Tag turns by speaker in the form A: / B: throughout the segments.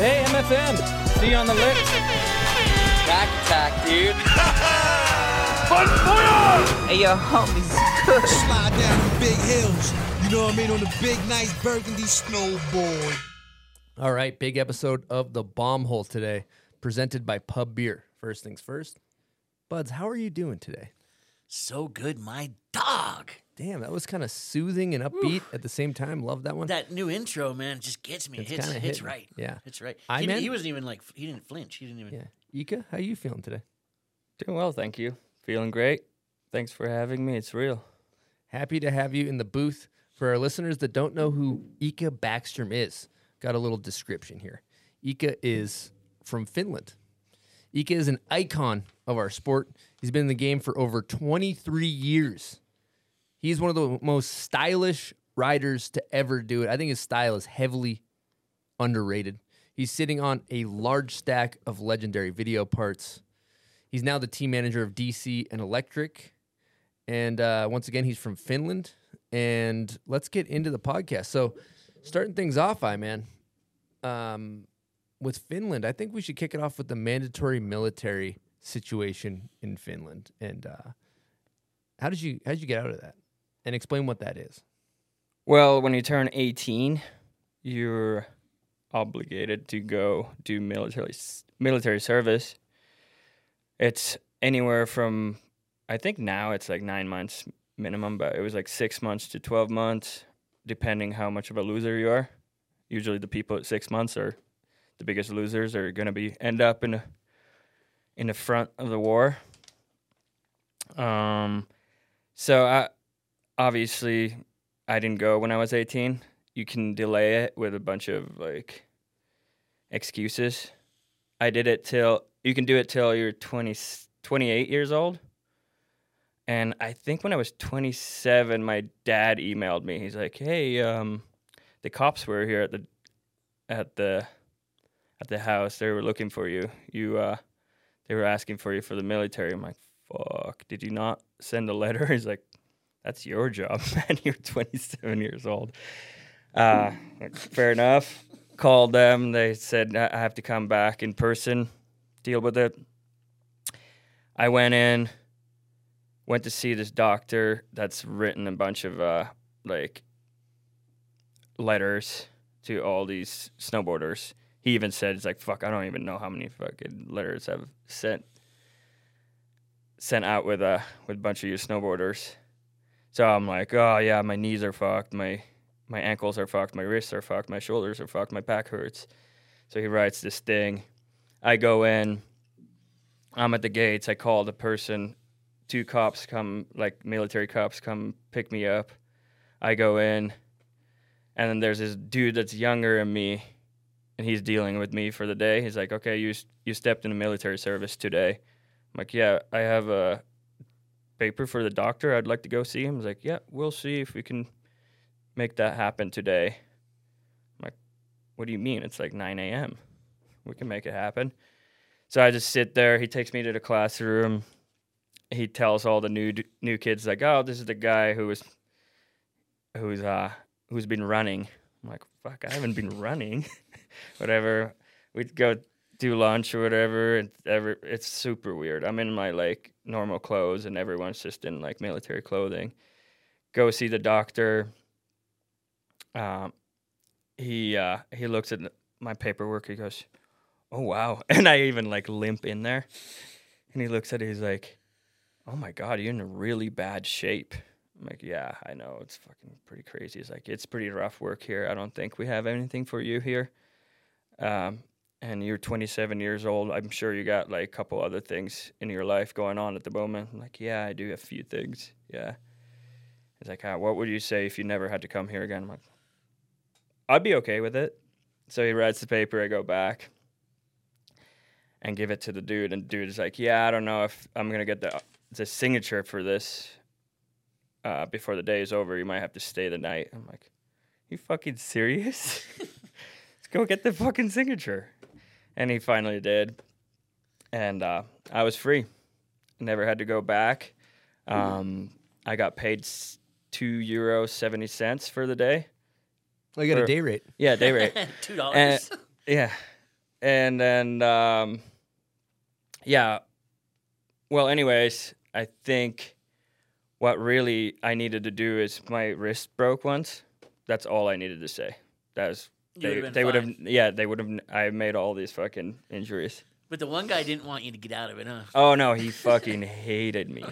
A: Hey, MFM. See you on the lift.
B: Back attack, dude.
C: Hey, yo, homies, good.
D: Slide down the big hills. You know what I mean? On the big, nice burgundy snowboard.
A: All right, big episode of the Bomb Hole today, presented by Pub Beer. First things first, Buds, how are you doing today?
E: So good, my dog.
A: Damn, that was kind of soothing and upbeat at the same time. Love that one.
E: That new intro, man, just gets me. It
A: It's
E: hits,
A: kinda
E: hits
A: hitting.
E: right.
A: Yeah.
E: it's right.
A: I
E: he, didn't-
A: meant-
E: he wasn't even like he didn't flinch. He didn't even.
A: yeah, Ika, how you feeling today?
B: Doing well, thank you. Feeling great. Thanks for having me. It's real.
A: Happy to have you in the booth. For our listeners that don't know who Ika Backstrom is, got a little description here. Ika is from Finland. Ika is an icon of our sport. He's been in the game for over 23 years. He's one of the most stylish riders to ever do it. I think his style is heavily underrated. He's sitting on a large stack of legendary video parts. He's now the team manager of DC and Electric. And uh, once again, he's from Finland. And let's get into the podcast. So, starting things off, I man, um, with Finland, I think we should kick it off with the mandatory military situation in Finland. And uh, how did you how did you get out of that? And explain what that is.
B: Well, when you turn 18, you're obligated to go do military s- military service. It's anywhere from I think now it's like 9 months minimum, but it was like 6 months to 12 months depending how much of a loser you are. Usually the people at 6 months are the biggest losers are going to be end up in a, in the front of the war. Um so I obviously I didn't go when I was 18. You can delay it with a bunch of like excuses. I did it till you can do it till you're 20, 28 years old. And I think when I was 27, my dad emailed me. He's like, "Hey, um, the cops were here at the at the at the house. They were looking for you. You uh, they were asking for you for the military." I'm like, "Fuck! Did you not send a letter?" He's like, that's your job, man. You're 27 years old. Uh, fair enough. Called them. They said, I I have to come back in person, deal with it. I went in, went to see this doctor that's written a bunch of uh, like letters to all these snowboarders. He even said, "It's like fuck. I don't even know how many fucking letters I've sent sent out with uh, with a bunch of you snowboarders." So I'm like, oh yeah, my knees are fucked, my my ankles are fucked, my wrists are fucked, my shoulders are fucked, my back hurts. So he writes this thing. I go in. I'm at the gates. I call the person. Two cops come, like military cops, come pick me up. I go in, and then there's this dude that's younger than me, and he's dealing with me for the day. He's like, "Okay, you s- you stepped into military service today." I'm like, "Yeah, I have a paper for the doctor. I'd like to go see him. He's like, yeah, we'll see if we can make that happen today. I'm like, what do you mean? It's like 9 a.m. We can make it happen. So I just sit there. He takes me to the classroom. He tells all the new d- new kids like, oh, this is the guy who was who's uh who's been running. I'm like, fuck, I haven't been running. whatever. We'd go do lunch or whatever. And ever, it's super weird. I'm in my like normal clothes, and everyone's just in like military clothing. Go see the doctor. Um, he uh, he looks at my paperwork. He goes, "Oh wow!" And I even like limp in there, and he looks at it. He's like, "Oh my god, you're in really bad shape." I'm like, "Yeah, I know. It's fucking pretty crazy." He's like, "It's pretty rough work here. I don't think we have anything for you here." um, and you're 27 years old, I'm sure you got like a couple other things in your life going on at the moment. I'm like, yeah, I do a few things. Yeah. It's like, ah, what would you say if you never had to come here again? I'm like, I'd be okay with it. So he writes the paper. I go back and give it to the dude, and dude is like, yeah, I don't know if I'm gonna get the the signature for this uh, before the day is over. You might have to stay the night. I'm like, you fucking serious? go get the fucking signature. And he finally did. And uh, I was free. Never had to go back. Um, I got paid s- two euro seventy cents for the day.
A: I got a
B: Or-
A: day rate.
B: Yeah, day rate.
E: Two dollars.
A: Eh.
B: and, yeah, and then um, yeah. Well, anyways, I think what really I needed to do is my wrist broke once. That's all I needed to say. That was
E: You
B: they,
E: would've been
B: they would have
E: fine.
B: yeah they would have I made all these fucking injuries.
E: But the one guy didn't want you to get out of it, huh?
B: Oh no, he fucking hated me.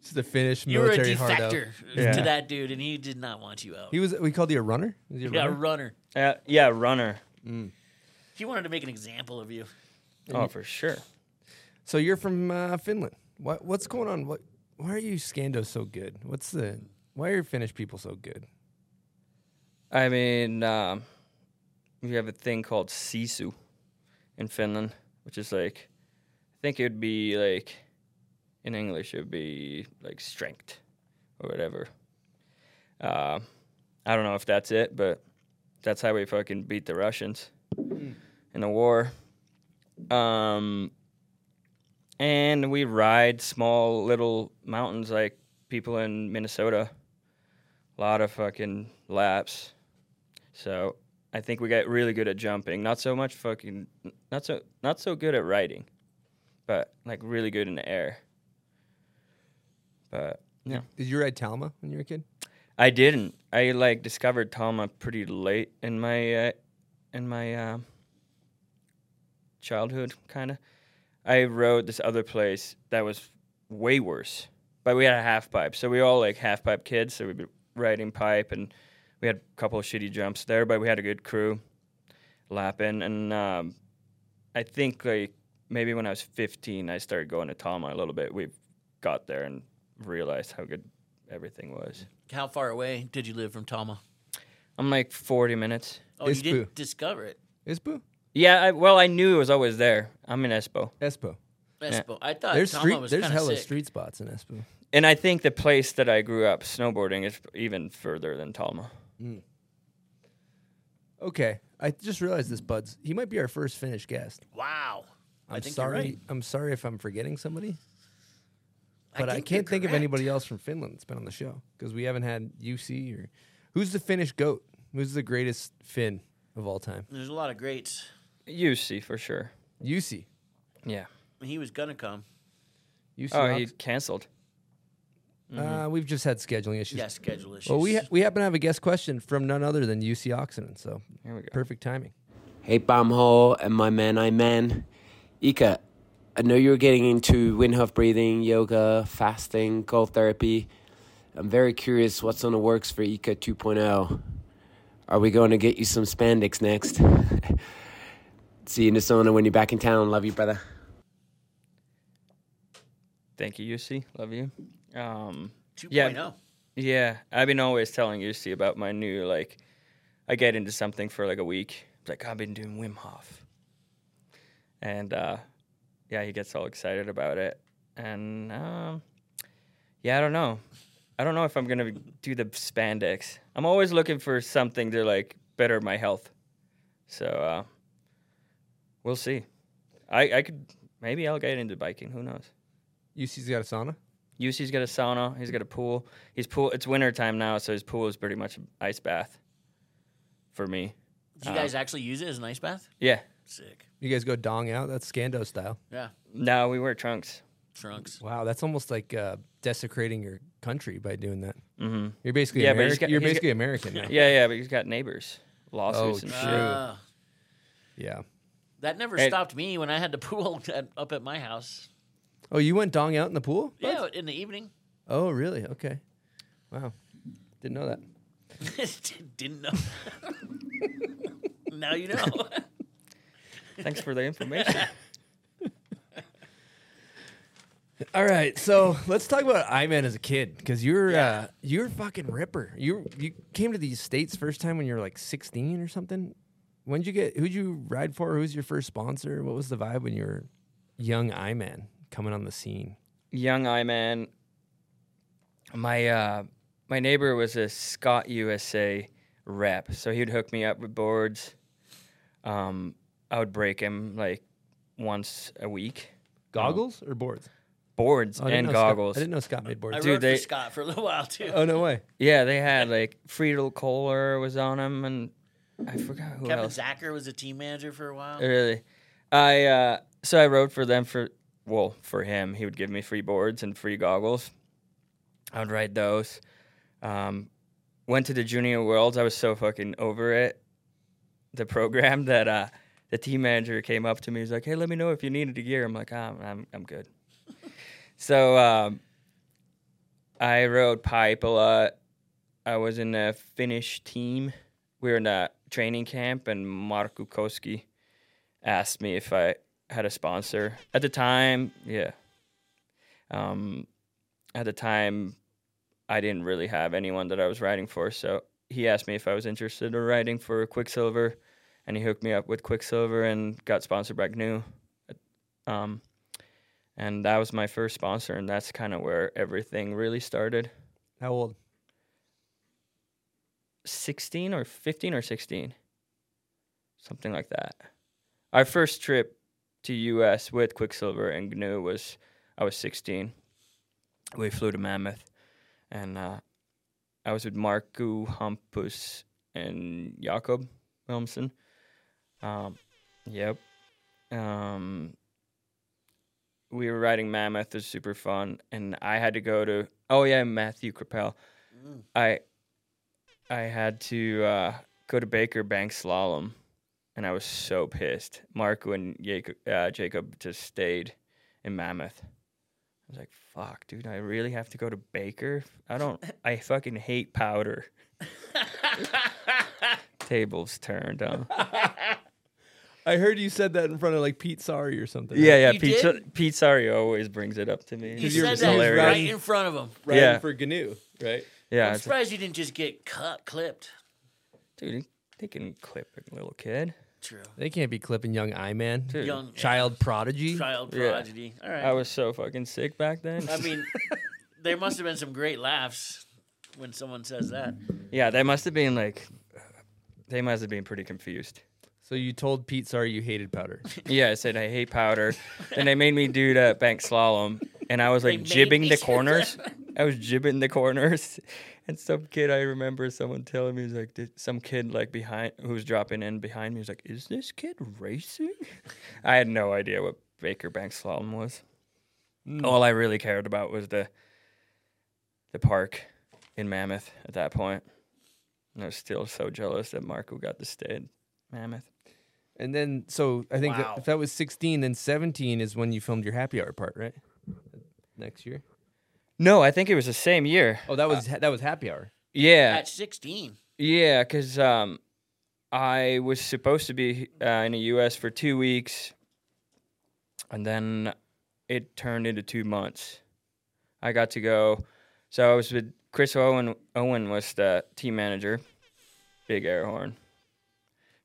A: It's the Finnish
E: You were a
A: military hardo.
E: defector
B: Yeah.
E: to that dude, and he did not want you out.
A: He was. We called you a runner. Was he a
E: yeah,
A: runner?
E: runner.
B: Uh, yeah, runner.
E: He wanted to make an example of you.
B: Oh, for sure.
A: So you're from uh, Finland. What, what's going on? What? Why are you Scando so good? What's the? Why are Finnish people so good?
B: I mean, um, we have a thing called sisu in Finland, which is like, I think it would be like, in English, it would be like strength or whatever. Um, I don't know if that's it, but that's how we fucking beat the Russians in the war. Um, and we ride small little mountains like people in Minnesota lot of fucking laps. So I think we got really good at jumping. Not so much fucking not so not so good at riding, but like really good in the air. But yeah.
A: Did you ride Talma when you were a kid?
B: I didn't. I like discovered Tama pretty late in my uh, in my um childhood, kind of. I rode this other place that was way worse, but we had a half pipe, so we all like half pipe kids. So we'd be riding pipe, and we had a couple of shitty jumps there, but we had a good crew lapping. And um, I think like maybe when I was 15, I started going to Tama a little bit. We got there and realized how good everything was.
E: How far away did you live from Tama?
B: I'm like 40 minutes.
E: Oh,
A: Espoo.
E: you didn't discover it.
A: Espoo.
B: Yeah, I, well, I knew it was always there. I'm in Espo,
A: Espoo.
E: Espoo. I thought
A: Uh, There's
E: Tama
A: street.
E: was
A: There's
E: kind of
A: hella
E: sick.
A: street spots in Espoo.
B: and I think the place that I grew up snowboarding is even further than Talma.
A: Okay, I just realized this, Buds. He might be our first Finnish guest.
E: Wow.
A: I'm
E: think you're
A: sorry.
E: right.
A: I'm sorry if I'm forgetting somebody,
E: I
A: but I,
E: you're
A: can't think of
E: correct.
A: anybody else from Finland that's been on the show because we haven't had UC or who's the Finnish goat? Who's the greatest Finn of all time?
E: There's a lot of greats.
B: UC for sure.
A: UC.
B: Yeah.
E: He was gonna come.
A: UC.
B: Oh,
A: Ox-
B: he canceled.
A: Uh, we've just had scheduling issues.
E: Mm-hmm. Yeah, schedule issues.
A: Well, we ha- we happen to have a guest question from none other than UC Oxenden, so
B: Here we go.
A: perfect timing.
F: Hey Bamho and my man, I man. Ika, I know you're getting into Wim Hof breathing, yoga, fasting, cold therapy. I'm very curious what's on the works for Ika 2.0. Are we going to get you some spandex next? See you in the sauna when you're back in town. Love you, brother.
B: Thank you, UC. Love you. Um,
E: 2.0.
B: yeah. Yeah, I've been always telling UC about my new like. I get into something for like a week. It's Like I've been doing Wim Hof, and uh, yeah, he gets all excited about it. And um, yeah, I don't know. I don't know if I'm gonna do the spandex. I'm always looking for something to like better my health. So uh, we'll see. I I could maybe I'll get into biking. Who knows?
A: UC's got a sauna.
B: UC's got a sauna. He's got a pool. He's pool. It's winter time now, so his pool is pretty much an ice bath for me.
E: Do you
B: Uh-huh.
E: guys actually use it as an ice bath?
B: Yeah.
E: Sick.
A: You guys go dong out. That's Scando style.
E: Yeah.
B: No, we wear trunks.
E: Trunks.
A: Wow, that's almost like uh, desecrating your country by doing that. Mm-hmm. You're basically
B: Yeah, but he's
A: American.
B: got-
A: you're
B: he's
A: basically American. Now.
B: Yeah, yeah, but he's got neighbors,
A: Oh,
B: lawsuits and
A: true.
B: shit.
E: Uh,
A: yeah.
E: that never
B: Hey.
E: stopped me when I had the pool at, up at my house.
A: Oh, you went dong out in the pool?
E: Yeah, in the evening.
A: Oh, really? Okay. Wow. Didn't know that.
E: Didn't know. now you know.
B: Thanks for the information.
A: All right, so let's talk about Iman as a kid because you're uh, you're a fucking ripper. You you came to these states first time when you were like 16 or something. When'd you get? Who'd you ride for? Who's your first sponsor? What was the vibe when you were young Iman coming on the scene?
B: Young I man. My uh, my neighbor was a Scott USA rep, so he'd hook me up with boards. Um, I would break him like once a week.
A: Goggles or boards?
B: boards
A: Oh, I didn't
B: and
A: know Scott-
B: goggles.
A: I didn't know Scott made
E: I
A: boards.
B: Dude,
E: rode
B: they-
E: for Scott for a little while too.
A: Oh no way!
B: Yeah, they had like Friedel Kohler was on them, and I forgot who
E: Kevin
B: else.
E: Zacher was a team manager for a while.
B: Really, I uh, so I rode for them for well for him. He would give me free boards and free goggles. I would ride those. Um, went to the Junior Worlds. I was so fucking over it, the program that uh, the team manager came up to me. He's like, "Hey, let me know if you needed a gear." I'm like, "Ah, "I'm I'm good." so um, I rode pipe a lot. I was in a Finnish team. We were in a training camp, and Mark Kukowski asked me if I had a sponsor at the time. Yeah, um, at the time, I didn't really have anyone that I was riding for, so he asked me if I was interested in riding for Quicksilver, and he hooked me up with Quicksilver and got sponsored by GNU. Um, and that was my first sponsor, and that's kind of where everything really started.
A: How old?
B: 16 or 15 or 16 something like that our first trip to us with quicksilver and gnu was i was 16 we flew to mammoth and uh, i was with marku hampus and jakob wilmsen um, yep um, we were riding mammoth it was super fun and i had to go to oh yeah matthew Crapel. i I had to uh, go to Baker Bank Slalom, and I was so pissed. Marco and Jacob, uh, Jacob just stayed in Mammoth. I was like, "Fuck, dude! I really have to go to Baker. I don't. I fucking hate powder." Tables turned. Um.
A: I heard you said that in front of like Pete Sari or something.
B: Yeah, yeah.
E: You
B: Pete,
E: did?
B: Pete Sari always brings it up to me.
E: You
B: It's
A: you're-
E: said
A: you're
E: that right
A: riding-
E: in front of him.
A: Riding
B: Yeah.
A: for Gnu, right?
B: Yeah,
E: I'm
B: it's-
E: surprised you didn't just get cut, clipped.
B: dude, they can clip a little kid.
E: True.
A: They can't be clipping young I man,
B: Dude,
E: Young
A: child prodigy.
E: child
B: Yeah.
E: prodigy. All right.
B: I was so fucking sick back then.
E: I mean, there must have been some great laughs when someone says that.
B: Yeah, they must have been like, they must have been pretty confused.
A: So you told Pete Sari you hated powder.
B: Yeah, I said I hate powder, and they made me do the bank slalom, and I was like
E: They made
B: jibbing
E: me
B: the
E: do
B: corners. I was jibbing the corners, and some kid I remember someone telling me he's like "Did- some kid like behind who was dropping in behind me was like, "Is this kid racing?" I had no idea what Baker Bank slalom was. All I really cared about was the the park in Mammoth at that point. And I was still so jealous that Marco got to stay in Mammoth.
A: And then, so I think
E: Wow.
A: that, if that was 16, then 17 is when you filmed your happy hour part, right? Next year.
B: No, I think it was the same year.
A: Oh, that was that was happy hour.
B: Yeah,
E: At 16.
B: yeah, because um, I was supposed to be uh, in the U.S. for two weeks, and then it turned into two months. I got to go, so I was with Chris Owen. Owen was the team manager, big air horn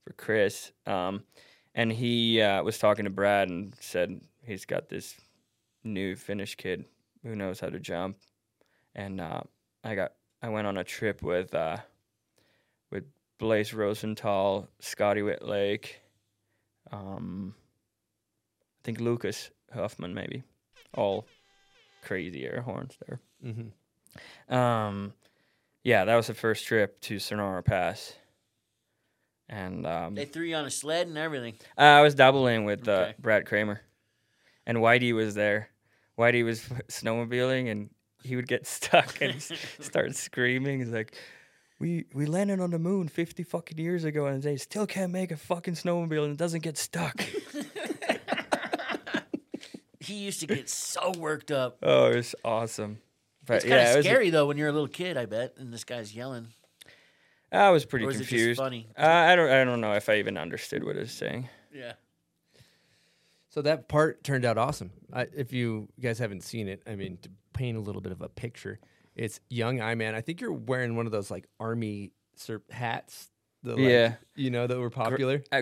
B: for Chris, um, and he uh, was talking to Brad and said he's got this new Finnish kid who knows how to jump, and uh, I got I went on a trip with. Uh, with Blaze Rosenthal, Scotty Whitlake, um, I think Lucas Huffman, maybe. All crazy air horns there.
A: Mm-hmm.
B: Um, yeah, that was the first trip to Sonora Pass. And um,
E: They threw you on a sled and everything.
B: I was doubling with uh,
E: Okay.
B: Brad Kramer, and Whitey was there. Whitey was snowmobiling, and he would get stuck and s- start screaming. He's like, "We we landed on the moon fifty fucking years ago, and they still can't make a fucking snowmobile, and it doesn't get stuck."
E: He used to get so worked up.
B: oh, it was awesome. But
E: It's kind
B: yeah,
E: of
B: it was,
E: scary though when you're a little kid, I bet, and this guy's yelling.
B: I was pretty
E: Or is it just
B: confused.
E: funny?
B: Uh, I don't I don't know if I even understood what he was saying.
E: Yeah.
A: So that part turned out awesome. I, if you guys haven't seen it, I mean, to paint a little bit of a picture, it's young I man. I think you're wearing one of those like army ser- hats. The, like,
B: Yeah.
A: you know that were popular.
B: A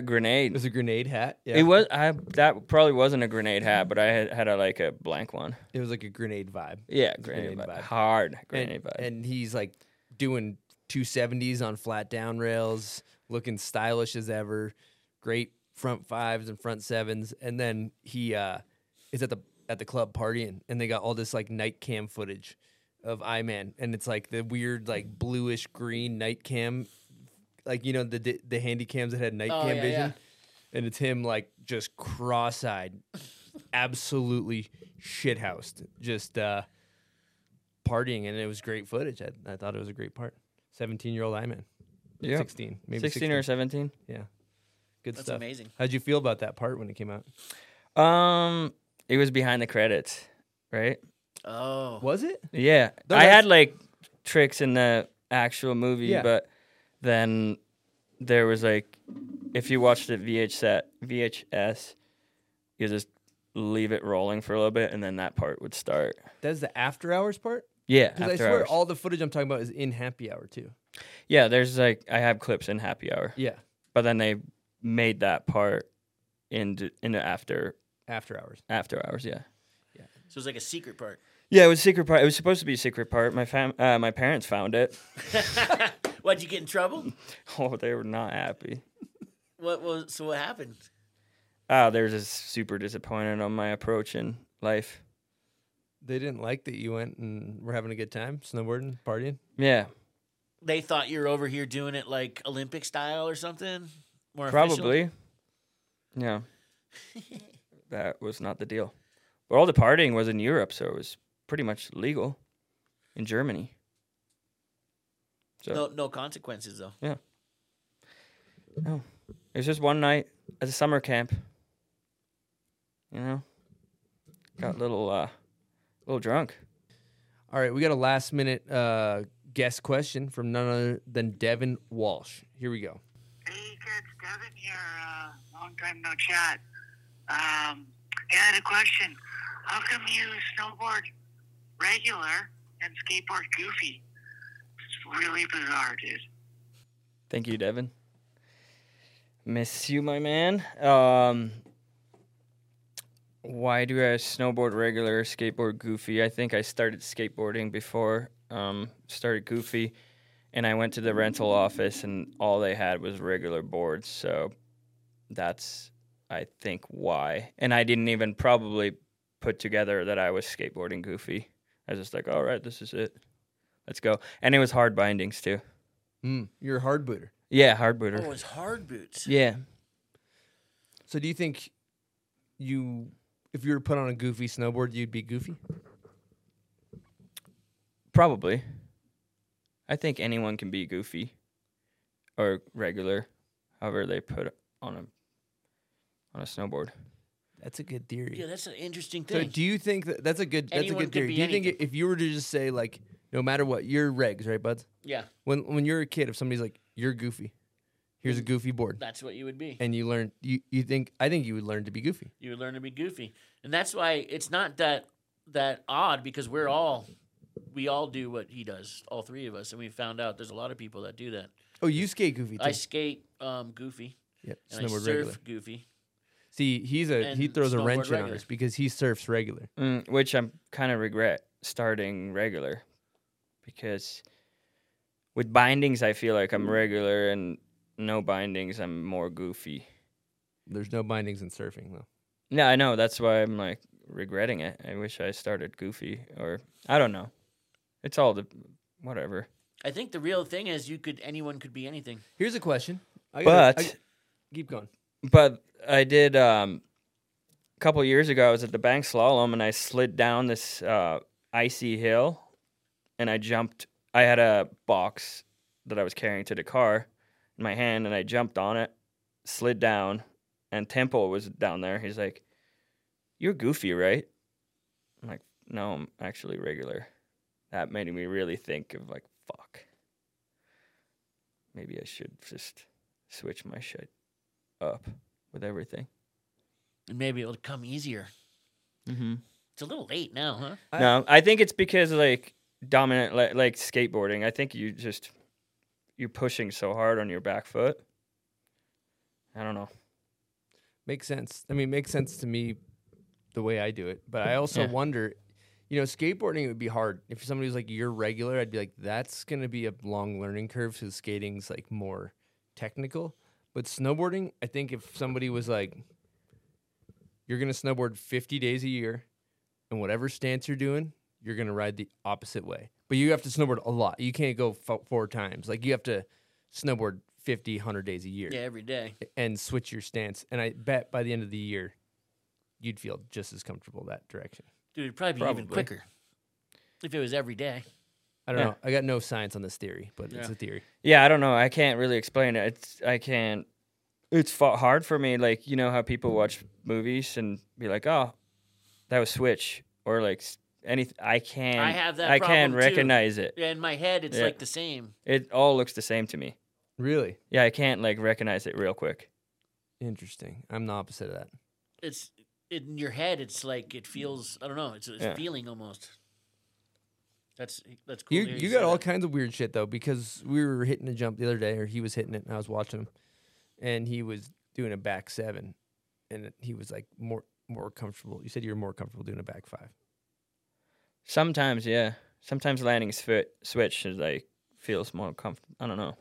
A: it
B: grenade.
A: was a grenade hat. Yeah,
B: It was I that probably wasn't a grenade hat, but I had, had a, like a blank one.
A: It was like a grenade vibe.
B: Yeah,
A: grenade
B: grenade, vibe.
A: vibe.
B: Hard
A: And,
B: grenade vibe.
A: and he's like doing 270s on flat down rails, looking stylish as ever. Great front fives and front sevens. And then he uh, is at the at the club partying, and they got all this like night cam footage of I Man, and it's like the weird like bluish green night cam, like you know the the, the handy cams that had night
E: Oh,
A: cam
E: yeah,
A: vision,
E: yeah.
A: and it's him like just cross-eyed, absolutely shithoused, just uh, partying, and it was great footage. I, I thought it was a great part. Seventeen-year-old I Man,
B: Yeah.
A: sixteen, maybe
B: 16, or 17.
A: yeah, good
E: That's
A: stuff.
E: amazing.
A: How'd you feel about that part when it came out?
B: Um, it was behind the credits, right?
E: Oh,
A: Was it?
B: Yeah,
A: Though
B: I
A: that's-
B: had like tricks in the actual movie,
A: Yeah.
B: but then there was like, if you watched it VHS, VHS, you just leave it rolling for a little bit, and then that part would start.
A: That's the after hours part.
B: Yeah,
A: Because I
B: after
A: swear,
B: hours.
A: all the footage I'm talking about is in happy hour too.
B: yeah, there's like I have clips in Happy Hour,
A: Yeah,
B: but then they made that part into into after
A: after hours.
B: after hours. Yeah.
E: so it's like a secret part.
B: Yeah, it was secret part. It was supposed to be secret part. My fam, uh, my parents found it.
E: Why'd you get in trouble?
B: Oh, they were not happy.
E: What was so? What happened?
B: Ah, they're just super disappointed on my approach in life.
A: They didn't like that you went and were having a good time snowboarding, partying.
B: Yeah,
E: They thought you were over here doing it like Olympic style or something. More official?
B: probably. Yeah, that was not the deal. But all the partying was in Europe, so it was pretty much legal in Germany. So
E: No, no consequences though.
B: Oh, it was just one night at a summer camp. You know, got a little uh, little drunk.
A: All right, we got a last minute uh, guest question from none other than Devin Walsh. Here we go.
G: Hey, kids, Devin here. Uh, long time no chat. Um, I had a question. How come you snowboard regular and skateboard goofy? It's really bizarre, dude.
B: Thank you, Devin. Miss you, my man. Um, why do I snowboard regular, skateboard goofy? I think I started skateboarding before, um, started goofy, and I went to the rental office, and all they had was regular boards. So that's, I think, why. And I didn't even probably put together that I was skateboarding goofy. I was just like, all right, this is it. Let's go. And it was hard bindings, too.
A: Mm, you're a hard booter.
B: Yeah, hard booter.
E: Oh, it's hard boots.
B: Yeah.
A: So do you think you, if you were put on a goofy snowboard, you'd be goofy?
B: Probably. I think anyone can be goofy or regular, however they put it on a on a snowboard.
A: That's a good theory.
E: Yeah, that's an interesting
A: So
E: thing.
A: do you think that that's a good that's
E: Anyone
A: a good
E: could
A: theory?
E: be
A: Do you think
E: anything.
A: if you were to just say like, no matter what, you're regs, right, buds?
E: yeah,
A: When when you're a kid, if somebody's like, you're goofy, here's
E: Mm.
A: a goofy board.
E: that's what you would be.
A: and you learn you, you think I think you would learn to be goofy.
E: You would learn to be goofy, and that's why it's not that that odd because we're all we all do what he does, all three of us, and we found out there's a lot of people that do that.
A: Oh, you skate goofy too.
E: I skate um, goofy,
A: Yep,
E: and I surf
A: snowboard regular.
E: goofy.
A: See, he's a he
E: and
A: throws a
E: snowboard
A: wrench in
E: regular.
A: ours because he surfs regular.
B: Mm, which I'm kind of regret starting regular because with bindings I feel like I'm regular and no bindings I'm more goofy.
A: There's no bindings in surfing though.
B: Yeah, I know. That's why I'm like regretting it. I wish I started goofy or I don't know. It's all the whatever.
E: I think the real thing is you could anyone could be anything.
A: Here's a question. I
B: But
A: I- keep going.
B: but I did um, a couple years ago. I was at the bank slalom and I slid down this uh, icy hill, and I jumped. I had a box that I was carrying to the car in my hand, and I jumped on it, slid down, and Temple was down there. He's like, "You're goofy, right?" I'm like, "No, I'm actually regular." That made me really think of like, "Fuck, maybe I should just switch my shit." up with everything.
E: and maybe it'll come easier.
B: Mm-hmm.
E: It's a little late now, huh?
A: I-
B: no, I think it's because like dominant, like, like skateboarding. I think you just you're pushing so hard on your back foot. I don't know.
A: Makes sense. I mean, makes sense to me the way I do it. But I also
B: Yeah.
A: wonder, you know, skateboarding would be hard. If somebody was like, you're regular, I'd be like, that's going to be a long learning curve because skating's like more technical. But snowboarding, I think if somebody was like, you're going to snowboard 50 days a year, and whatever stance you're doing, you're going to ride the opposite way. But you have to snowboard a lot. You can't go fo- four times. Like you have to snowboard 50, 100 days a year
E: Yeah, every day.
A: and switch your stance. And I bet by the end of the year, you'd feel just as comfortable that direction.
E: Dude, it'd probably be even
B: Probably.
E: quicker if it was every day.
A: I don't
B: Yeah.
A: know. I got no science on this theory, but it's
E: Yeah.
A: a theory.
B: Yeah, I don't know. I can't really explain it. It's I can't. It's fought hard for me. Like you know how people watch movies and be like, "Oh, that was Switch," or like s- any. I can.
E: I have that
B: I
E: problem,
B: can
E: too.
B: recognize it.
E: Yeah, in my head, it's
B: Yeah.
E: like the same.
B: It all looks the same to me.
A: Really
B: Yeah, I can't like recognize it real quick.
A: interesting. I'm the opposite of that.
E: It's in your head. It's like it feels. I don't know. It's, it's
B: Mm. Yeah.
E: feeling almost. That's that's cool.
A: You
E: to hear
A: you got
E: say
A: all
E: that.
A: kinds of weird shit though because we were hitting a jump the other day, or he was hitting it, and I was watching him, and he was doing a back seven, and it- he was like more more comfortable. You said you were more comfortable doing a back five.
B: Sometimes, yeah. Sometimes landing swi- Switch is like feels more comfortable. I don't know.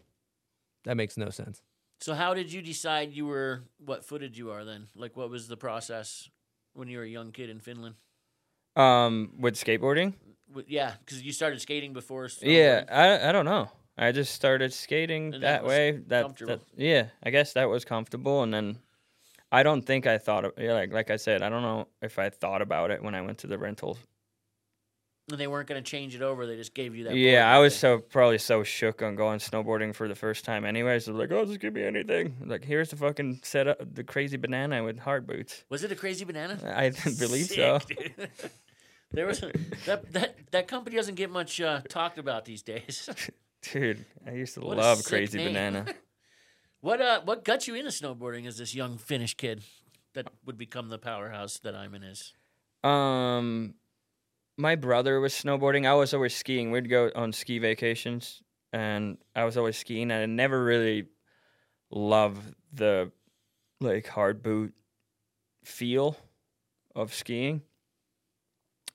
A: That makes no sense.
E: So how did you decide you were what footed you are then? Like what was the process when you were a young kid in Finland?
B: Um, with skateboarding,
E: W- Yeah, because you started skating before.
B: yeah.
E: snowboarding.
B: I I don't know. I just started skating
E: And that
B: that
E: was
B: way. That,
E: comfortable.
B: that yeah. I guess that was comfortable, and then I don't think I thought of, yeah, like like I said. I don't know if I thought about it when I went to the rental.
E: And they weren't going to change it over. They just gave you that.
B: yeah,
E: board,
B: I
E: didn't
B: was
E: they?
B: so probably so shook on going snowboarding for the first time. Anyways, I was like, oh, just give me anything. Like here's the fucking setup, the crazy banana with hard boots.
E: Was it a crazy banana?
B: I didn't believe
E: Sick,
B: so.
E: dude. there was a, that that that company doesn't get much uh, talked about these days.
B: Dude, I used to
E: What a
B: love
E: sick
B: Crazy
E: name.
B: Banana.
E: what uh what got you into snowboarding as this young Finnish kid that would become the powerhouse that Iman is?
B: Um, my brother was snowboarding. I was always skiing. We'd go on ski vacations, and I was always skiing. And I never really loved the like hard boot feel of skiing.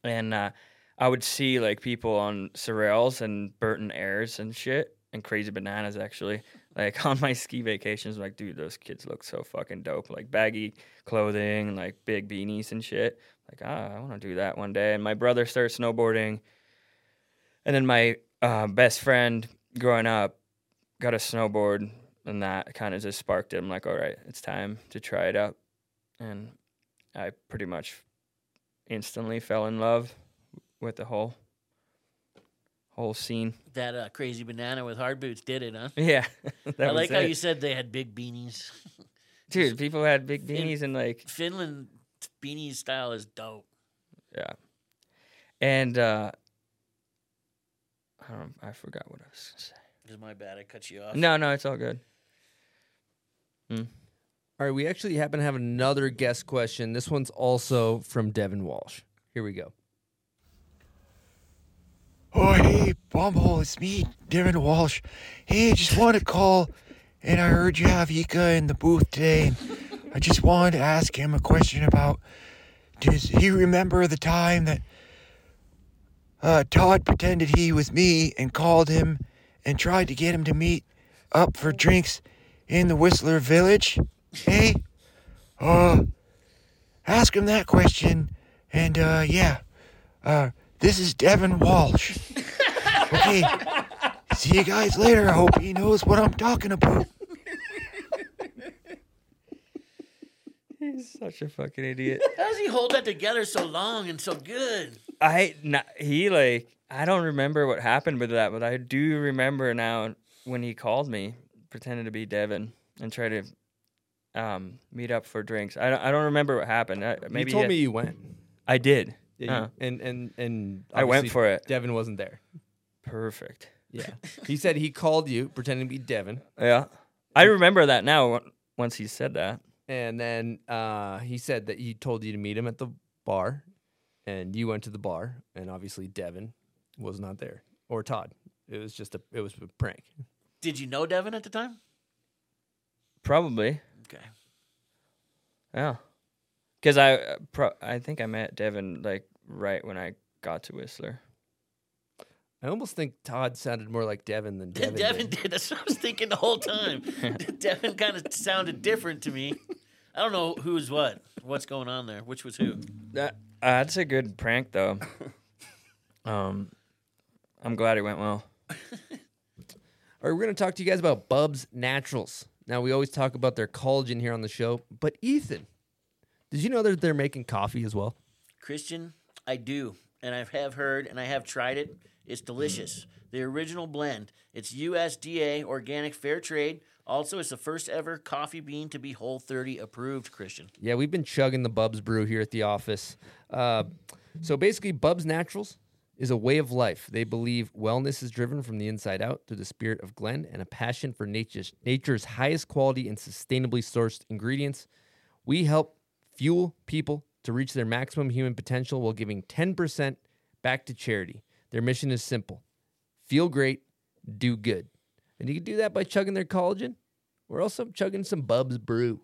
B: And uh, I would see like people on Sorrels and Burton Airs and shit, and Crazy Bananas actually. Like on my ski vacations, like dude, those kids look so fucking dope. Like baggy clothing, like big beanies and shit like ah, I want to do that one day. And my brother started snowboarding, and then my uh, best friend growing up got a snowboard, and that kind of just sparked it. I'm like, all right, it's time to try it out, and I pretty much instantly fell in love with the whole whole scene.
E: That uh, crazy banana with hard boots did it, huh?
B: Yeah, that
E: I
B: was
E: like how
B: it.
E: you said they had big beanies.
B: dude. People had big beanies and like
E: Finland beanie style is dope.
B: Yeah. And uh I don't I forgot what I was gonna say.
E: It's my bad. I cut you off.
B: No, no, it's all good.
A: All right, we actually happen to have another guest question. This one's also from Devin Walsh. Here we go.
H: Oh, hey, Bumhole, it's me, Darren Walsh. Hey, just wanted to call, and I heard you have Ika in the booth today, and I just wanted to ask him a question about does he remember the time that uh, Todd pretended he was me and called him and tried to get him to meet up for drinks in the Whistler Village? Hey? Uh, ask him that question, and uh, yeah. Uh, this is Devin Walsh. Okay. See you guys later. I hope he knows what I'm talking about.
B: He's such a fucking idiot.
E: How does he hold that together so long and so good?
B: I n- he like I don't remember what happened with that, but I do remember now when he called me, pretended to be Devin and tried to um meet up for drinks. I don't, I don't remember what happened. I, maybe
A: you told
B: he-
A: me you went.
B: I did.
A: Yeah, you-
B: Huh.
A: and and and
B: I went
A: obviously
B: for it.
A: Devin wasn't there.
B: Perfect.
A: Yeah, he said he called you pretending to be Devin,
B: Yeah. I remember that now on- once he said that.
A: and then uh, he said that he told you to meet him at the bar, and you went to the bar, and obviously Devin was not there or Todd. It was just a it was a prank.
E: Did you know Devin at the time?
B: Probably.
E: Okay.
B: Yeah, because I uh, pro- I think I met Devin like right when I got to Whistler.
A: I almost think Todd sounded more like Devin than Devin.
E: Devin, Devin
A: did.
E: did. That's what I was thinking the whole time. Devin kind of sounded different to me. I don't know who's what, what's going on there, which was who.
B: That Uh, that's a good prank, though. Um, I'm glad it went well.
A: All right, we're going to talk to you guys about Bubs Naturals. Now, we always talk about their collagen here on the show, but Ethan, did you know that they're making coffee as well?
E: Christian, I do, and I have heard and I have tried it. It's delicious. The original blend. It's USDA organic fair trade. Also, it's the first ever coffee bean to be Whole 30 approved, Christian.
A: Yeah, we've been chugging the Bubs brew here at the office. Uh, so basically, Bubs Naturals is a way of life. They believe wellness is driven from the inside out through the spirit of Glen and a passion for nature's, nature's highest quality and sustainably sourced ingredients. We help fuel people to reach their maximum human potential while giving 10% back to charity. Their mission is simple feel great, do good. And you can do that by chugging their collagen or also chugging some Bubs brew.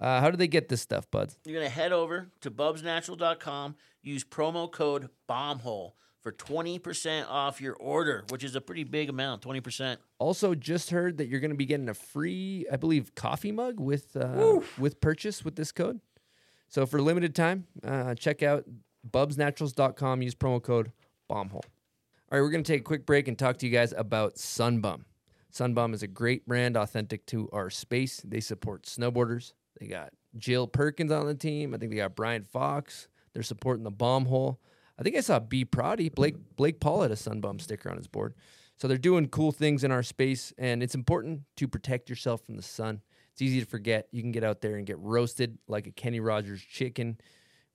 A: Uh, how do they get this stuff, buds?
E: You're going to head over to bubsnatural.com, use promo code BOMBHOLE for 20% off your order, which is a pretty big amount 20%.
A: Also, just heard that you're going to be getting a free, I believe, coffee mug with uh, with purchase with this code. So for limited time, uh, check out bubsnaturals.com. Use promo code bombhole. All right, we're going to take a quick break and talk to you guys about Sunbum. Sunbum is a great brand, authentic to our space. They support snowboarders. They got Jill Perkins on the team. I think they got Brian Fox. They're supporting the bomb hole. I think I saw B. Proddy, Blake Blake Paul had a Sunbum sticker on his board. So they're doing cool things in our space, and it's important to protect yourself from the sun. It's easy to forget. You can get out there and get roasted like a Kenny Rogers chicken.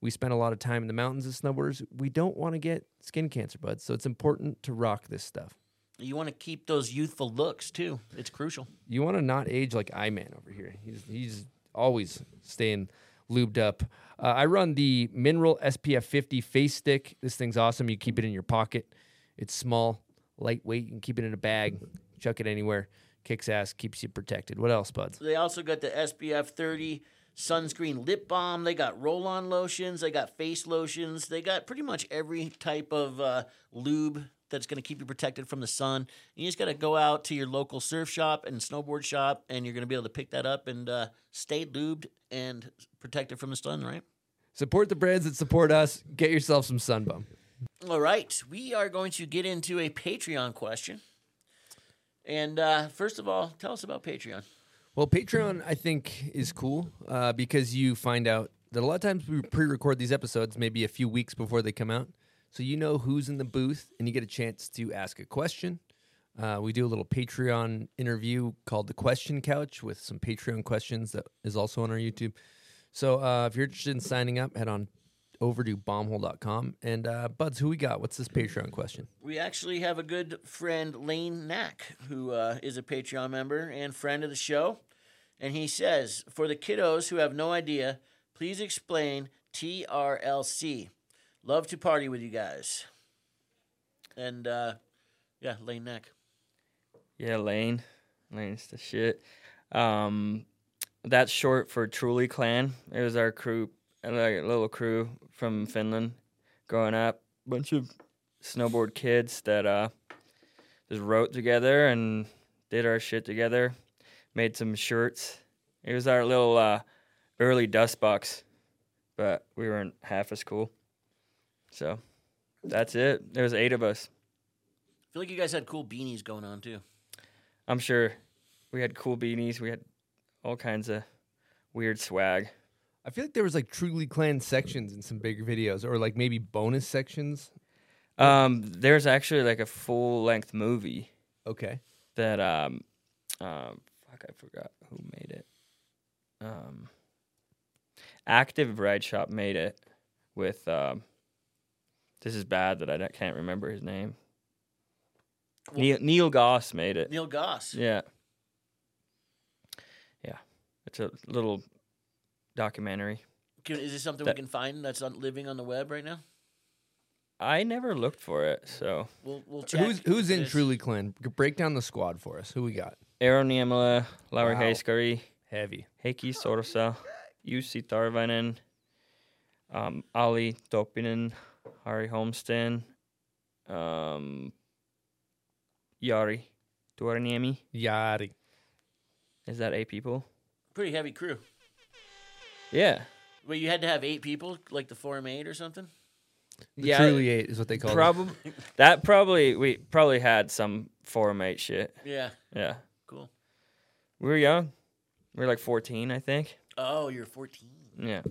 A: We spend a lot of time in the mountains as snowboarders. We don't want to get skin cancer, bud. So it's important to rock this stuff.
E: You want to keep those youthful looks too. It's crucial.
A: You want to not age like I Man over here. He's he's always staying lubed up. Uh, I run the Mineral SPF 50 face stick. This thing's awesome. You keep it in your pocket. It's small, lightweight. You can keep it in a bag, chuck it anywhere. Kicks ass, keeps you protected. What else, buds?
E: They also got the SPF 30 sunscreen lip balm. They got roll on lotions. They got face lotions. They got pretty much every type of uh, lube that's going to keep you protected from the sun. you just got to go out to your local surf shop and snowboard shop, and you're going to be able to pick that up and uh, stay lubed and protected from the sun, right?
A: Support the brands that support us. Get yourself some sunbum.
E: All right, we are going to get into a Patreon question. And uh, first of all, tell us about Patreon.
A: Well, Patreon, I think, is cool uh, because you find out that a lot of times we pre record these episodes maybe a few weeks before they come out. So you know who's in the booth and you get a chance to ask a question. Uh, we do a little Patreon interview called The Question Couch with some Patreon questions that is also on our YouTube. So uh, if you're interested in signing up, head on over to bombhole.com. And uh, Buds, who we got? What's this Patreon question?
E: We actually have a good friend, Lane Knack, who uh, is a Patreon member and friend of the show. And he says, For the kiddos who have no idea, please explain TRLC. Love to party with you guys. And uh, yeah, Lane Knack.
B: Yeah, Lane. Lane's the shit. Um, that's short for Truly Clan. It was our crew, a li- little crew from Finland, growing up. Bunch of snowboard kids that uh, just wrote together and did our shit together. Made some shirts. It was our little uh, early dust box, but we weren't half as cool. So that's it. There was eight of us.
E: I feel like you guys had cool beanies going on too.
B: I'm sure we had cool beanies. We had all kinds of weird swag.
A: I feel like there was like truly clan sections in some bigger videos or like maybe bonus sections.
B: Um, there's actually like a full length movie
A: Okay.
B: that um, um, fuck, I forgot who made it. Um, Active Ride Shop made it with um. This is bad that I don't- can't remember his name. Neil, Neil Goss made it.
E: Neil Goss.
B: Yeah. Yeah. It's a little documentary.
E: Can, is this something
B: That-
E: we can find that's on, living on the web right now?
B: I never looked for it, so
E: We'll, we'll check.
A: Who's who's
E: if it
A: in
E: is.
A: Truly Clan? Break down the squad for us. Who we got?
B: Aaron Niemela, Lauri
A: Wow.
B: Heiskari,
A: Heavy.
B: Heikki Sorsa, Jussi Tarvainen, um, Ali Topinen, Harry Holmsten, um, Yari Tuoriniemi.
A: Yari.
B: Is that eight people?
E: Pretty heavy crew.
B: Yeah.
E: Well, you had to have eight people, like the Form 8 or something?
A: The Truly Eight is what they call it.
B: probably that probably we probably had some forum eight shit.
E: Yeah.
B: Yeah,
E: Cool.
B: we were young. We were like fourteen, I think.
E: Oh, you're 14.
B: Yeah,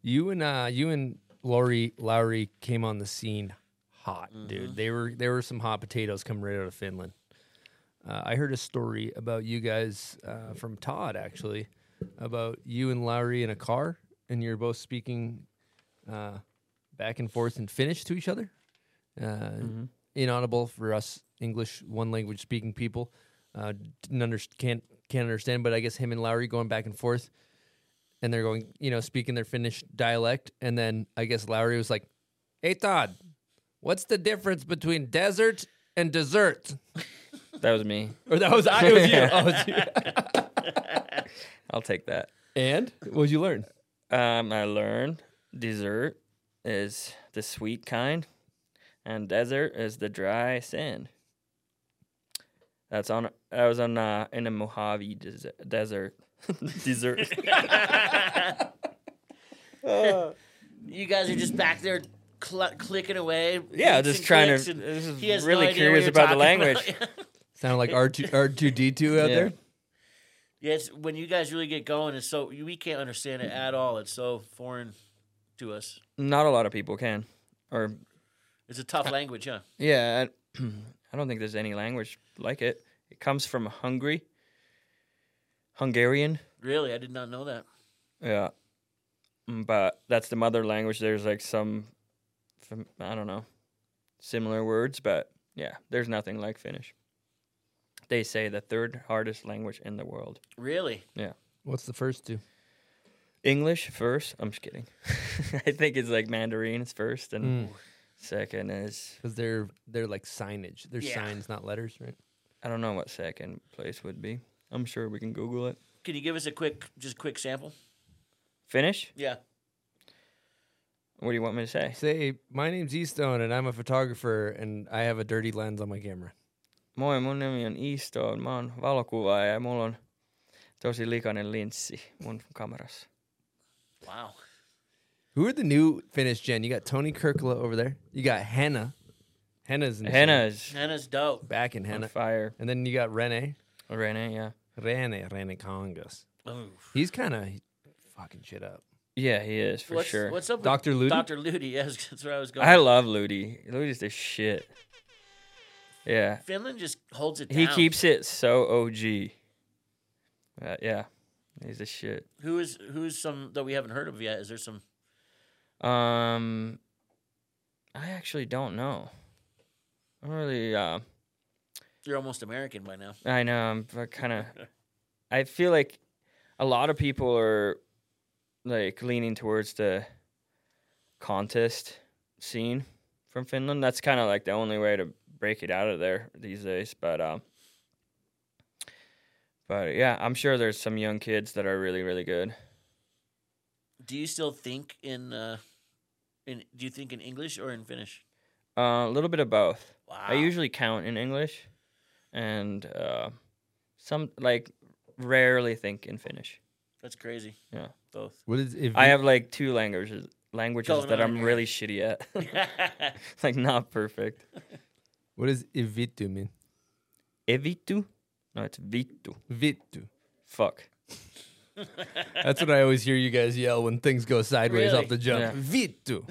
A: You and uh, you and Laurie Lowry came on the scene hot, dude. They were they were some hot potatoes coming right out of Finland. Uh, I heard a story about you guys uh, from Todd actually about you and Lowry in a car, and you're both speaking uh, back and forth in Finnish to each other. Uh, Inaudible for us English one language speaking people. Uh, didn't underst- can't can't understand, but I guess him and Lowry going back and forth and they're going, you know, speaking their Finnish dialect. And then I guess Lowry was like, "Hey Todd, what's the difference between desert and dessert?"
B: that was me.
A: Or that was I. It was you. Oh, it's you.
B: I'll take that.
A: And what'd you learn?
B: Um, I learned dessert is the sweet kind, and desert is the dry sand. That's on. That was on uh, in the Mojave des- desert. desert.
E: You guys are just back there cl- clicking away.
B: Yeah,
E: clicks
B: just
E: and
B: trying
E: clicks,
B: to-
E: and
B: this is
E: he has
B: really
E: idea what
B: curious
E: you're
B: about the
E: talking about.
B: language.
A: Sounded like R two R two D two out
B: Yeah.
A: there.
E: yeah, it's, when you guys really get going, it's so we can't understand it at all. It's so foreign to us.
B: Not a lot of people can, or
E: It's a tough language, huh?
B: Yeah, I, I don't think there's any language like it. It comes from Hungary, Hungarian.
E: Really, I did not know that.
B: Yeah, Mm, but that's the mother language. There's like some, fam- I don't know, similar words, but yeah, there's nothing like Finnish. They say the third hardest language in the world.
E: Really?
A: What's the first two?
B: English first. I'm just kidding. I think it's like Mandarin is first,
A: Mm.
B: and second is
A: Because they're they're like signage. They're signs, not letters, right?
B: I don't know what second place would be. I'm sure we can Google it.
E: Can you give us a quick, just quick sample?
B: Finnish?
E: Yeah.
B: What do you want me to say?
A: Say, my name's Eastone, and I'm a photographer, and I have a dirty lens on my camera.
B: Moi, mun nimi on Easton. Mä oon valokuvaaja ja mulla on tosi likainen linssi mun kamerassa.
E: Wow.
A: Who are the new Finnish gen? You got Tony Kirkla over there. You got Henna. Henna's in the scene.
B: Henna is
E: Hannah's dope.
A: back in
B: on
A: Henna.
B: fire.
A: And then you got Rene.
B: Rene, yeah.
A: Rene, Rene Congas.
E: Ooh.
A: He's kind of fucking shit up.
B: Yeah, he is for
E: what's,
B: sure.
E: What's up, with
A: Dr. Ludi?
E: Doctor Ludi. Yes, that's where I was going.
B: I love Ludi. Ludi's the shit. Yeah.
E: Finland just holds it down.
B: He keeps it so OG. Uh, yeah. He's the shit.
E: Who is who's some that we haven't heard of yet? Is there some?
B: Um, I actually don't know. I'm really, uh,
E: You're almost American by now.
B: I know. I'm kind of. I feel like a lot of people are like leaning towards the contest scene from Finland. That's kind of like the only way to break it out of there these days. But um, but yeah, I'm sure there's some young kids that are really really good.
E: Do you still think in uh, in do you think in English or in Finnish?
B: Uh, a little bit of both. I
E: Wow.
B: usually count in English, and uh, some like rarely think in Finnish.
E: That's crazy.
B: Yeah.
E: Both.
A: What is if
B: I
I: Mm-hmm.
B: have like two languages languages
E: Going
B: that
E: on
B: I'm
E: here.
B: really shitty at. like not perfect.
A: what does Ivitu mean?
B: Evitu? No, it's vitu.
A: Vitu.
B: Fuck.
A: That's what I always hear you guys yell when things go sideways
E: Really?
A: off the jump.
B: Yeah.
A: Vitu.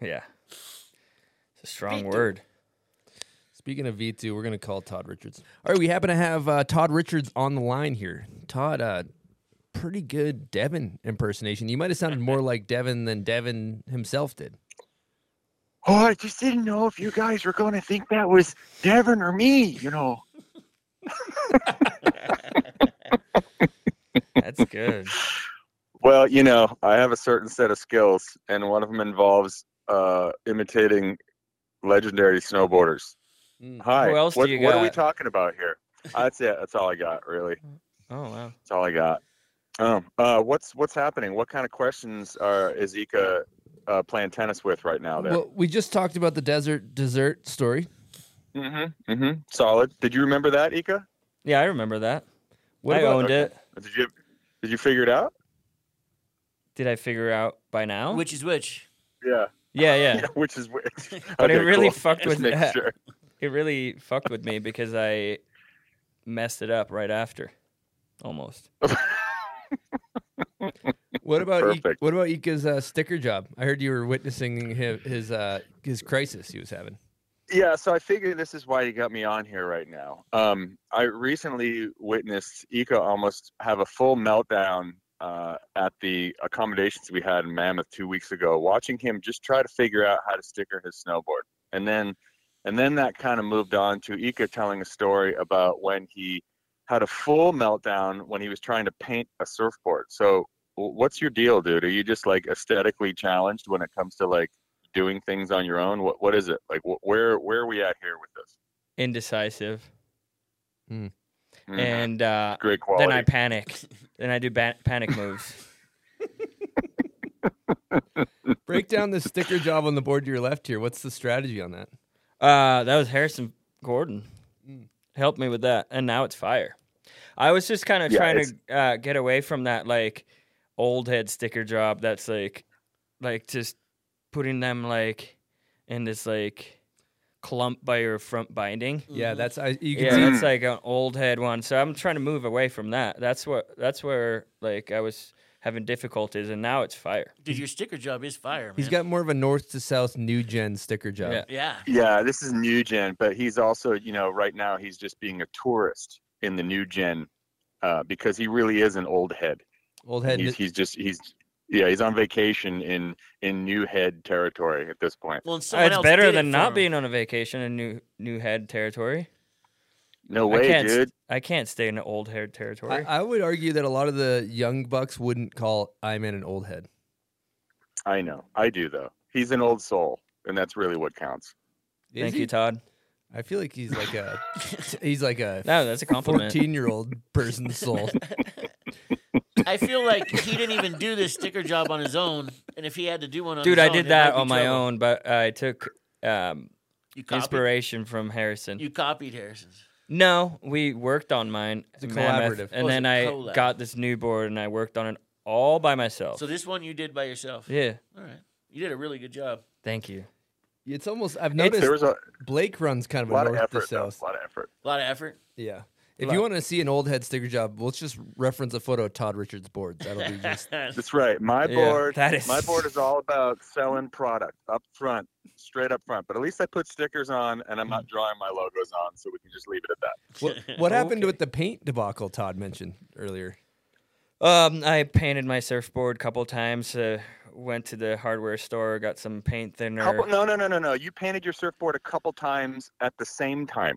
B: Yeah. It's a strong word.
A: Speaking of Vitu, we're gonna call Todd Richards. All right, we happen to have uh, Todd Richards on the line here. Todd, uh, pretty good Devin impersonation. You might have sounded more like Devin than Devin himself did.
H: Oh, I just didn't know if you guys were going to think that was Devin or me, you know.
B: That's good.
I: Well, you know, I have a certain set of skills, and one of them involves uh, imitating legendary snowboarders.
A: Mm.
I: Hi.
B: Who else do
I: what,
B: you
I: what are we
B: got?
I: talking about here? That's it. That's all I got, really.
B: Oh wow.
I: That's all I got. Um, uh, what's what's happening? What kind of questions are is Ika uh, playing tennis with right now? There.
A: Well, we just talked about the desert dessert story.
I: mm-hmm. Mm-hmm. Solid. Did you remember that, Ika?
B: Yeah, I remember that.
A: What
B: I
A: about-
B: owned
I: Okay.
B: it.
I: Did you did you figure it out?
B: Did I figure out by now?
E: Which is which?
I: Yeah.
B: yeah, yeah.
I: Yeah, which is which.
B: But it
I: Okay,
B: really
I: cool.
B: fucked
I: Just
B: with
I: making
B: that.
I: sure.
B: It really fucked with me because I messed it up right after, almost.
A: What about Ike,
I: Perfect.
A: what about Ika's uh, sticker job? I heard you were witnessing his his, uh, his crisis he was having.
I: Yeah, so I figure this is why you got me on here right now. Um, I recently witnessed Ika almost have a full meltdown uh, at the accommodations we had in Mammoth two weeks ago. Watching him just try to figure out how to sticker his snowboard, and then and then that kind of moved on to Ika telling a story about when he had a full meltdown when he was trying to paint a surfboard. So, w- what's your deal, dude? Are you just like aesthetically challenged when it comes to like doing things on your own? What what is it like? Wh- where where are we at here with this?
B: Indecisive.
I: Mm,
B: And uh,
I: great quality.
B: then I panic. then I do ba- panic moves.
A: Break down the sticker job on the board to your left here. What's the strategy on that?
B: Uh, that was Harrison Gordon.
I: Mm.
B: Helped me with that, and now it's fire. I was just kind of
I: Yeah,
B: trying to uh, get away from that like old head sticker job. That's like, like just putting them like in this like clump by your front binding.
A: Yeah, that's I, you can
B: Yeah,
A: see-
B: that's like an old head one. So I'm trying to move away from that. That's what. That's where like I was having difficulties, and now it's fire.
E: Dude, your sticker job is fire, man.
A: he's got more of a north to south new gen sticker job.
B: Yeah.
E: Yeah.
I: yeah, this is new gen, but he's also you know right now he's just being a tourist in the new gen uh, because he really is an old head.
A: Old head.
I: He's, he's just he's yeah he's on vacation in in new head territory at this point.
E: Well, and someone
B: it's
E: else
B: better
E: did it
B: than
E: for
B: not
E: him.
B: being on a vacation in new new head territory.
I: No
B: I
I: way,
B: can't,
I: dude.
B: I can't stay in old hair
A: I,
B: territory.
A: I would argue that a lot of the young bucks wouldn't call Iman an old head.
I: I know. I do though. He's an old soul, and that's really what counts.
A: Is
B: Thank
A: he?
B: you, Todd.
A: I feel like he's like a he's like a
B: No, that's a compliment.
A: fourteen year old person's soul.
E: I feel like he didn't even do this sticker job on his own. And if he had to do one on
B: Dude,
E: his
B: I
E: own,
B: did
E: it
B: that
E: might be
B: on my
E: trouble.
B: own, but I took um,
E: You copied,
B: inspiration from Harrison.
E: you copied Harrison's.
B: no, we worked on mine.
A: It's a
B: Mammoth,
A: collaborative.
B: And
E: Oh, it's
B: then
E: a
B: I
E: collab.
B: got this new board and I worked on it all by myself.
E: So this one you did by yourself.
B: Oh. yeah,
E: All right. You did a really good job.
B: thank you.
A: It's almost I've
I: There
A: noticed
I: was a,
A: Blake runs kind of a
I: lot of
A: north to
I: effort, though.
A: south.
I: A lot of effort.
E: A lot of effort.
A: Yeah. If
B: Lot.
A: you want to see an old head sticker job, let's just reference a photo of Todd Richards' board. That'll be just
I: That's right. My
B: Yeah,
I: board
B: that is-
I: my board is all about selling product up front, straight up front. But at least I put stickers on and I'm not drawing my logos on, so we can just leave it at that.
A: what, what happened with the paint debacle Todd mentioned earlier.
B: Um, I painted my surfboard a couple times. Uh, went to the hardware store, got some paint thinner.
I: Couple, no, no, no, no, no. You painted your surfboard a couple times at the same time.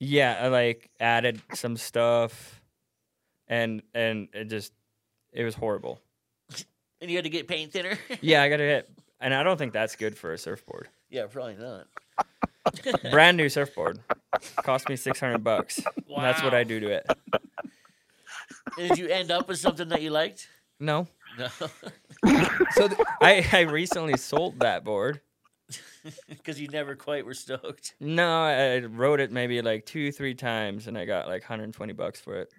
B: yeah i like added some stuff and and it just it was horrible
E: And you had to get paint thinner?
B: yeah i gotta hit and i don't think that's good for a surfboard
E: yeah, probably not.
B: brand new surfboard cost me 600 bucks and that's what
E: Wow.
B: i do to it
E: And did you end up with something that you liked?
B: no
E: No.
A: So th-
B: i i recently sold that board
E: Because you never quite were stoked.
B: no i I rode it maybe like two three times and i got like 120 bucks for it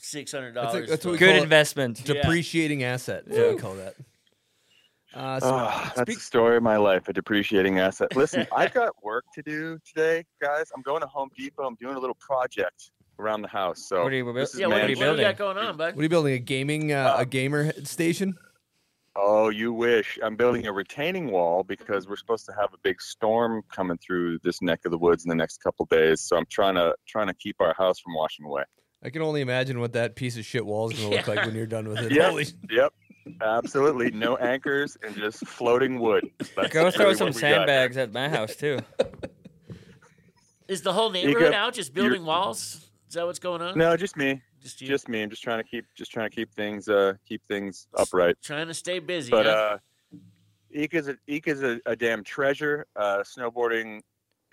E: $600.
A: that's what we
B: good
A: call it
B: investment
E: Yeah.
A: depreciating asset. is what we call that. Uh, so
I: Ah, that's
A: speak-
I: the story of my life, a depreciating asset. Listen, I've got work to do today, guys. I'm going to Home Depot. I'm doing a little project around the house. So
B: what are you,
I: this is
E: yeah, what, what
I: man-
E: do
B: you
E: you got
B: building?
E: going on, bud?
A: what are you building? A gaming uh, a gamer he- station?
I: Oh, you wish. I'm building a retaining wall because we're supposed to have a big storm coming through this neck of the woods in the next couple days. So I'm trying to trying to keep our house from washing away.
A: I can only imagine what that piece of shit wall is going to look like when you're done with it.
I: Yeah.
A: Holy-
I: Yep. Absolutely. No anchors and just floating wood. That's
B: Go throw
I: really
B: some
I: what we got.
B: sandbags at my house too.
E: Is the whole neighborhood
I: got-
E: out just building
I: you're-
E: walls? Is that what's going on?
I: No, just me.
E: Just you
I: Just me. I'm just trying to keep just trying to keep things uh keep things upright.
E: trying to stay busy.
I: But
E: huh?
I: uh, Ika's a, Ika's a, a damn treasure. Uh, snowboarding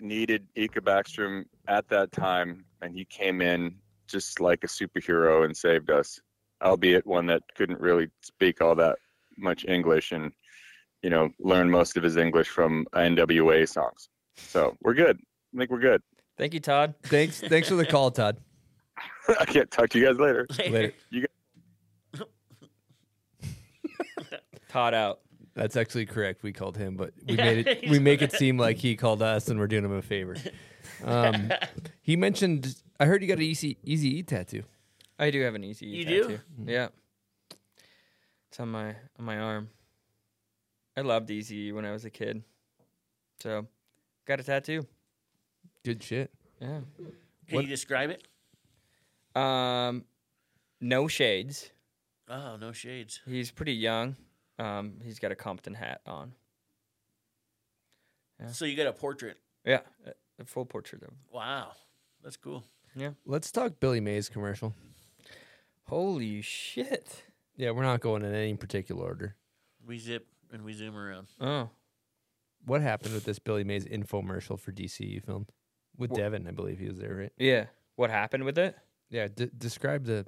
I: needed Ika Backstrom at that time, and he came in just like a superhero and saved us, albeit one that couldn't really speak all that much English and you know learn most of his English from NWA songs. So we're good. I think we're good.
B: Thank you, Todd.
A: thanks, thanks for the call, Todd.
I: I can't talk to you guys later.
A: Later.
I: You
B: caught out.
A: That's actually correct. We called him, but we
E: Yeah,
A: made it
E: he's
A: we make it seem like he called us and we're doing him a favor. Um, he mentioned I heard you got an easy easy E tattoo.
B: I do have an easy.
E: You do?
B: tattoo. Yeah. It's on my on my arm. I loved Easy when I was a kid, so got a tattoo.
A: Good shit.
B: Yeah.
E: Can you describe it?
B: Um, no shades.
E: Oh, no shades.
B: He's pretty young. Um, he's got a Compton hat on. Yeah.
E: So you got a portrait.
B: Yeah, a- a full portrait of him.
E: Wow, that's cool.
A: Let's talk Billy Mays commercial.
B: Holy shit!
A: Yeah, we're not going in any particular order.
E: We zip and we zoom around.
B: Oh,
A: What happened with this Billy Mays infomercial for DC you filmed with Devin? I believe he was there, right?
B: yeah. What happened with it?
A: Yeah. D- describe the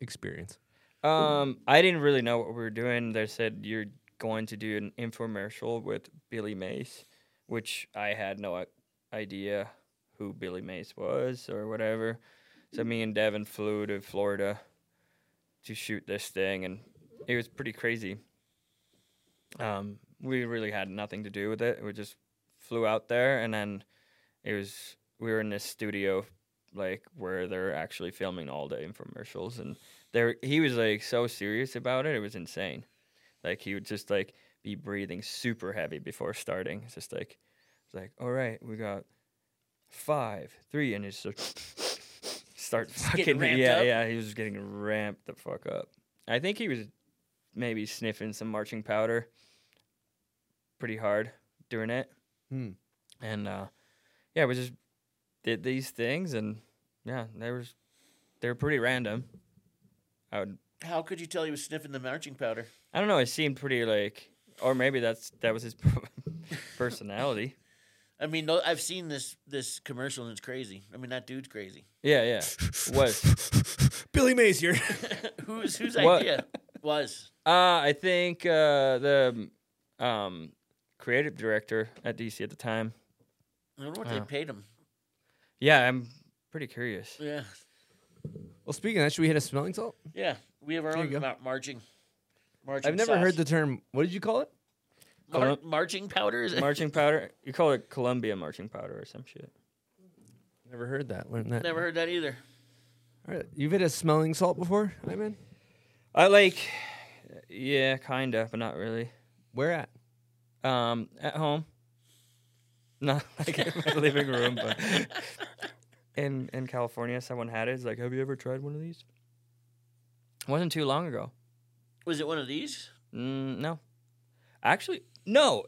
A: experience.
B: Um, I didn't really know what we were doing. They said you're going to do an infomercial with Billy Mays, which I had no i- idea who Billy Mays was or whatever. So me and Devin flew to Florida to shoot this thing, and it was pretty crazy. Um, we really had nothing to do with it. We just flew out there, and then it was we were in this studio, like where they're actually filming all the infomercials, and there he was like so serious about it. It was insane. Like he would just like be breathing super heavy before starting. It's just like, it's like, all right, we got five, three, and it's just start
E: getting
B: fucking
E: ramped
B: yeah,
E: up?
B: yeah. He was just getting ramped the fuck up. I think he was maybe sniffing some marching powder pretty hard doing it.
A: Hmm.
B: And uh, yeah, we just did these things, and yeah, they were they were pretty random. I would
E: How could you tell he was sniffing the marching powder?
B: I don't know. It seemed pretty like, or maybe that's that was his personality.
E: I mean, no, I've seen this this commercial and it's crazy. I mean, that dude's crazy.
B: Yeah, yeah, was.
A: Billy Mays here.
E: Who's whose
B: What?
E: idea was?
B: Uh, I think uh, the um, creative director at DC at the time.
E: I wonder what they
B: Yeah.
E: paid him.
B: Yeah, I'm pretty curious.
E: Yeah,
A: well, speaking of that, should we hit a smelling salt?
E: yeah. We have our
A: There
E: own
A: you go.
E: mar- marching. Marching.
A: I've never
E: sauce.
A: heard the term. What did you call it?
E: Mar- marching powder. Is it?
B: Marching powder. You call it Columbia marching powder or some shit.
A: Never heard that. Learned that.
E: never heard that either.
A: All right. You've hit a smelling salt before, I mean?
B: I like, yeah, kinda, but not really.
A: Where at?
B: Um, at home, not like in my living room, but in in California, someone had it. It's like, have you ever tried one of these? wasn't too long ago.
E: Was it one of these?
B: Mm, no, actually, no,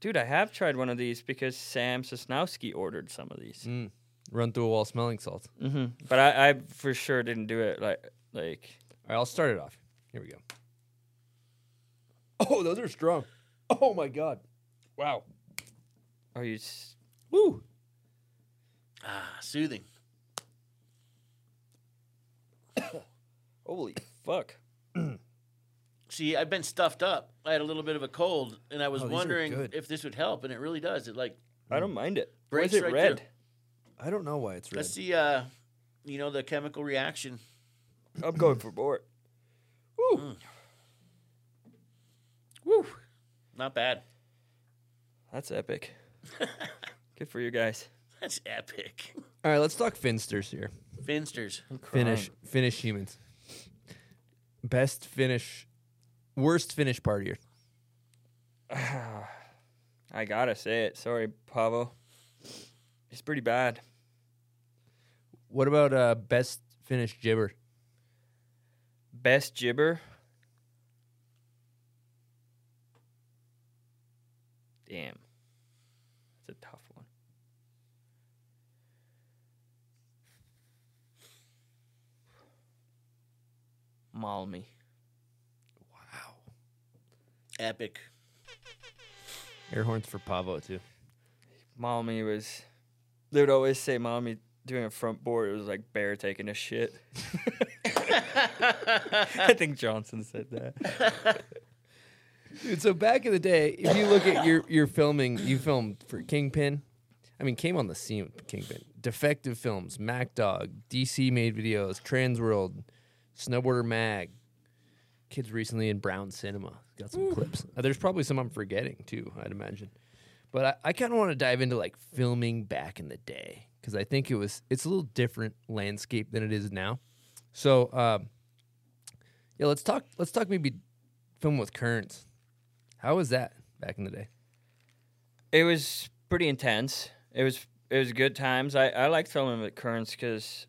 B: dude, I have tried one of these because Sam Sosnowski ordered some of these.
A: Mm. Run through a wall smelling salt.
B: hmm But I, I for sure didn't do it like like.
A: All right, I'll start it off. Here we go. Oh, those are strong. Oh my god. Wow.
B: Are you? s-
A: Woo.
E: Ah, soothing.
B: Holy fuck!
E: See, I've been stuffed up. I had a little bit of a cold, and I was
A: Oh, these are
E: wondering
A: good.
E: if this would help, and it really does. It like
B: I don't mind it. Why
E: Breaks
B: is it
E: right
B: red?
A: I don't know why it's red.
E: that's the uh, you know the chemical reaction.
B: I'm going for more.
E: Woo, not bad.
B: That's epic. Good for you guys.
E: That's epic.
A: All right, let's talk finsters here.
E: Finsters.
A: Finish finish humans. Best finish worst finish partier.
B: I gotta say it. Sorry, Pavo. It's pretty bad.
A: What about uh best finish gibber?
B: Best gibber. Damn. That's a tough one. Malmy.
E: Epic.
A: Air horns for Pavo too.
B: Malmy was. They would always say Malmy doing a front board. It was like bear taking a shit. I think Johnson said that.
A: Dude, so back in the day, if you look at your your filming, you filmed for Kingpin. I mean, came on the scene with Kingpin. Defective Films, Mac Dog, DC made videos, Transworld, Snowboarder Mag, kids recently in Brown Cinema. Got some clips. Uh, There's probably some I'm forgetting too. I'd imagine, but I, I kind of want to dive into like filming back in the day because I think it was it's a little different landscape than it is now. So um, yeah, let's talk. Let's talk maybe film with currents. How was that back in the day?
B: it was pretty intense. It was it was good times. I I liked filming with Kearns because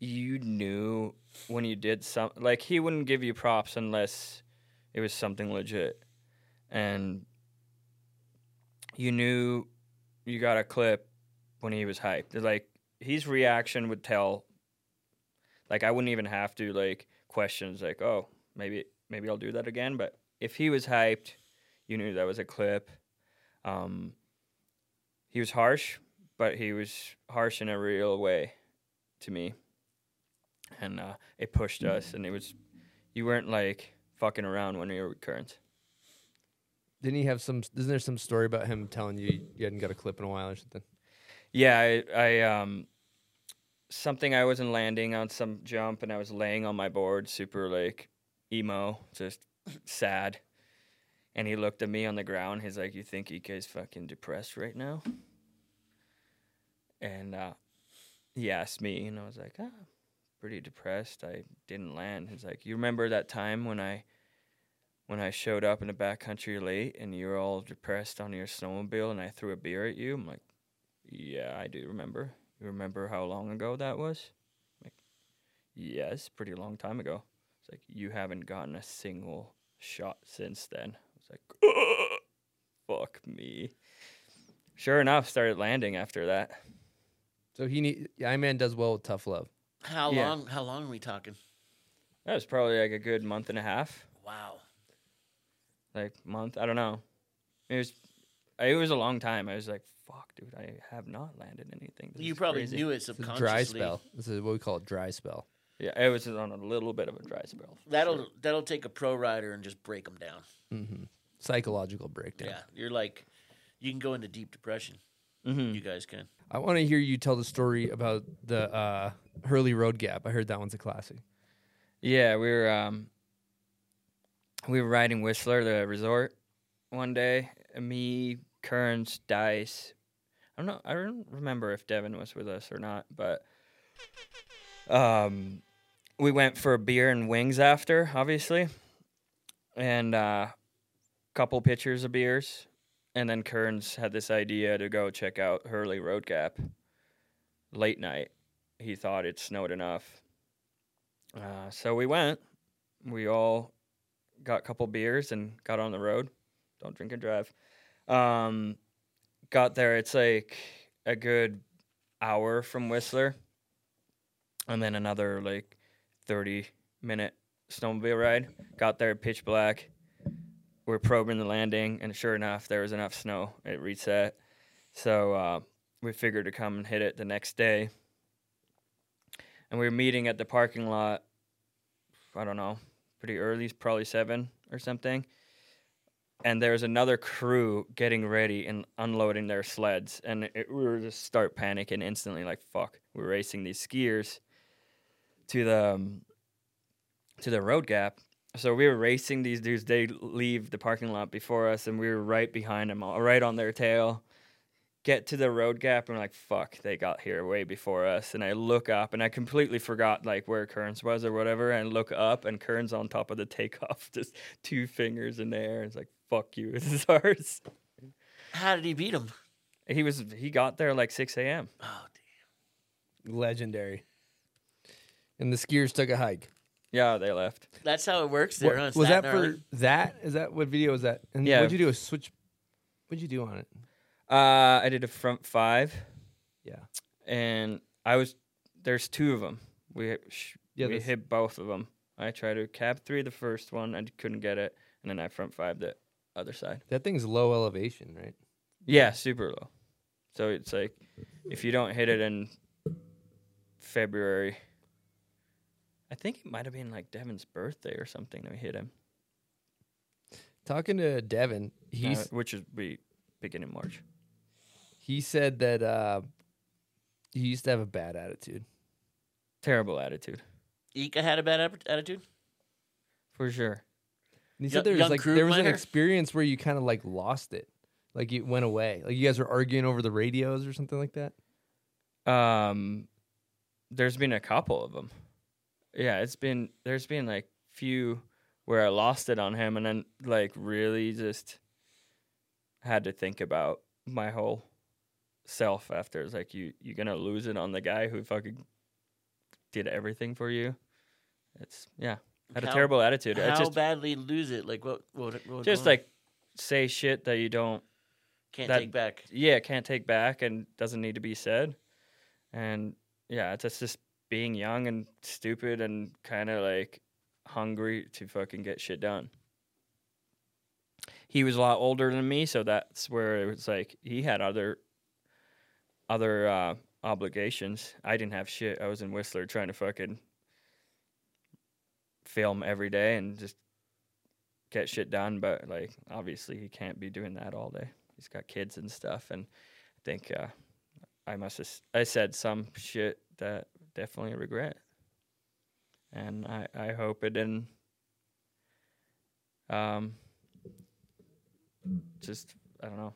B: you knew when you did some like he wouldn't give you props unless it was something legit, and you knew you got a clip when he was hyped. Like his reaction would tell. Like I wouldn't even have to like questions like oh maybe maybe I'll do that again. But if he was hyped, you knew that was a clip. Um, he was harsh, but he was harsh in a real way to me. And uh, it pushed us, and it was, you weren't like fucking around when we were with Current.
A: Didn't he have some? Isn't there some story about him telling you you hadn't got a clip in a while or something?
B: Yeah, I, I um, something I wasn't landing on some jump, and I was laying on my board, super like emo, just sad. And he looked at me on the ground. He's like, "You think Ike's fucking depressed right now?" And uh, he asked me, and I was like, "Ah, pretty depressed. I didn't land." He's like, "You remember that time when I?" When I showed up in the backcountry late and you were all depressed on your snowmobile and I threw a beer at you, I'm like, yeah, I do remember. You remember how long ago that was? Like, yes, pretty long time ago. It's like you haven't gotten a single shot since then. It's like, fuck me. Sure enough, started landing after that.
A: So he need Iman does well with tough love.
E: How
B: Yeah.
E: long? How long are we talking?
B: That was probably like a good month and a half,
E: Wow.
B: like month. I don't know. It was, it was a long time. I was like, fuck, dude, I have not landed anything. This
E: you
B: is
E: probably
B: crazy.
E: knew it
A: It's a
E: subconsciously.
A: dry spell. This is what we call a dry spell.
B: Yeah, I was on a little bit of a dry spell. for
E: That'll
B: sure.
E: that'll take a pro rider and just break them down.
A: Mm-hmm. Psychological breakdown.
E: Yeah, you're like, you can go into deep depression.
B: Mm-hmm. Hmm.
E: You guys can.
A: I want to hear you tell the story about the uh, Hurley Road Gap. I heard that one's a classic.
B: Yeah, we were um, we were riding Whistler, the resort, one day. and Me, Kearns, Dice. I don't know. I don't remember if Devin was with us or not, but um, we went for a beer and wings after, obviously, and a uh, couple pitchers of beers. And then Kearns had this idea to go check out Hurley Road Gap late night. He thought it snowed enough. Uh, so we went. We all got a couple beers and got on the road. Don't drink and drive. Um, got there. It's like a good hour from Whistler, and then another like thirty minute snowmobile ride. Got there pitch black. We're probing the landing, and sure enough, there was enough snow. It reset. So uh, we figured to come and hit it the next day and we were meeting at the parking lot. I don't know, pretty early, probably seven or something. And there was another crew getting ready and unloading their sleds, and it, we were just start panicking instantly, like fuck, we're racing these skiers to the um, to the road gap. So we were racing these dudes. They leave the parking lot before us, and we were right behind them, all right on their tail get to the road gap and we're like, fuck, they got here way before us. And I look up and I completely forgot like where Kearns was or whatever. And I look up and Kearns on top of the takeoff, just two fingers in the air. It's like, fuck you, this is ours.
E: How did he beat him?
B: He was he got there like six AM.
E: Oh,
A: Legendary. And the skiers took a hike.
B: Yeah, they left.
E: damn. that's how it works there.
A: What-
E: huh? It's
A: was that
E: that
A: for
E: gnarly.
A: that? Is that what video was that? And
B: Yeah.
A: what'd you do? A switch? What'd you do on it?
B: Uh I did a front five
A: Yeah.
B: and I was there's two of them. We sh-
A: Yeah,
B: we
A: that's-
B: hit both of them. I tried to cap three the first one, I couldn't get it, and then I front five the other side.
A: That thing's low elevation, right?
B: Yeah, super low. So it's like if you don't hit it in February, I think it might have been like Devin's birthday or something that we hit him,
A: Talking to Devin,
B: uh,
A: he's
B: which is we beginning March.
A: he said that uh, he used to have a bad attitude.
B: Terrible attitude
E: Ika had a bad app- attitude.
B: for sure.
A: And he
E: Yo-
A: said there was
E: young
A: like there was an
E: Krugmeier?
A: experience where you kind of like lost it, like it went away. Like you guys were arguing over the radios or something like that.
B: Um, there's been a couple of them. Yeah, it's been there's been like few where I lost it on him, and then like really just had to think about my whole self after. It's like you you're gonna lose it on the guy who fucking did everything for you. It's yeah, had
E: How-
B: a terrible attitude. I
E: How
B: just
E: badly lose it? Like what? What? what, what
B: just like say shit that you don't
E: can't
B: that-
E: take back.
B: yeah, can't take back and doesn't need to be said. And yeah, that's just being young and stupid and kind of like hungry to fucking get shit done. He was a lot older than me, so that's where it was like he had other other uh, obligations. I didn't have shit. I was in Whistler trying to fucking film every day and just get shit done. But like, obviously, he can't be doing that all day. He's got kids and stuff. And I think uh, I must have s- I said some shit that definitely regret. And I I hope it didn't. Um. Just I don't know.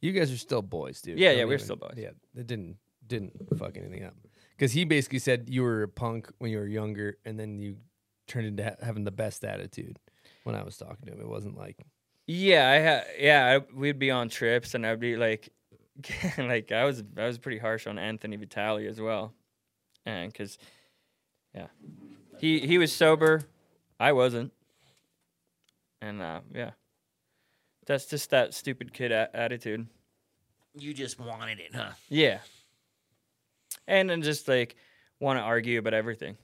A: You guys are still boys, dude.
B: Yeah, yeah,
A: Don't
B: we're still boys.
A: Yeah, it didn't didn't fuck anything up because he basically said you were a punk when you were younger, and then you turned into ha- having the best attitude. When I was talking to him, it wasn't like
B: Yeah, I ha- yeah, I, we'd be on trips and I'd be like like I was I was pretty harsh on Anthony Vitali as well. And cuz yeah. He he was sober, I wasn't. And uh yeah. That's just that stupid kid a- attitude.
E: You just wanted it, huh?
B: Yeah. And then just like want to argue about everything.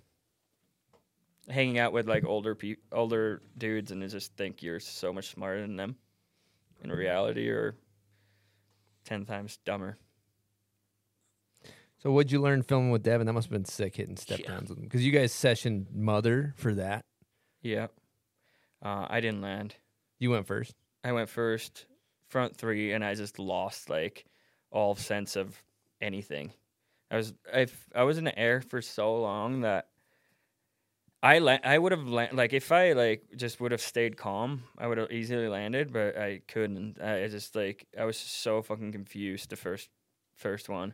B: Hanging out with like older pe- older dudes and just think you're so much smarter than them. In reality, you're 10 times dumber.
A: So what'd you learn filming with Devin? That must have been sick hitting step
E: Yeah.
A: downs with him because you guys sessioned mother for that.
B: Yeah. Uh, I didn't land.
A: You went first.
B: I went first, front three, and I just lost like all sense of anything. I was I f- I was in the air for so long that I la- I would have la- like if I like just would have stayed calm, I would have easily landed, but I couldn't. I I just like I was so fucking confused the first first one.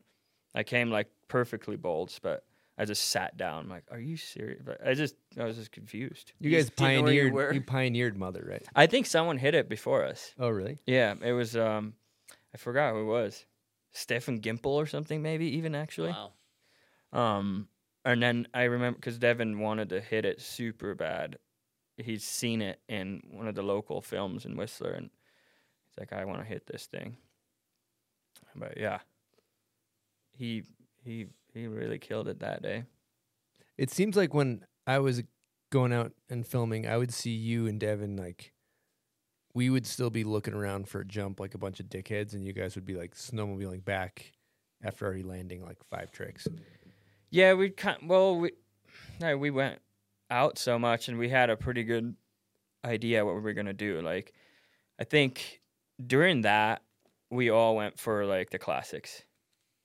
B: I came like perfectly bolts, but I just sat down. like, are you serious? But I just I was just confused.
A: You
E: You
A: guys
E: just didn't know where you
A: pioneered.
E: were.
A: You, pioneered mother, right?
B: I think someone hit it before us.
A: Oh, really?
B: Yeah, it was. Um, I forgot who it was. Stefan Gimple or something, maybe even actually.
E: Wow.
B: Um, and then I remember because Devin wanted to hit it super bad. He's seen it in one of the local films in Whistler, and he's like, "I want to hit this thing." But yeah, he he he really killed it that day.
A: It seems like when I was going out and filming, I would see you and Devin like. We would still be looking around for a jump like a bunch of dickheads, and you guys would be like snowmobiling back after already landing like five tricks.
B: Yeah, we kind well we no, we went out so much and we had a pretty good idea what we were gonna do. Like I think during that we all went for like the classics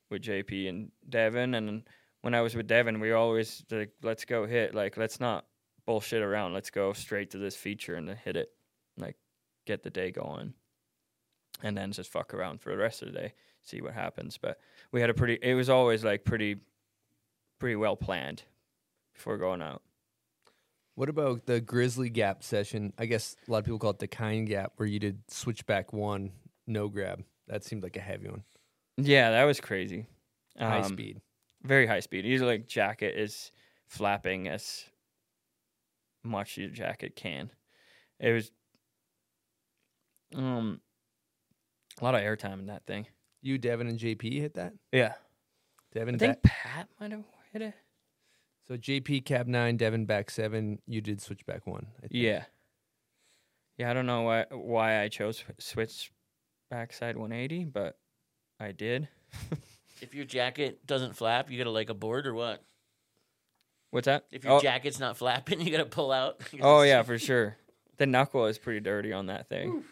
B: with JP and Devin and when I was with Devin we always like let's go hit like let's not bullshit around. Let's go straight to this feature and then hit it. Like get the day going. And then just fuck around for the rest of the day, see what happens. But we had a pretty it was always like pretty pretty well planned before going out.
A: What about the Grizzly Gap session? I guess a lot of people call it the Kind Gap, where you did switchback one, no grab. That seemed like a heavy one.
B: Yeah, that was crazy.
A: High
B: Um,
A: speed.
B: very high speed. Usually, like jacket is flapping as much as your jacket can. It was um a lot of airtime in that thing.
A: You, Devin, and JP hit that.
B: Yeah,
A: Devin,
B: I think
A: back,
B: Pat might have hit it.
A: so JP cab nine, Devin back seven. You did switchback one. I think.
B: Yeah, yeah. I don't know why why I chose switch backside 180, but I did.
E: If your jacket doesn't flap, you gotta like a board or what?
B: What's that?
E: If your
B: Oh,
E: jacket's not flapping, you gotta pull out.
B: Oh yeah, for sure. The knuckle is pretty dirty on that thing.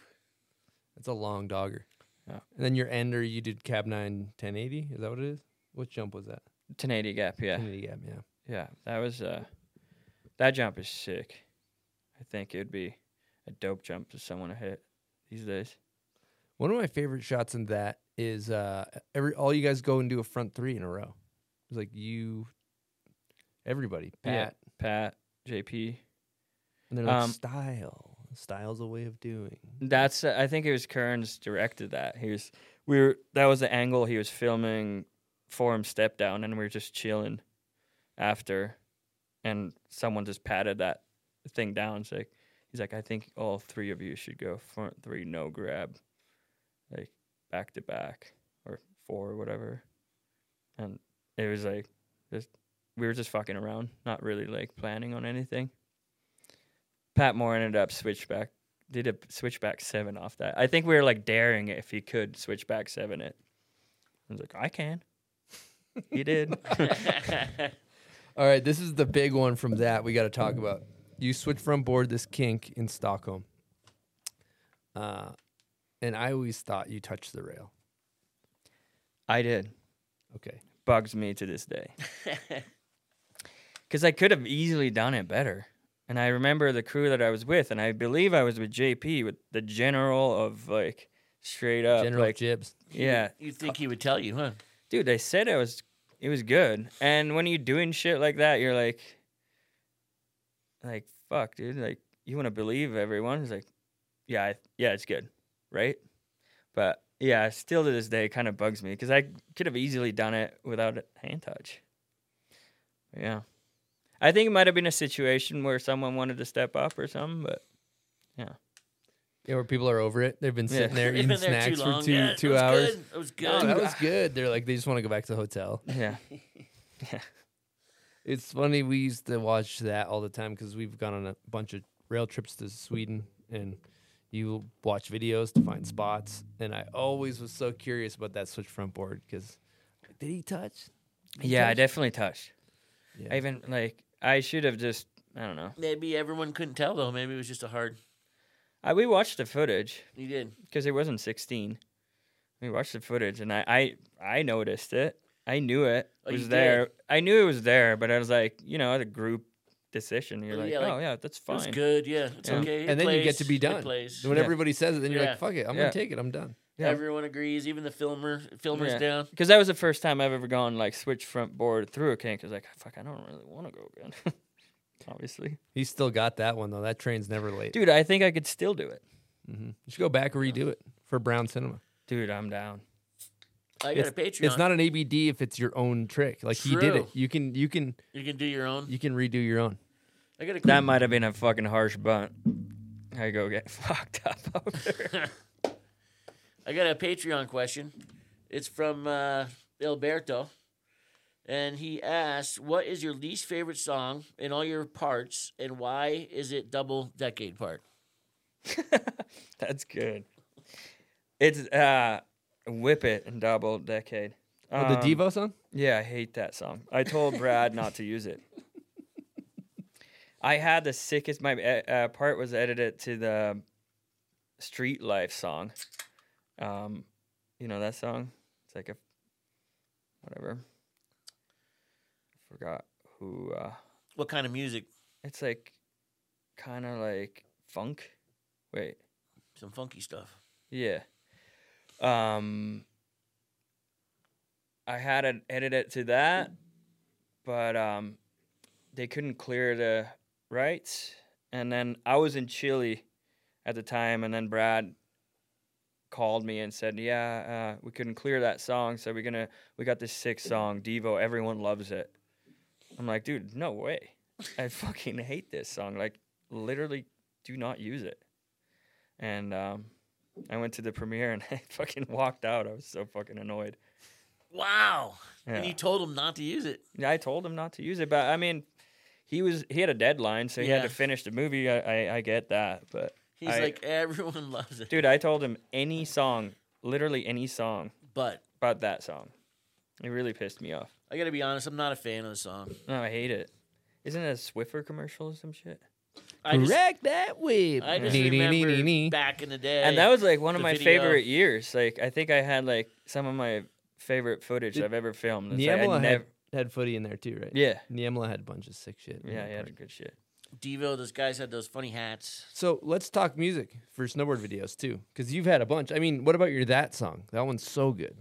A: that's a long dogger.
B: Yeah.
A: And then your ender, you did cab nine 1080. Is that what it is? What jump was that?
B: 1080 gap, yeah,
A: 1080 gap. Yeah.
B: yeah. That was uh, that jump is sick. I think it'd be a dope jump to someone to hit these days.
A: One of my favorite shots in that is uh, every all you guys go and do a front three in a row. It's like you, everybody,
B: Yeah.
A: Pat,
B: Pat, JP.
A: and they're like
B: Um,
A: style. Style's a way of doing.
B: That's uh, I think it was Kearns directed that. He was we were that was the angle he was filming for him step down, and we were just chilling after, and someone just patted that thing down. It's like he's like, I think all three of you should go front three, no grab, like back to back or four or whatever, and it was like just we were just fucking around, not really like planning on anything. Pat Moore ended up switchback did a p- switchback seven off that. I think we were like daring if he could switchback seven it. I was like, I can. He did.
A: All right, this is the big one from that we got to talk about. You switch from board this kink in Stockholm, uh, and I always thought you touched the rail.
B: I did.
A: Okay,
B: Bugs me to this day. Because I could have easily done it better. And I remember the crew that I was with, and I believe I was with JP, with the general of like straight
E: Uh,
B: up,
A: General
B: like
A: Jibs.
B: yeah,
E: You think he would tell you, huh?
B: dude, they said it was it was good. And when you're doing shit like that, you're like, like fuck, dude. Like you want to believe everyone? It's like, yeah, I, yeah, it's good, right? But yeah, still to this day, it kind of bugs me because I could have easily done it without a hand touch. Yeah, I think it might have been a situation where someone wanted to step up or something, but
A: Yeah, where people are over it. They've been
B: Yeah.
A: sitting there
E: They've
A: eating
E: been there
A: snacks
E: too long.
A: for two
E: yeah,
A: two
E: that was
A: hours.
E: Good. That was
A: No,
E: good.
A: that was good. They're like they just want to go back to the hotel.
B: yeah,
A: It's funny. We used to watch that all the time because we've gone on a bunch of rail trips to Sweden, and you watch videos to find spots. And I always was so curious about that switch front board because did he touch?
B: yeah, I definitely touched.
A: Yeah.
B: I even like I should have just I don't know.
E: Maybe everyone couldn't tell though. Maybe it was just a hard.
B: I, we watched the footage.
E: He did.
B: because it wasn't 16. We watched the footage, and I I, I noticed it. I knew it
E: Oh, you
B: was
E: did?
B: there. I knew it was there, but I was like, you know, at a group decision, you're
E: Yeah,
B: like,
E: yeah, like,
B: oh yeah, that's
E: It
B: fine.
E: was good. Yeah, it's
B: Yeah.
E: okay. It
A: and then you get
E: plays,
A: to be
E: it
A: done.
E: plays.
A: When
B: Yeah.
A: everybody says it, then you're
E: Yeah.
A: like, "Fuck it, I'm
B: Yeah.
A: gonna take it. I'm done."
B: Yeah.
E: Everyone agrees, even the filmer. Filmer's
B: Yeah.
E: down.
B: Because that was the first time I've ever gone like switch front board through a kink. Because like, "Ah, fuck, I don't really want to go again. Obviously,
A: He's still got that one though. That train's never late.
B: dude, I think I could still do it.
A: hmm You should go back and redo it for Brown Cinema.
B: Dude, I'm down.
E: I got
A: It's,
E: a Patreon.
A: it's not an ABD if it's your own trick. Like he did it.
E: True.
A: You can you can
E: You can do your own.
A: you can redo your own.
E: I got a.
B: That might have been a fucking harsh bunt. I go get fucked up out there.
E: I got a Patreon question. It's from uh, Alberto, and he asks, "What is your least favorite song in all your parts, and why is it double decade part?"
B: That's good. It's uh Whip It and Double Decade.
A: Oh,
B: Um,
A: the Devo song.
B: Yeah, I hate that song. I told Brad not to use it. I had the sickest. My uh, uh, part was edited to the Street Life song. Um, you know that song? It's like a whatever. Forgot who. uh
E: What kind of music?
B: It's like kind of like funk. Wait.
E: Some funky stuff.
B: Yeah. Um I had it edited to that, but um they couldn't clear the rights. And then I was in Chile at the time and then Brad called me and said, "Yeah, uh, we couldn't clear that song, so we're going to we got this sick song, Devo, everyone loves it." I'm like, "Dude, no way. I fucking hate this song. Like literally do not use it." And um I went to the premiere and I fucking walked out. I was so fucking annoyed.
E: Wow! And
B: Yeah.
E: you told him not to use it.
B: Yeah, I told him not to use it, but I mean, he was he had a deadline, so he had
E: Yeah.
B: to finish the movie. I, I, I get that, but
E: He's
B: I-
E: like, everyone loves it,
B: dude, I told him any song, literally any song,
E: but
B: about that song. It really pissed me off.
E: I gotta be honest, I'm not a fan of the song.
B: No, I hate it. Isn't it a Swiffer commercial or some shit?
E: I just,
A: Wreck that whip.
E: I just
A: Nee, nee, nee,
E: remember
A: nee, nee.
E: back in the day,
B: And that was like one of
E: the
B: my
E: video.
B: favorite years. Like I think I had like some of my favorite footage
A: Did-
B: I've ever filmed. It's like, I
A: Niemela had,
B: never-
A: had footy in there too, right?
B: yeah,
A: Niemela had a bunch of sick shit. in
B: yeah,
A: that
B: he had
A: part.
B: good shit.
E: Devo, those guys had those funny hats.
A: So let's talk music for snowboard videos too, because you've had a bunch. I mean, what about your that song? That one's so good.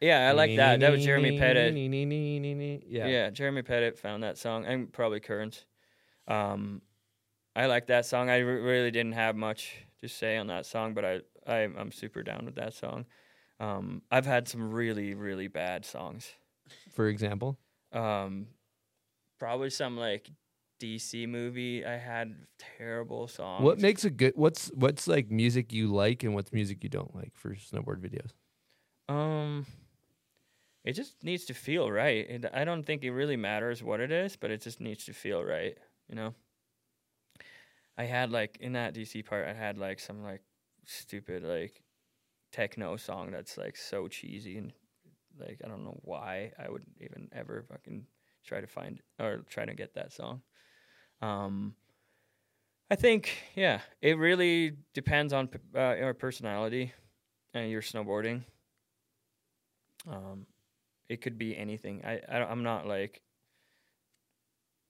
B: Yeah, I like that. That was Jeremy Pettit.
A: Yeah.
B: Yeah. Jeremy Pettit found that song, and probably Kearns. Um, I like that song. I re- really didn't have much to say on that song, but I, I I'm super down with that song. Um, I've had some really really bad songs.
A: For example,
B: Um, probably some like DC movie. I had terrible songs.
A: what makes a good? What's what's like music you like and what's music you don't like for snowboard videos?
B: Um, it just needs to feel right. And I don't think it really matters what it is, but it just needs to feel right. You know. I had like in that DC part, I had like some like stupid like techno song that's like so cheesy and like I don't know why I would even ever fucking try to find or try to get that song. Um, I think yeah, it really depends on p- uh, your personality and your snowboarding. Um, it could be anything. I, I don't- I'm not like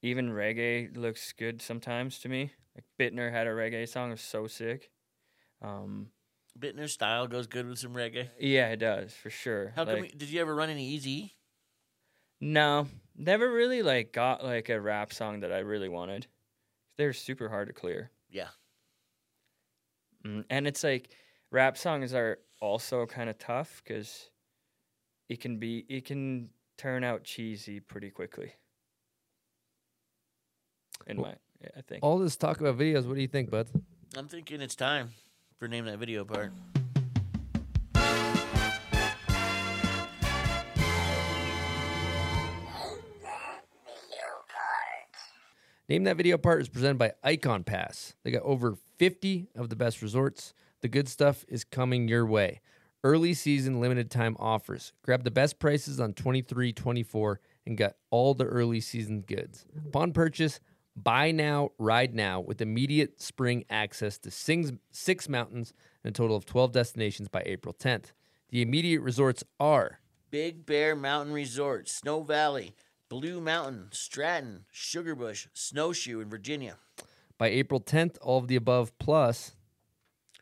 B: even reggae looks good sometimes to me. Like Bittner had a reggae song, it was so sick. Um,
E: Bittner style goes good with some reggae.
B: yeah, it does for sure.
E: How come?
B: Like,
E: we- Did you ever run any easy?
B: No, never really like got like a rap song that I really wanted. They're super hard to clear.
E: Yeah.
B: Mm, And it's like rap songs are also kind of tough because it can be it can turn out cheesy pretty quickly. In
A: Well,
B: my, I think.
A: All this talk about videos. What do you think, bud?
E: I'm thinking it's time for name that video part.
A: Name that video part is presented by Icon Pass. They got over 50 of the best resorts. The good stuff is coming your way. Early season limited time offers. Grab the best prices on 23, 24, and got all the early season goods. Upon purchase, buy now, ride now with immediate spring access to sings- six mountains and a total of 12 destinations by April 10th. The immediate resorts are
E: Big Bear Mountain Resort, Snow Valley, Blue Mountain, Stratton, Sugarbush, Snowshoe in Virginia,
A: by April 10th, all of the above plus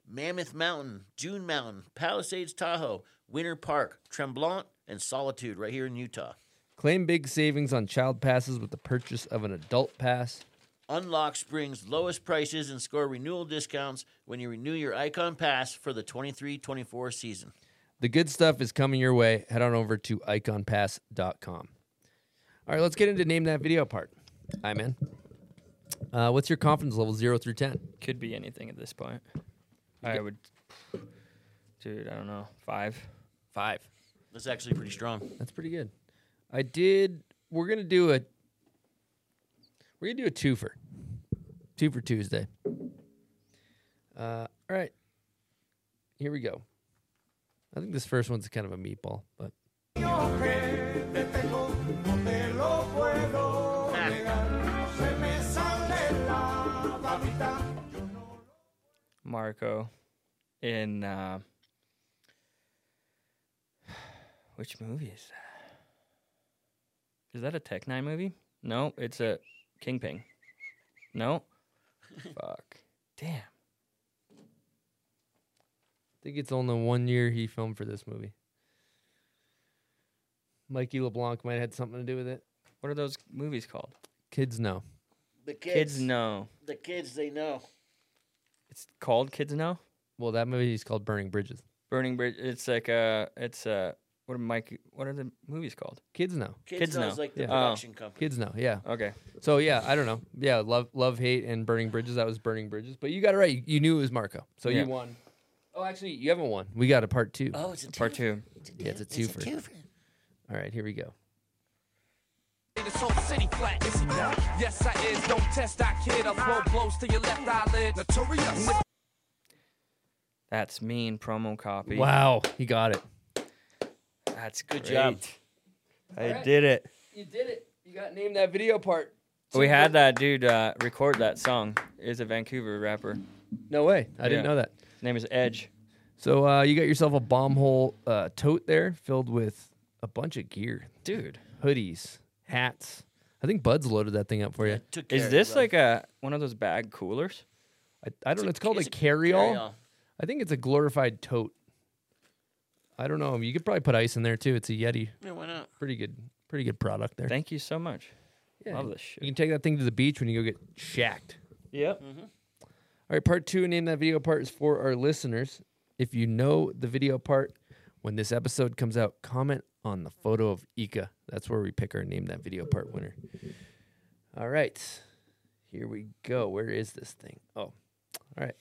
E: Mammoth Mountain, June Mountain, Palisades Tahoe, Winter Park, Tremblant, and Solitude right here in Utah.
A: Claim big savings on child passes with the purchase of an adult pass.
E: Unlock Springs lowest prices and score renewal discounts when you renew your Icon Pass for the 23-24 season.
A: The good stuff is coming your way. Head on over to iconpass.com. All right, let's get into name that video part. Hi, man. Uh, what's your confidence level, zero through 10?
B: Could be anything at this point. I would, dude. I don't know. Five.
A: Five.
E: That's actually pretty strong.
A: That's pretty good. I did, we're going to do a, we're going to do a two for, two for Tuesday. Uh, all right, here we go. I think this first one's kind of a meatball, but
B: Marco in uh, which movie is that? Is that a Tech Nine movie? No, it's a Kingpin. No, fuck, damn.
A: I think it's only one year he filmed for this movie. Mikey LeBlanc might have had something to do with it.
B: What are those movies called?
A: Kids know.
E: The kids,
B: Kids Know.
E: The kids, they know.
B: It's called Kids Know.
A: Well, that movie is called Burning Bridges.
B: Burning Bridge. It's like a. It's a. What are Mike? What are the movies called?
A: Kids know.
E: Kids,
B: Kids
E: know
B: know.
E: is like the
B: Yeah. Oh.
E: production company.
A: Kids know. Yeah.
B: Okay.
A: So yeah, I don't know. Yeah, love, love, hate, and Burning Bridges. That was Burning Bridges. But you got it right. You, you knew it was Marco. So
B: Yeah.
A: you won. Oh, actually, you haven't won. We got a part two.
E: Oh, it's a
B: Part two.
A: yeah, it's a two for. All right, here we go.
J: This whole city flat, is he not? Yes, I is. Don't test, I kid. I'll throw blows to your left eyelid. Notorious.
B: That's mean promo copy.
A: Wow, he got it.
B: That's good
E: job.
B: I did it.
A: You did it. You got named that video part.
B: We had that dude uh, record that song. Is a Vancouver rapper.
A: No way. I didn't
B: Yeah.
A: know that.
B: His name is Edge.
A: So uh, you got yourself a bomb hole uh, tote there filled with a bunch of gear,
B: Dude,
A: hoodies, hats. I think Bud's loaded that thing up for you.
E: Took care
B: Is
E: of
B: this
E: it,
B: like a one of those bag coolers?
A: I, I don't know. It's called a
E: it's a
A: carry-all.
E: carry-all.
A: I think it's a glorified tote. I don't know. You could probably put ice in there too. It's a Yeti.
E: bud. Yeah, why not?
A: Pretty good. Pretty good product there.
B: Thank you so much.
A: Yeah,
B: Love
A: you-
B: this shit.
A: You can take that thing to the beach when you go get shacked.
B: Yep.
A: All right, part two. Name that video part is for our listeners. If you know the video part when this episode comes out, comment on the photo of Ika. That's where we pick our name that video part winner. All right, here we go. Where is this thing? Oh, all right.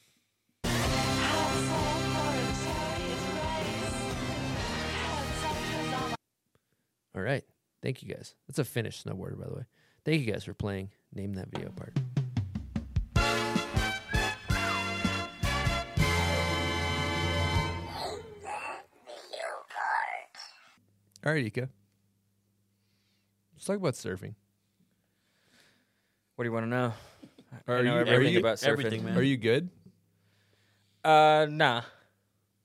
A: All right. Thank you guys. That's a finished snowboarder, by the way. Thank you guys for playing. Name that video part. All right, Ika. Let's talk about surfing.
B: What do you want to know?
A: Are
B: I know
A: you- are
B: everything
A: you-
B: about surfing.
E: everything, man.
A: Are you good?
B: Uh, nah.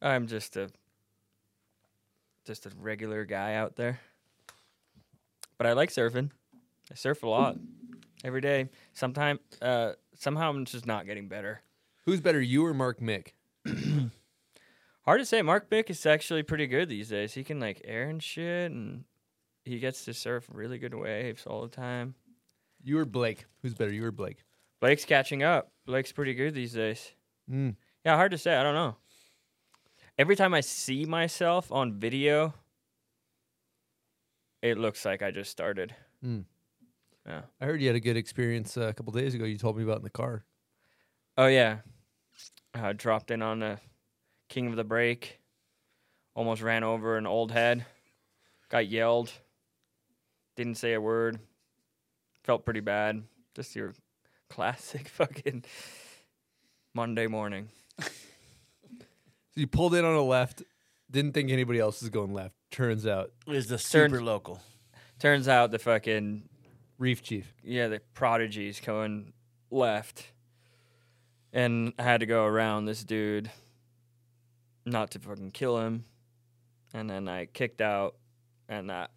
B: I'm just a just a regular guy out there. But I like surfing. I surf a lot every day. Sometime, uh, somehow I'm just not getting better.
A: Who's better, you or Mark Mick?
B: Hard to say. Mark Bick is actually pretty good these days. He can like air and shit, and he gets to surf really good waves all the time.
A: You or Blake? Who's better, you or Blake?
B: Blake's catching up. Blake's pretty good these days.
A: Mm.
B: Yeah, hard to say. I don't know. Every time I see myself on video, it looks like I just started.
A: Mm.
B: Yeah.
A: I heard you had a good experience uh, a couple days ago. You told me about in the car.
B: Oh yeah. I dropped in on a king of the break. Almost ran over an old head. Got yelled. Didn't say a word. Felt pretty bad. Just your classic fucking Monday morning.
A: So you pulled in on a left, didn't think anybody else was going left. Turns out,
E: Is the
B: Turn-
E: super local?
B: Turns out the fucking
A: Reef Chief.
B: yeah, the prodigy's going left. And I had to go around this dude not to fucking kill him. And then I kicked out and that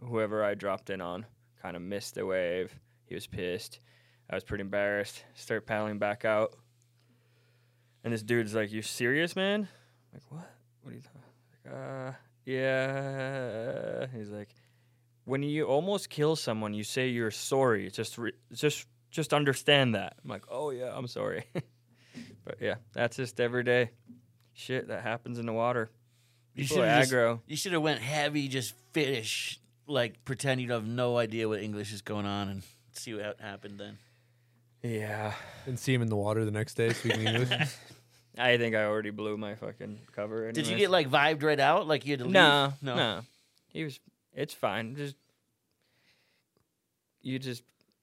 B: whoever I dropped in on kind of missed the wave. He was pissed. I was pretty embarrassed. Start paddling back out. And this dude's like, You serious, man? I'm like, what? What are you talking? Like, uh yeah. He's like, when you almost kill someone, you say you're sorry. Just re- just just understand that. I'm like, oh yeah, I'm sorry. but yeah, that's just everyday shit that happens in the water.
E: You
B: People
E: should've
B: are
E: just-
B: aggro.
E: You should have went heavy, just fish, like pretend you have no idea what English is going on, and see what happened then.
B: Yeah,
A: And see him in the water the next day speaking English.
B: I think I already blew my fucking cover.
E: Did you
B: anyways.
E: get like vibed right out? Like you had to leave?
B: no, no, He was. It's fine. Just you just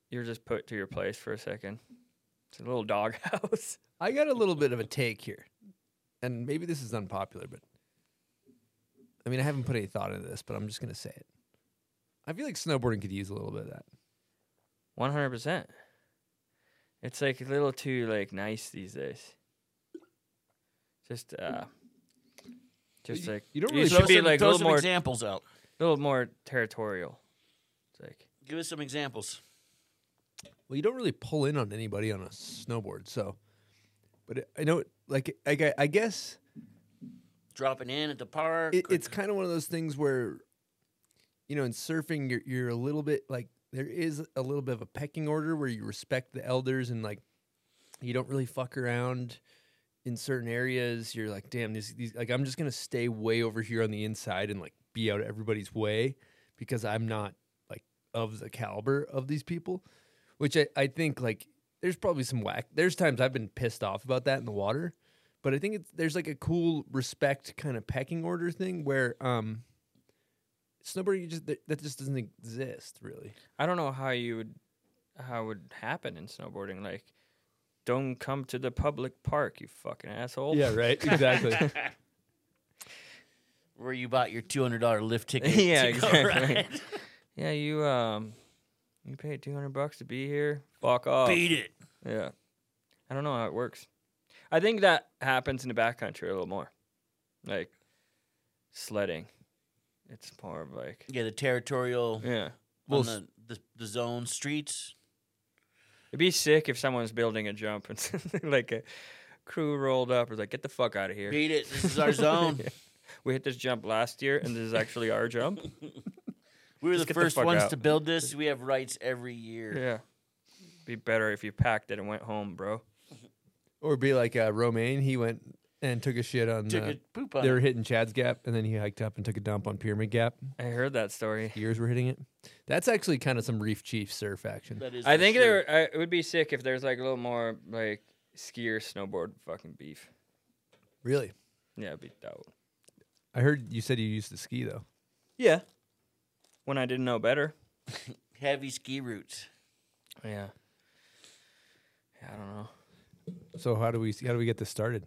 B: you're just put to your place for a second. It's a little doghouse.
A: I got a little bit of a take here, and maybe this is unpopular, but I mean, I haven't put any thought into this, but I'm just going to say it. I feel like snowboarding could use a little bit of that.
B: One hundred percent. It's like a little too like nice these days. Just uh, just
A: you-
B: like
A: you don't
B: it
A: really
B: should
E: Throw
B: be
E: some,
B: like a
E: throw
B: little
E: some
B: more,
E: examples out.
B: little more territorial. It's like
E: Give us some examples.
A: Well, you don't really pull in on anybody on a snowboard, so. But it, I know, it- like, I, gu- I guess
E: Dropping in at the park.
A: it,
E: or-
A: it's kind of one of those things where, you know, in surfing, you're you're a little bit like there is a little bit of a pecking order where you respect the elders and like, you don't really fuck around. In certain areas, you're like, damn, these, these like I'm just gonna stay way over here on the inside and like be out of everybody's way because I'm not like of the caliber of these people, which I, I think like there's probably some whack. There's times I've been pissed off about that in the water, but I think it's, there's like a cool respect kind of pecking order thing where um snowboarding you just that, that just doesn't exist really.
B: I don't know how you would how it would happen in snowboarding. Like, don't come to the public park, you fucking asshole.
E: Oh.
A: right. Exactly.
E: where you bought your two hundred dollar lift ticket.
B: yeah,
E: to go
B: exactly.
E: ride.
B: Yeah, you um, you paid two hundred bucks to be here. Fuck off.
E: Beat it.
B: Yeah. I don't know how it works. I think that happens in the backcountry a little more. Like sledding. It's more of like
E: Yeah, the territorial
B: Yeah.
A: Well,
E: on the, the the zone streets.
B: It'd be sick if someone's building a jump and like a crew rolled up or like, get the fuck out of here.
E: Beat it. This is our zone.
B: We hit this jump last year, and this is actually our jump.
E: We were
B: Just
E: the
B: get the
E: first
B: fuck
E: ones
B: out.
E: to build this. We have rights every year.
B: yeah, be better if you packed it and went home, bro.
A: or be like uh, Romaine. He went and took a shit on.
E: Took
A: uh,
E: a poop on
A: they
E: it.
A: were hitting Chad's Gap, and then he hiked up and took a dump on Pyramid Gap.
B: I heard that story.
A: Gears were hitting it. That's actually kind of some Reef Chief surf action.
E: That is.
B: I
E: for
B: think
E: sure.
B: there I, it would be sick if there's like a little more like skier snowboard fucking beef.
A: Really,
B: Yeah, it'd be dope.
A: I heard you said you used to ski though.
B: Yeah. When I didn't know better.
E: heavy ski routes.
B: Yeah. Yeah, I don't know.
A: So how do we how do we get this started?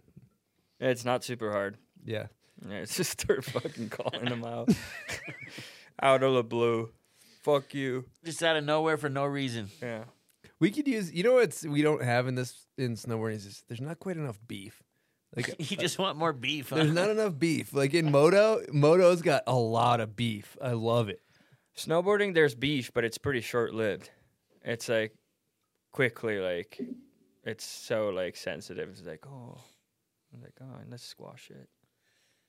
B: It's not super hard.
A: Yeah,
B: Yeah, it's just start fucking calling them out. out of the blue. Fuck you.
E: Just out of nowhere for no reason.
B: Yeah.
A: we could use. You know what's we don't have in this in snowboarding is just, there's not quite enough beef. Like
E: You just want more beef. Huh?
A: there's not enough beef. Like in moto, moto's got a lot of beef. I love it.
B: Snowboarding there's beef, but it's pretty short lived. It's like quickly like it's so like sensitive. It's like, oh I'm like, oh let's squash it.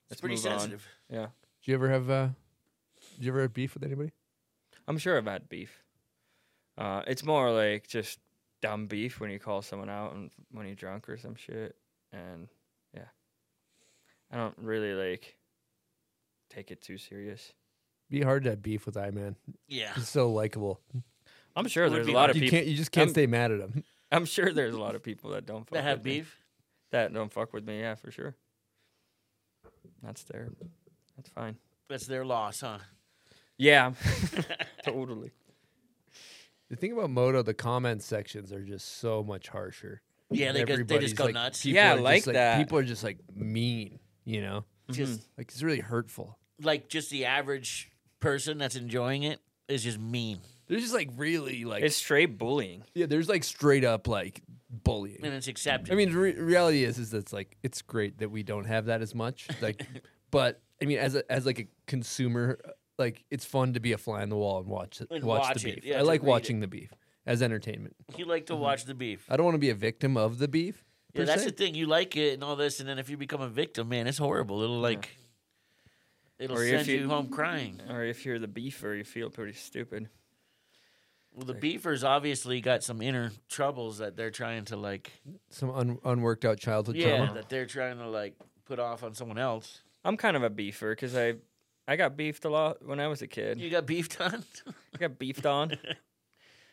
E: it's pretty
B: move on.
E: sensitive.
B: Yeah.
A: Do you ever have uh, do you ever have beef with anybody?
B: I'm sure I've had beef. Uh, it's more like just dumb beef when you call someone out and when you're drunk or some shit. And yeah, I don't really like take it too serious.
A: Be hard to have beef with I man.
E: Yeah.
A: He's so likable.
B: I'm sure
E: Would
B: there's a
E: be
B: lot of
A: You
B: people.
A: can't. You just can't
B: I'm-
A: stay mad at him.
B: I'm sure there's a lot of people that don't fuck
E: That have
B: with me-
E: beef.
B: That don't fuck with me. Yeah, for sure. That's their. That's fine.
E: That's their loss, huh?
B: Yeah, totally.
A: The thing about moto, the comment sections are just so much harsher.
E: Yeah, they just, they
A: Everybody's,
E: just go
A: like,
E: nuts.
A: people
B: Yeah,
A: are just,
B: like that. Mm-hmm.
A: People are just like mean. You know,
E: Just
A: like it's really hurtful.
E: like just the average person that's enjoying it is just mean,
A: There's just like really like
B: It's straight bullying.
A: yeah. There's like straight up like
E: and
A: bullying.
E: it's accepted.
A: I mean, re- reality is is that's like it's great that we don't have that as much. Like, but I mean, as a, as like a consumer, like it's fun to be a fly on the wall and watch it.
E: And
A: watch,
E: watch
A: the
E: it,
A: beef.
E: yeah,
A: I
E: to
A: like
E: read it.
A: watching the beef as entertainment.
E: you like to
B: Mm-hmm.
E: watch the
B: Uh,
E: beef.
A: I don't want to be a victim of the beef.
E: Yeah,
A: per
E: that's
A: se.
E: the thing. You like it and all this, and then if you become a victim, man, it's horrible. It'll like, it'll
B: Or if
E: send
B: you-
E: you, home crying.
B: Or if you're the beefer, you feel pretty stupid.
E: Well, the beefers obviously got some inner troubles that they're trying to like,
A: Some un- unworked out childhood
E: yeah,
A: trauma.
E: that they're trying to like put off on someone else.
B: I'm kind of a beefer because I, I got beefed a lot when I was a kid.
E: You got beefed on?
B: I got beefed on.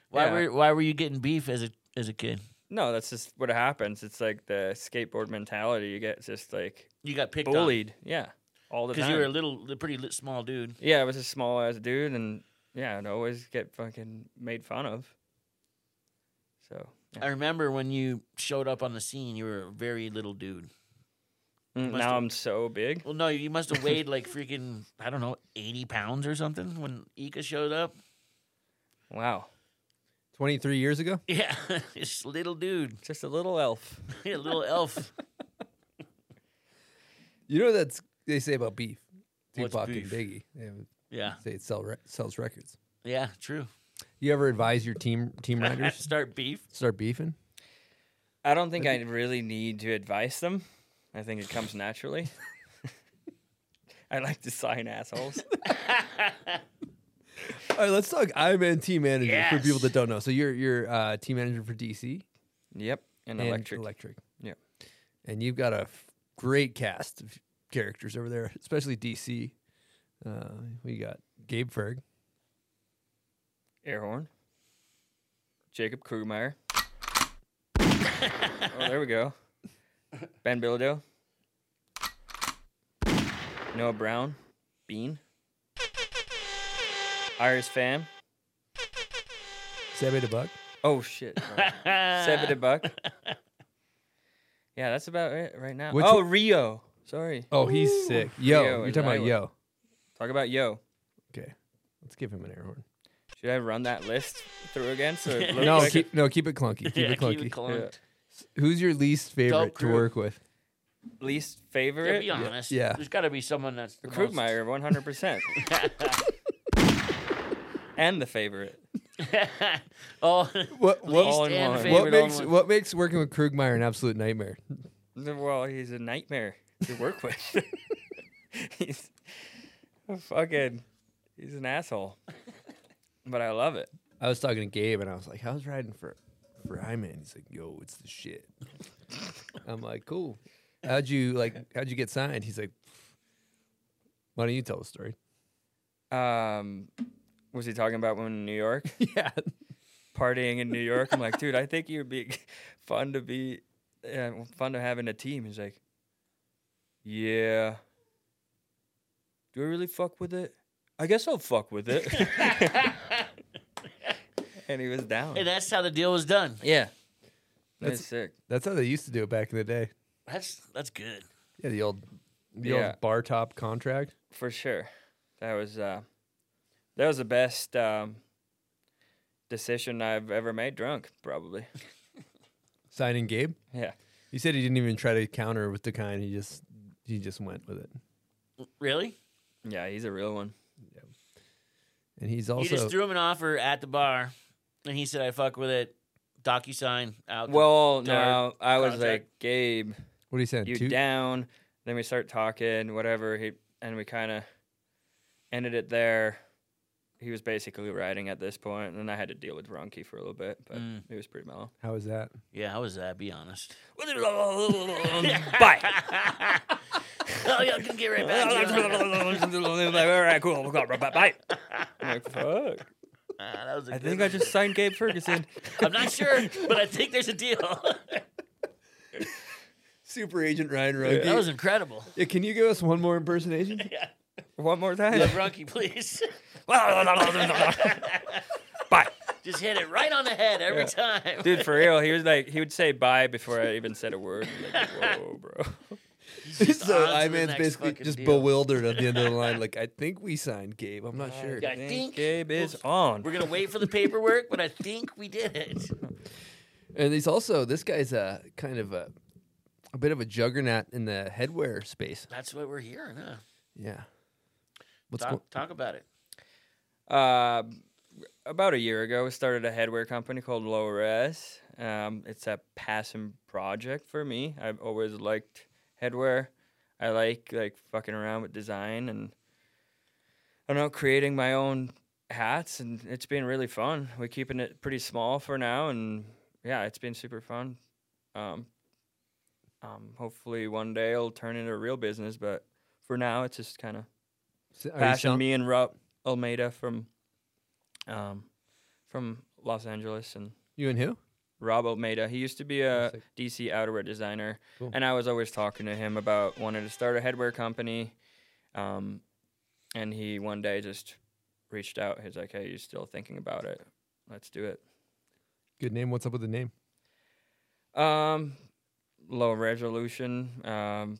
E: why
B: Yeah.
E: were why were you getting beef as a as a kid?
B: no, that's just what happens. It's like the skateboard mentality. You get just like
E: You got picked
B: bullied. Yeah, all the
E: because
B: time.
E: you were a little, a pretty li- small dude.
B: yeah, I was a small ass dude, and yeah, I'd always get fucking made fun of. So yeah.
E: I remember when you showed up on the scene, you were a very little dude.
B: Mm,
E: must
B: now
E: have-
B: I'm so big.
E: Well, no, you must have weighed like freaking, I don't know, 80 pounds or something when Ika showed up.
B: Wow,
A: 23 years ago?
E: Yeah, this little dude,
B: just a little elf.
E: a little elf.
A: You know that's they say about beef.
E: What's
A: Tupac
E: beef?
A: and Biggie. They would
E: Yeah,
A: say it sell re- sells records.
E: yeah, true.
A: You ever advise your team team riders
E: Start beef.
A: start beefing?
B: I don't think I really need to advise them. I think it comes naturally. I like to sign assholes.
A: All right, let's talk. I'm in team manager for people
E: Yes.
A: that don't know. So you're you're uh, team manager for DC
B: yep, and,
A: and
B: electric.
A: Electric.
B: Yeah.
A: And you've got a f- great cast of characters over there, especially DC. Uh, we got Gabe Ferg,
B: Airhorn. Jacob Krugmeyer. oh, there we go. Ben Bilodeau. Noah Brown. Bean. Iris Fam.
A: Sebe DeBuck.
B: Oh, shit. Seven to Buck. Yeah, that's about it right now.
A: Which
B: oh, Rio. Sorry.
A: Oh, he's sick. Yo,
B: Yo,
A: you're
B: is
A: talking about
B: Iowa.
A: yo.
B: Talk about Yo.
A: Okay, let's give him an air horn.
B: Should I run that list through again? So it looks
A: No,
B: like
A: keep, no, keep it clunky. Keep
E: Yeah,
A: it clunky.
E: clunked.
A: Who's your least favorite to
E: crew.
A: work with?
B: least
E: Yeah.
B: favorite.
E: be honest.
A: yeah.
E: There's got to be someone that's the most-
B: Krugmeyer, 100%. and the favorite.
E: oh,
A: What what,
E: Least
B: all in
E: and
B: one.
E: favorite
A: what makes
E: all in one.
A: what makes working with Krugmeyer an absolute nightmare?
B: Well, he's a nightmare to work with. he's a fucking, he's an asshole. But I love it.
A: I was talking to Gabe and I was like, "How's riding for for Iman?" He's like, "Yo, it's the shit." I'm like, "Cool." How'd you like? How'd you get signed? He's like, "Why don't you tell the story?"
B: Um, was he talking about when in New York
A: Yeah,
B: partying in New York? I'm like, dude, I think you'd be fun to be, uh, fun to have in a team. He's like, yeah. Do I really fuck with it? I guess I'll fuck with it. and he was down.
E: and that's how the deal was done.
B: Yeah.
A: That's-
B: That's sick.
A: that's how they used to do it back in the day.
E: That's that's good.
A: Yeah, the old the
B: Yeah.
A: old bar top contract.
B: For sure. That was uh that was the best um decision I've ever made drunk, probably.
A: Signing Gabe.
B: Yeah.
A: He said he didn't even try to counter with the kind. He just he just went with it,
E: Really?
B: Yeah, he's a real one.
A: and he's also
E: you just threw him an offer at the bar, and he said, "I fuck with it." DocuSign out. the-
B: Well,
E: Dark
B: no, I was
E: contract.
B: like, Gabe,
A: what are you saying?
B: you
A: Two-
B: down. Then we start talking, whatever. He and we kind of ended it there. He was basically riding at this point, and then I had to deal with Ronky for a little bit, but
E: Mm.
B: it was pretty mellow.
A: How is that?
E: yeah, how was that? Be honest.
B: um, Bye.
E: oh, yeah, I can get right back. to you.
B: all right, cool. Bye. I'm like, fuck.
E: Ah, that was a
B: I
E: good
B: think I
E: one.
B: just signed Gabe Ferguson.
E: I'm not sure, but I think there's a deal.
A: Super Agent Ryan Rogan.
E: that was incredible.
A: Yeah, can you give us one more impersonation?
B: One more
E: Yeah,
B: time.
E: Rocky, please.
B: bye.
E: Just hit it right on the head every time.
B: Dude, for real, he was like, he would say bye before I even said a word. Like, whoa, bro.
E: Just on
A: so
E: to the
A: I man's
E: next
A: basically
E: fucking
A: just
E: deal.
A: bewildered at the end of the line. Like, I think we signed Gabe. I'm not sure.
E: Yeah. I
B: I
E: think
B: think Gabe is on.
E: We're gonna wait for the paperwork, but I think we did it.
A: And he's also this guy's a kind of a a bit of a juggernaut in the headwear space.
E: That's what we're hearing, huh?
A: Yeah. What's
E: Talk,
A: go-
E: talk about it.
B: Uh, about a year ago, we started a headwear company called Low Res. Um, it's a passion project for me. I've always liked headwear. I like like fucking around with design and I don't know, creating my own hats, and it's been really fun. We're keeping it pretty small for now, and yeah, it's been super fun. Um, um, hopefully one day it'll turn into a real business, but for now, it's just kind of
A: s- are you
B: Passion,
A: sell-
B: me and Rob Almeida from um, from Los Angeles and
A: You and who?
B: Rob Almeida. He used to be a
A: Sick.
B: DC outerwear designer,
A: Cool.
B: and I was always talking to him about wanting to start a headwear company. Um, and he one day just reached out. He's like, "Hey, you still thinking about it? Let's do it."
A: Good name. What's up with the name?
B: Um, low resolution. Um,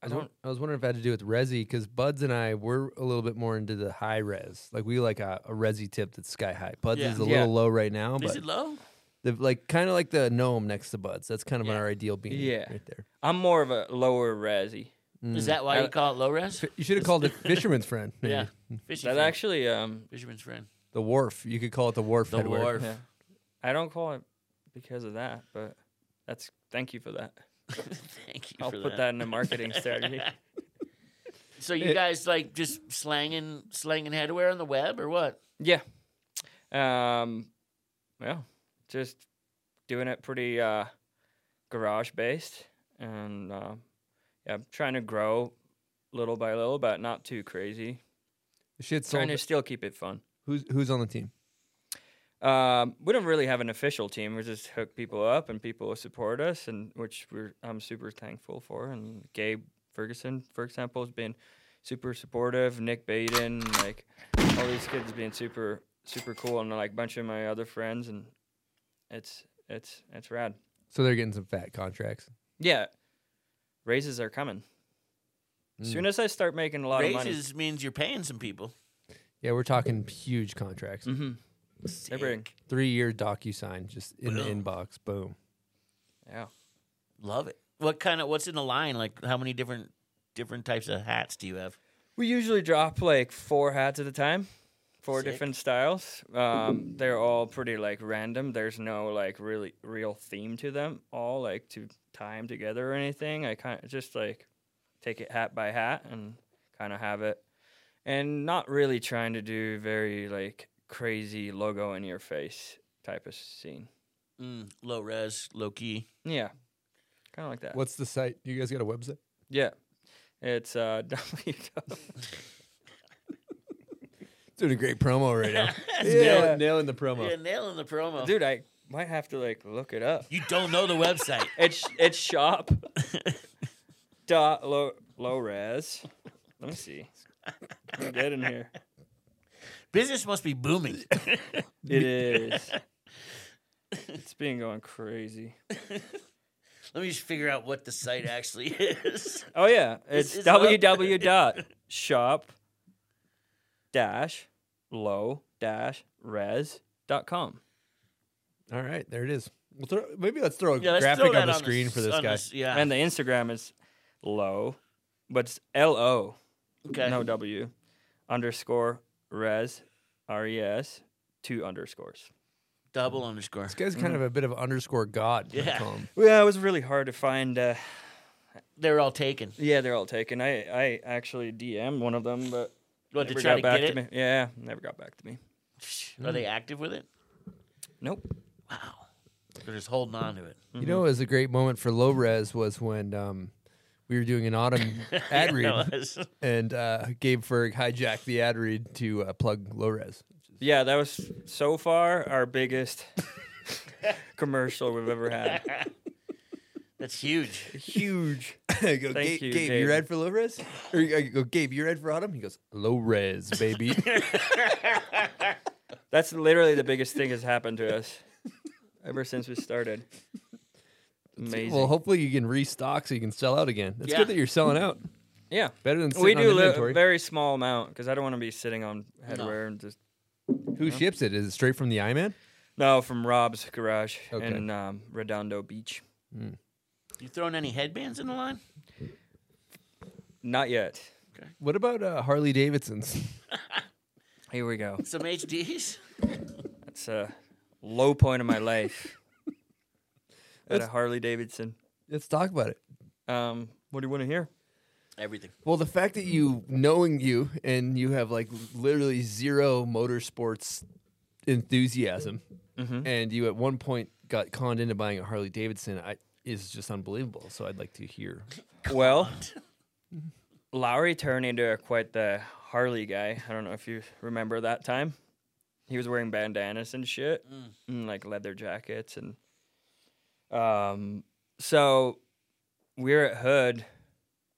B: I
A: was won-
B: don't.
A: I was wondering if it had to do with resi because Buds and I were a little bit more into the high res. Like we like a, a resi tip that's sky high. Buds
E: Yeah.
A: is a
B: Yeah.
A: little low right now,
E: Is
A: but
E: it low?
A: the, like kind of like the gnome next to Buds. That's kind of
E: Yeah.
A: our ideal being
B: Yeah.
A: right there.
B: I'm more of a lower resi.
E: Is that why
B: I-
E: you call it low res?
A: You should have called it Fisherman's Friend. maybe.
E: Yeah, fishing
B: That
E: friend.
B: actually um
E: fisherman's friend.
A: The wharf. You could call it the wharf.
E: The
A: headwear.
E: wharf.
B: Yeah. I don't call it because of that, but that's thank you for that.
E: Thank you.
B: I'll
E: for
B: put that in a marketing strategy.
E: So you guys like just slanging slanging headwear on the web or what?
B: Yeah. Um well, just doing it pretty uh garage based and uh, yeah, I'm trying to grow little by little, but not too crazy.
A: The shit's
B: Trying
A: sold.
B: to still keep it fun.
A: Who's who's on the team?
B: Um, we don't really have an official team. We just hook people up and people support us, and which we're I'm super thankful for. And Gabe Ferguson, for example, has been super supportive. Nick Baden, like all these kids, have been super super cool, and like a bunch of my other friends, and it's it's it's rad.
A: So they're getting some fat contracts.
B: Yeah, raises are coming. As soon as I start making a lot
E: Raises means you're paying some people.
A: Yeah, we're talking huge contracts.
B: of money, mm-hmm. they bring.
E: Sick.
A: Three year docu sign just in
E: Boom.
A: the inbox. Boom.
B: Yeah,
E: Love it. What kind of what's in the line? Like how many different different types of hats do you have?
B: we usually drop like four hats at a time, four different styles. Um, they're all pretty like random. There's no like really real theme to them. All like to tie 'em together or anything. I kind of just like take it hat by hat and kind of have it, and not really trying to do very like crazy logo in your face type of scene.
E: Mm, low res, low key.
B: Yeah, kind of like that.
A: What's the site? You guys got a website?
B: Yeah, it's uh, w.
A: Doing a great promo right now.
E: Yeah.
A: nailing the promo.
E: Yeah, nailing the promo.
B: Dude, I might have to like look it up.
E: You don't know the website.
B: It's it's shop dot low low res. Let me see. I'm dead in here.
E: Business must be booming.
B: It is. It's been going crazy.
E: Let me just figure out what the site actually is.
B: Oh yeah,
E: It's-
B: it's,
E: it's up.
B: www dot shop dash low dash res dot com.
A: All right, there it is. We'll throw, maybe let's throw a
E: Yeah, let's
A: graphic
E: throw that
A: on the screen for this
E: on
A: guy.
E: this- yeah.
B: And the Instagram is low, but it's L O.
E: okay.
B: No W. Underscore res R E S two underscores.
E: Double underscore.
A: This guy's kind of a bit of an underscore god. I
E: Yeah.
A: call him.
B: Well, yeah, it was really hard to find. Uh,
E: They're all taken.
B: yeah, they're all taken. I I actually DM'd one of them, but
E: What, to
B: never
E: try
B: got
E: to
B: back
E: get it?
B: to me. Yeah, never got back to me.
E: Are they active with it?
B: Nope.
E: Wow. They're just holding on to it.
A: You know, it was a great moment for low res was when um, we were doing an autumn ad read,
E: That was-
A: and uh, Gabe Ferg hijacked the ad read to uh, plug low res.
B: Yeah, that was so far our biggest commercial we've ever had.
E: That's huge.
A: Huge. I go,
B: Thank
A: Gabe, Gabe,
B: you, Gabe.
A: you read for low res? Or I go, Gabe, you read for autumn? He goes, low res, baby.
B: That's literally the biggest thing that's happened to us ever since we started. Amazing.
A: well, hopefully you can restock so you can sell out again. It's
E: Yeah.
A: good that you're selling out.
B: yeah.
A: Better than sitting
B: We
A: on
B: do li-
A: inventory.
B: very small amount because I don't want to be sitting on headwear and just
A: Who ships it? Is it straight from the iMan?
B: no from Rob's garage
A: Okay.
B: in um, Redondo Beach.
E: You throwing any headbands in the line?
B: Not yet.
A: What about uh, Harley Davidson's?
B: Here we go.
E: Some HDs?
B: That's a low point of my life. At a Harley Davidson.
A: Let's talk about it.
B: Um, what do you want to hear?
E: Everything.
A: Well, the fact that you knowing you and you have like literally zero motorsports enthusiasm,
E: Mm-hmm.
A: and you at one point got conned into buying a Harley Davidson, I is just unbelievable. So I'd like to hear.
B: Well, Lowry turned into quite the Harley guy. I don't know if you remember that time. He was wearing bandanas and shit, and like leather jackets, and um. So we were at Hood.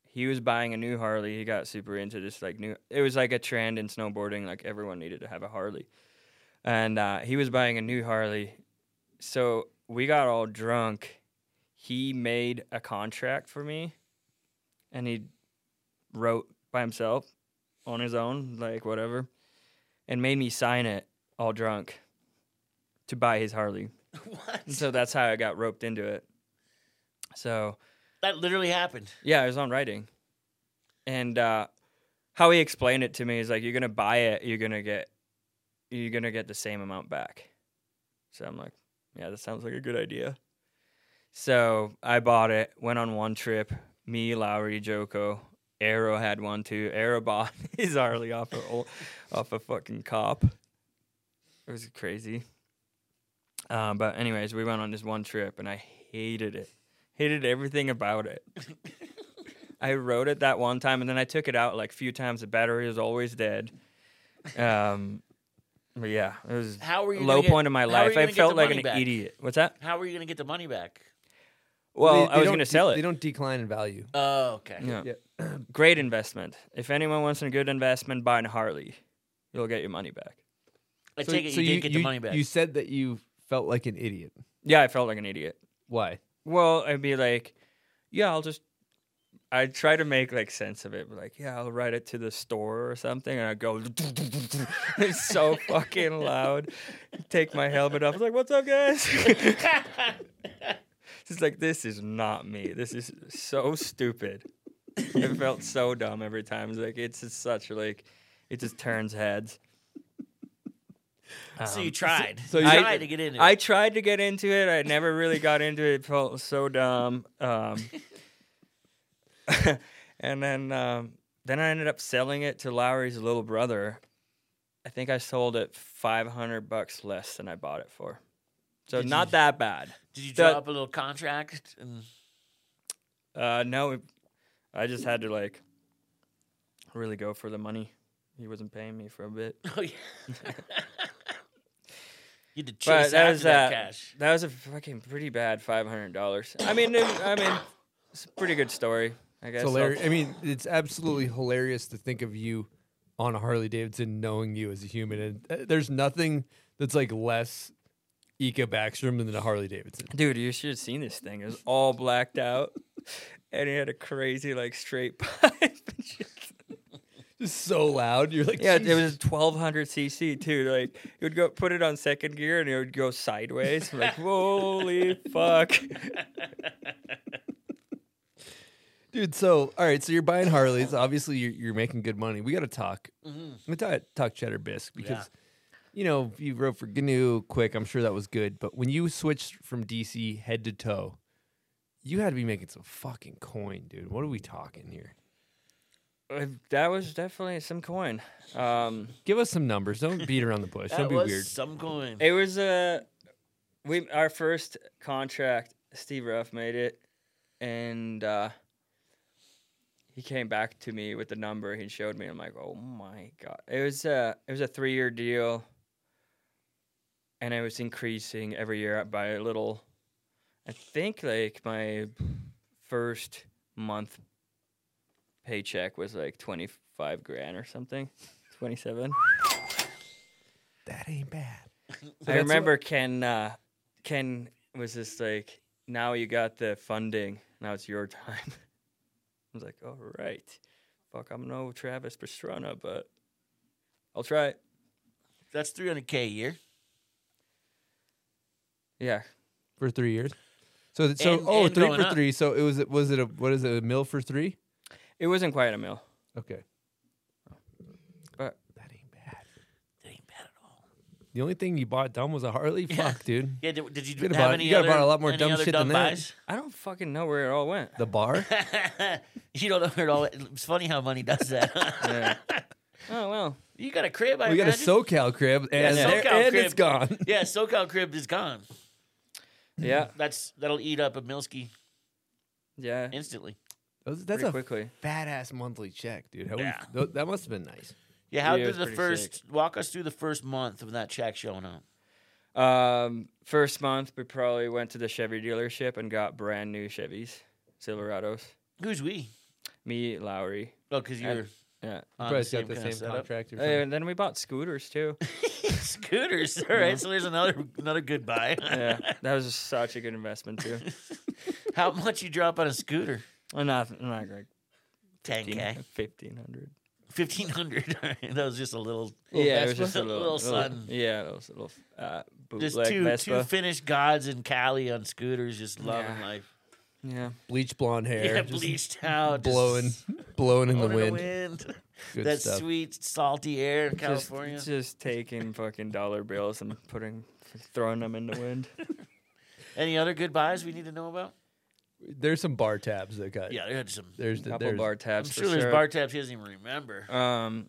B: He was buying a new Harley. He got super into this like new. It was like a trend in snowboarding. Like everyone needed to have a Harley, and uh, he was buying a new Harley. So we got all drunk. He made a contract for me and he wrote by himself on his own, like whatever, and made me sign it all drunk to buy his Harley.
E: What?
B: And so that's how I got roped into it. So
E: That literally happened.
B: yeah, I was on writing. And uh, how he explained it to me is like you're gonna buy it, you're gonna get you're gonna get the same amount back. So I'm like, yeah, that sounds like a good idea. So I bought it, went on one trip, me, Lowry, Joko, Arrow had one too. Arrow bought his Harley off a ol- off a fucking cop. It was crazy. Um, but anyways, we went on this one trip and I hated it. Hated everything about it. I rode it that one time, and then I took it out like a few times. The battery was always dead. Um, but yeah, it was
E: How were you
B: low
E: gonna get-
B: point of my
E: how were you
B: life.
E: gonna
B: I
E: get
B: felt
E: the
B: like
E: money
B: an
E: back?
B: idiot. What's that?
E: How are you going to get the money back?
B: Well,
A: They-
B: I
A: they don't
B: was going to
A: de-
B: sell
A: They
B: it.
A: don't decline in value.
E: Oh, okay.
B: Yeah. Great investment. If anyone wants a good investment, buy a Harley. You'll get your money back.
E: I take it you, did get the money back.
A: You said that you felt like an idiot.
B: Yeah, I felt like an idiot.
A: Why?
B: Well, I'd be like, yeah, I'll just. I try to make like sense of it, but like, yeah, I'll ride it to the store or something, and I go, it's so fucking loud. Take my helmet off. I was like, "What's up, guys?" It's like this is not me. This is so stupid. It felt so dumb every time. It's like it's just such like, it just turns heads.
E: so you tried.
A: so
E: you
A: you-
E: tried to get into it.
B: I tried to get into it. I never really got into it. It felt so dumb. Um, and then um, then I ended up selling it to Lowry's little brother. I think I sold it 500 bucks less than I bought it for. So
E: Did
B: not
E: you-
B: that bad.
E: Did you
B: the-
E: draw up a little contract? And
B: Uh, no, it- I just had to like really go for the money. He wasn't paying me for a bit.
E: oh, yeah. you had to
B: But
E: chase
B: that
E: after
B: was uh,
E: that
B: a-
E: cash.
B: That was a fucking pretty bad five hundred dollars. I mean, it- I mean, it's a pretty good story. I guess.
A: It's hilarious. I mean, it's absolutely hilarious to think of you on a Harley Davidson, knowing you as a human, and uh, there's nothing that's like less Eka Backstrom than a Harley Davidson.
B: Dude, you should have seen this thing. It was all blacked out, and it had a crazy like straight pipe. and shit.
A: Just so loud, you're like,
B: yeah, it
A: "Jesus."
B: was twelve hundred cc too. Like you would go put it on second gear, and it would go sideways. I'm like holy fuck!
A: dude. So, all right, so you're buying Harleys. Obviously, you're, you're making good money. We got to talk. We talk talk Cheddar Bisque because. You know, you wrote for GNU quick. I'm sure that was good. But when you switched from DC head to toe, you had to be making some fucking coin, dude. What are we talking here?
B: Uh, That was definitely some coin. Um,
A: Give us some numbers. Don't beat around the bush.
E: That
A: Don't be
E: was
A: weird.
E: some coin.
B: It was uh, we our first contract. Steve Ruff made it, and uh, he came back to me with the number he showed me. I'm like, oh my god! It was uh, it was a three year deal, and it was increasing every year by a little. I think like my first month paycheck was like twenty five grand or something, twenty seven.
A: That ain't bad.
B: I remember Ken. Uh, Ken was just like, "Now you got the funding. Now it's your time." I was like, "All right, fuck. I'm no Travis Pastrana, but I'll try it."
E: That's 300k a year.
B: Yeah,
A: for three years. So th- so
E: And-
A: oh
E: and
A: three
E: going
A: for
E: up.
A: three. So it was it was it a what is it a mill for three?
B: it wasn't quite a mill,
A: Okay,
B: but
A: that ain't bad. That ain't bad at all. The only thing you bought dumb was a Harley. Fuck, dude.
E: Yeah, did, did you,
A: gotta
E: have
A: buy-
E: any
A: you gotta
E: other,
A: buy a lot more
E: any
A: dumb
E: other
A: shit
E: dumb
A: than that.
E: buys?
B: I don't fucking know where it all went.
A: The bar.
E: you don't know where it all. It's funny how money does that.
B: Yeah. oh well,
E: You got a crib, I
A: we got a
E: imagine.
A: SoCal crib, and,
E: Yeah,
A: there-
E: SoCal
A: and it's gone.
E: yeah, SoCal crib is gone.
A: Hmm.
B: yeah,
E: That's that'll eat up a Milski
B: yeah,
E: instantly.
A: That's,
B: pretty
A: that's a
B: quickly.
A: badass monthly check, dude. How we-
E: Yeah.
A: tho- that must have been nice.
E: Yeah, how
B: Yeah, it
E: did
B: was
E: the
B: pretty
E: first walk us through the first month of that check showing up?
B: Um, first month, we probably went to the Chevy dealership and got brand new Chevys, Silverados.
E: Who's we?
B: Me, Lowry.
E: Oh, because you
B: Uh,
E: were
B: Yeah.
E: on the
A: Probably
E: same,
A: got the
E: kind of
A: same
E: setup.
A: contract. or
B: Uh,
A: something.
B: and then we bought scooters too.
E: Scooters. All right, so there's another another good buy.
B: yeah, that was such a good investment too.
E: how much you drop on a scooter?
B: Well, not not like
E: Ten k,
B: fifteen hundred.
E: fifteen hundred. That was just a little.
B: Yeah, it was just a
E: Vespa?
B: little,
E: Little sudden.
B: Yeah, it was a little uh, bootleg
E: Just two two
B: Vespa.
E: Finnish gods in Cali on scooters, just loving
B: Yeah.
E: life.
B: yeah,
A: Bleach blonde hair,
E: Yeah,
A: just
E: bleached out, just
A: blowing, blowing in the
E: blowing
A: wind.
E: wind.
A: Good
E: that
A: stuff.
E: sweet salty air in
B: just,
E: California.
B: just taking fucking dollar bills and putting throwing them in the wind.
E: Any other good buys we need to know about?
A: There's some bar tabs that got.
E: Yeah, they had some.
A: There's the,
B: Couple
A: there's
B: bar
E: I'm
B: tabs.
E: sure
B: for
E: there's
B: sure.
E: bar tabs he doesn't even remember.
B: Um,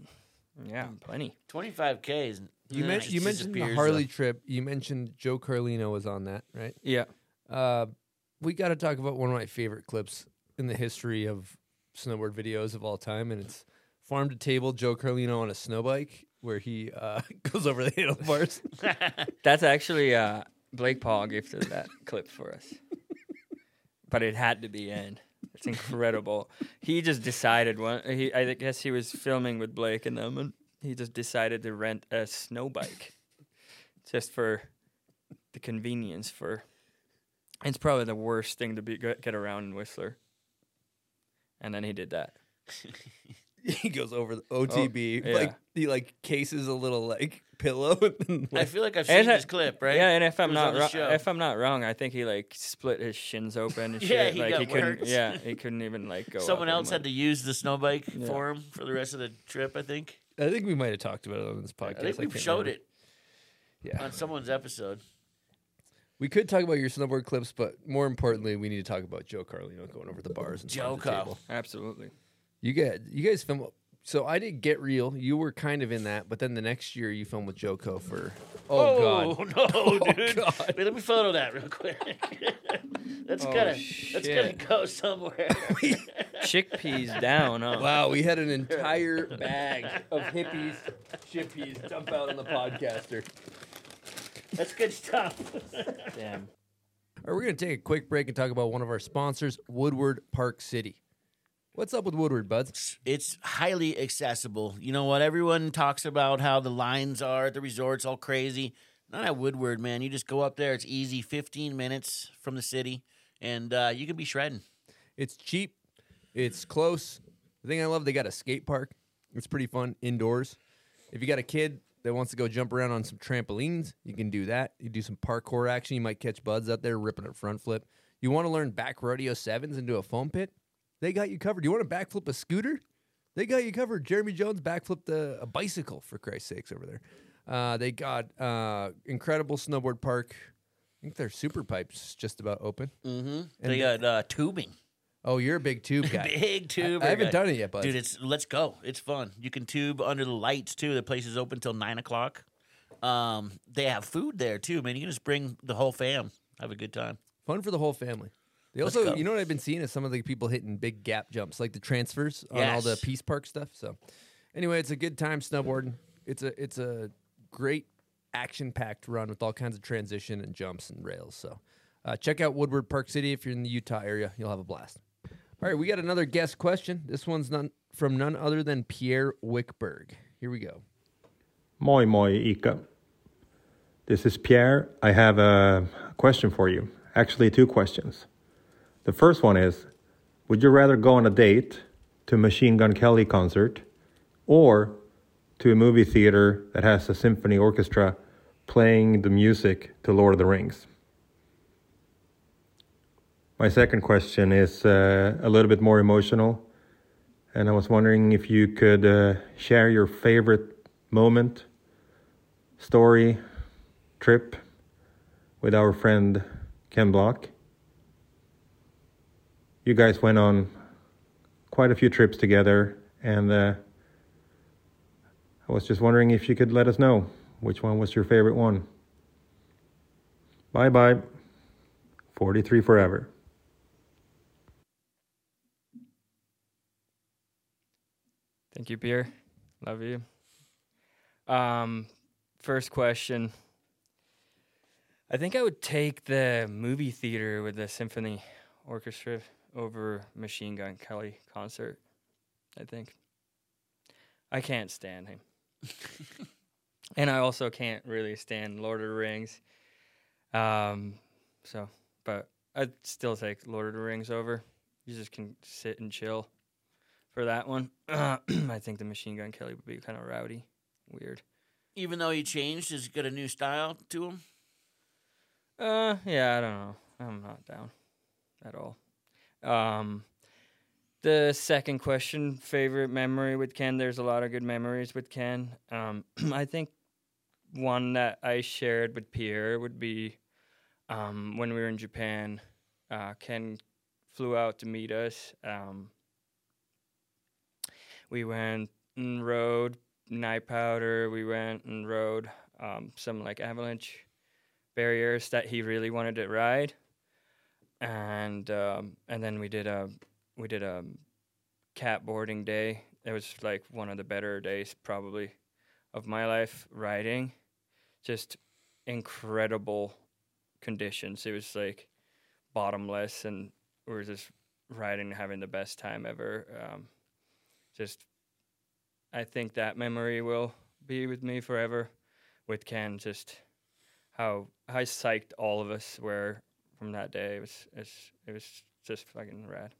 B: yeah,
E: Mm,
B: plenty.
E: 25k is.
A: You,
E: nah,
A: men-
E: it
A: you
E: just
A: mentioned the
E: disappears,
A: Harley
E: though.
A: trip. You mentioned Joe Carlino was on that, right?
B: Yeah,
A: Uh, we got to talk about one of my favorite clips in the history of snowboard videos of all time, and it's farm to table Joe Carlino on a snow bike where he uh, goes over the handlebars.
B: that's actually uh, Blake Paul gifted that clip for us, but it had to be in. It's incredible. he just decided one. He, I guess he was filming with Blake and them, and he just decided to rent a snow bike, just for the convenience. For it's probably the worst thing to be get get around in Whistler. And then he did that.
A: he goes over the OTB,
B: yeah.
A: like he like cases a little like pillow. And then,
E: I
A: like,
E: feel like I've
B: And
E: seen
B: I-
E: this clip, right?
B: Yeah, and if
E: It
B: I'm
E: was
B: not
E: on the show.
B: wrong, if I'm not wrong, I think he like split his shins open and shit.
E: Yeah, he
B: like
E: got
B: he couldn't.
E: worked.
B: Yeah, he couldn't even like go.
E: Someone else had to use the snow bike
B: Yeah.
E: for him for the rest of the trip. I think.
A: I think we might have talked about it on this podcast.
E: I think we
A: can't
E: showed
A: remember.
E: it.
A: Yeah.
E: on someone's episode.
A: We could talk about your snowboard clips, but more importantly, we need to talk about Joe Carlino going over the bars and
E: Joe
A: Joe the
E: Carl.
A: table.
B: Absolutely.
A: You got you guys film. So I did get real. You were kind of in that, but then the next year you filmed with Joko for. Oh, God!
E: no, dude! Wait, let me photo that real quick. that's
B: Oh,
E: gonna that's gonna
B: shit.
E: go somewhere.
B: Chickpeas down, huh?
A: Wow, we had an entire bag of hippies, chippies dump out on the podcaster.
E: that's good stuff.
B: Damn.
A: All right, we're going to take a quick break and talk about one of our sponsors, Woodward Park City. What's up with Woodward, buds?
E: it's highly accessible. You know what? Everyone talks about how the lines are at the resorts all crazy. Not at Woodward, man. You just go up there. It's easy. 15 minutes from the city, and uh, you can be shredding.
A: It's cheap, it's close. The thing I love, they got a skate park. It's pretty fun indoors. If you got a kid that wants to go jump around on some trampolines, you can do that. You do some parkour action. You might catch buds out there ripping a front flip. You want to learn back rodeo sevens and do a foam pit? They got you covered. You want to backflip a scooter? They got you covered. Jeremy Jones backflipped a, a bicycle for Christ's sakes over there. Uh, they got uh, incredible snowboard park. I think their super pipes just about open.
E: Mm-hmm.
A: And
E: they got uh, tubing,
A: Oh, you're a big tube guy.
E: big tube.
A: I haven't done it yet, bud.
E: Dude, it's let's go. It's fun. You can tube under the lights too. The place is open till nine o'clock. Um, they have food there too, man. You can just bring the whole fam. Have a good time.
A: Fun for the whole family. They
E: Let's
A: also,
E: go.
A: you know what I've been seeing is some of the people hitting big gap jumps, like the transfers on all the
E: Yes.
A: Peace Park stuff. So, anyway, it's a good time snowboarding. It's a it's a great action packed run with all kinds of transition and jumps and rails. So, uh, check out Woodward Park City if you're in the Utah area. You'll have a blast. All right, we got another guest question. This one's none, from none other than Pierre Wickberg. Here we go.
K: Moi moi Ika. This is Pierre. I have a question for you. Actually, two questions. The first one is Would you rather go on a date to Machine Gun Kelly concert or to a movie theater that has a symphony orchestra playing the music to Lord of the Rings? My second question is uh, a little bit more emotional, and I was wondering if you could uh, share your favorite moment, story, trip with our friend Ken Block. You guys went on quite a few trips together, and uh, I was just wondering if you could let us know which one was your favorite one. Bye bye. 43 forever.
B: Thank you, Pierre. Love you. Um, first question. I think I would take the movie theater with the symphony orchestra over Machine Gun Kelly concert. I think. I can't stand him. and I also can't really stand Lord of the Rings. Um, so, but I'd still take Lord of the Rings over. You just can sit and chill for that one. I think the Machine Gun Kelly would be kind of rowdy, weird.
E: Even though he changed, he's got a new style to him.
B: Uh, yeah, I don't know. I'm not down at all. Um, the second question, favorite memory with Ken. There's a lot of good memories with Ken. Um, I think one that I shared with Pierre would be um, when we were in Japan. Uh, Ken flew out to meet us. Um, we went and rode night powder. We went and rode um, some like avalanche barriers that he really wanted to ride, and um, and then we did a we did a cat boarding day. It was like one of the better days probably of my life riding. Just incredible conditions. It was like bottomless, and we were just riding, and having the best time ever. Um, just I think that memory will be with me forever. With Ken, just how how psyched all of us were from that day. It was it's, it was just fucking rad.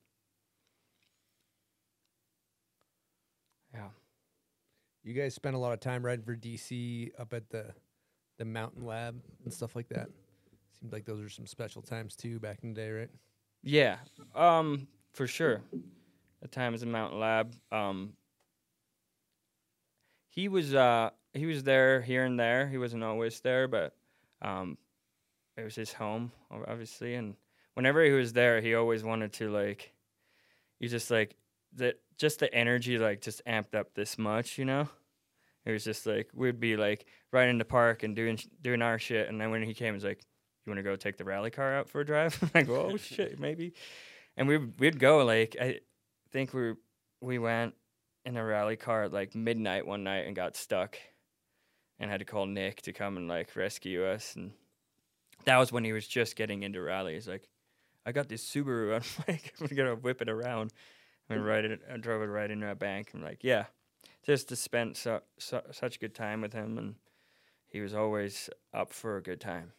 B: Yeah.
A: You guys spent a lot of time riding for DC up at the the mountain lab and stuff like that. Seemed like those were some special times too back in the day, right?
B: Yeah, um, for sure. The time is in Mountain Lab. Um, he was uh, he was there here and there. He wasn't always there, but um, it was his home, ob- obviously. And whenever he was there, he always wanted to like, you just like the just the energy like just amped up this much, you know. It was just like we'd be like right in the park and doing sh- doing our shit, and then when he came, he's like, "You want to go take the rally car out for a drive?" I go, "Oh shit, maybe." And we we'd go like I think we we went in a rally car at like midnight one night and got stuck, and had to call Nick to come and like rescue us. And that was when he was just getting into rallies. Like, I got this Subaru. I'm like, I'm gonna whip it around. And ride it. I drove it right into a bank. I'm like, yeah, just to spend su- su- such a good time with him, and he was always up for a good time.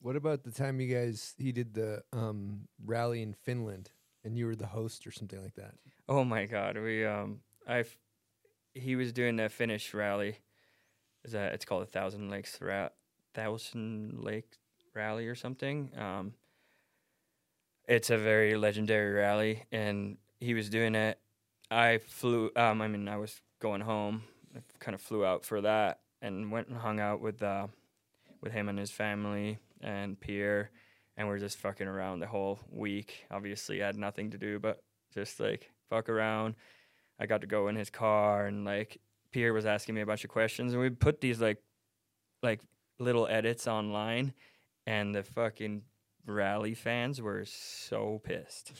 L: What about the time you guys he did the um, rally in Finland and you were the host or something like that?
B: Oh my God, we um, I, he was doing that Finnish rally. Is that it's called a Thousand Lakes Ra- Thousand Lake Rally or something? Um, it's a very legendary rally, and he was doing it. I flew. Um, I mean, I was going home. I kind of flew out for that, and went and hung out with uh, with him and his family and Pierre, and we are just fucking around the whole week. Obviously, I had nothing to do but just like fuck around. I got to go in his car, and like Pierre was asking me a bunch of questions, and we put these like like little edits online, and the fucking rally fans were so pissed.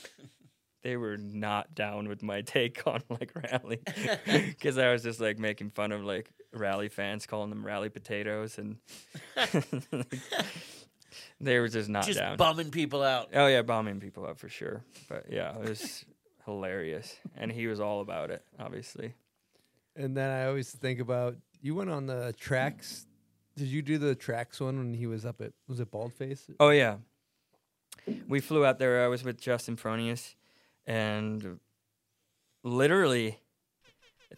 B: they were not down with my take on like rally, because I was just like making fun of like rally fans, calling them rally potatoes, and they were just not
E: Just
B: down.
E: bumming people out.
B: Oh yeah, bombing people out for sure. But yeah, it was hilarious, and he was all about it, obviously.
L: And then I always think about you went on the tracks. Did you do the tracks one when he was up at was it Baldface?
B: Oh yeah, we flew out there. I was with Justin Fronius, and literally, I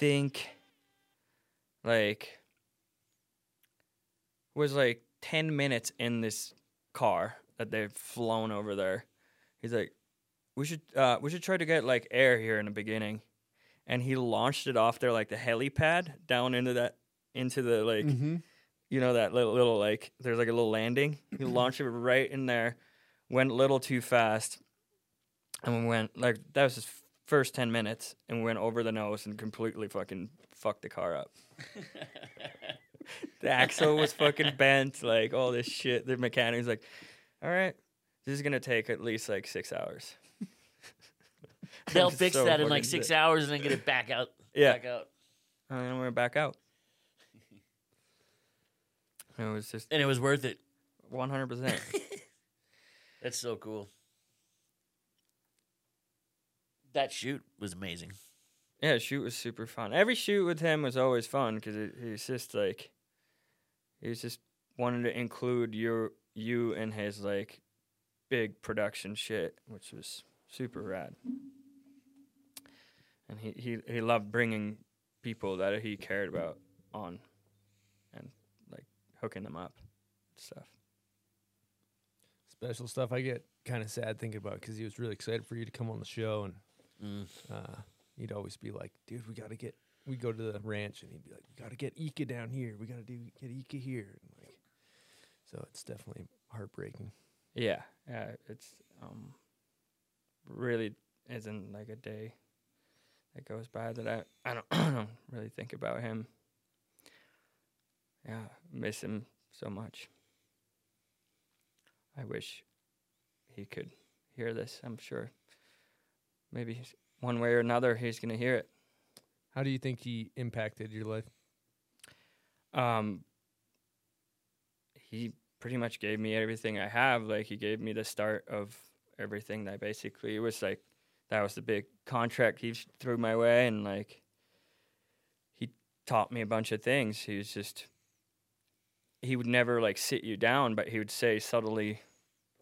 B: think like was like ten minutes in this car that they've flown over there. He's like, we should uh, we should try to get like air here in the beginning, and he launched it off there like the helipad down into that into the like
L: Mhm.
B: you know that little, little like there's like a little landing. He
E: Mm-hmm.
B: launched it right in there, went a little too fast, and we went like that was his first ten minutes, and we went over the nose and completely fucking fucked the car up. the axle was fucking bent, like all this shit. The mechanic's like, all right, this is gonna take at least like six hours.
E: They'll
B: I'm
E: fix
B: so
E: that in like
B: fucking
E: six
B: sick.
E: hours and then get it back out.
B: Yeah.
E: Back out.
B: And then we're back out. It was just
E: And it was worth it.
B: one hundred percent.
E: That's so cool. That shoot was amazing.
B: Yeah, shoot was super fun. Every shoot with him was always fun because it, he's just like, he's just wanted to include your you in his like big production shit, which was super rad. And he he he loved bringing people that he cared about on, and like hooking them up, stuff.
L: Special stuff. I get kind of sad thinking about because he was really excited for you to come on the show, and uh, he'd always be like, "Dude, we got to get." We go to the ranch, and he'd be like, "We got to get Ika down here. We got to do get Ika here." And like, so it's definitely heartbreaking.
B: Yeah, yeah, it's um really isn't like a day that goes by that I I don't, I don't really think about him. Yeah, miss him so much. I wish he could hear this. I'm sure. Maybe he's- one way or another he's gonna hear it.
L: How do you think he impacted your life?
B: Um, he pretty much gave me everything I have. Like he gave me the start of everything that basically it was like that was the big contract he sh- threw my way, and like he taught me a bunch of things. He was just he would never like sit you down, but he would say subtly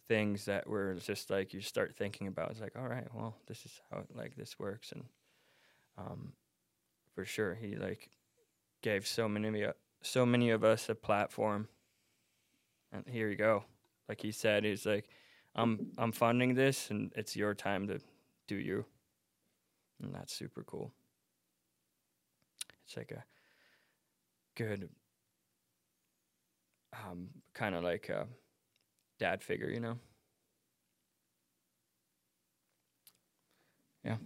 B: things that were just like you start thinking about. It's like, all right, well, this is how like this works, and um, for sure, he like gave so many of- so many of us a platform, and here you go. Like he said, he's like, I'm I'm funding this, and it's your time to do you, and that's super cool. It's like a good, um, kind of like a dad figure, you know? Yeah.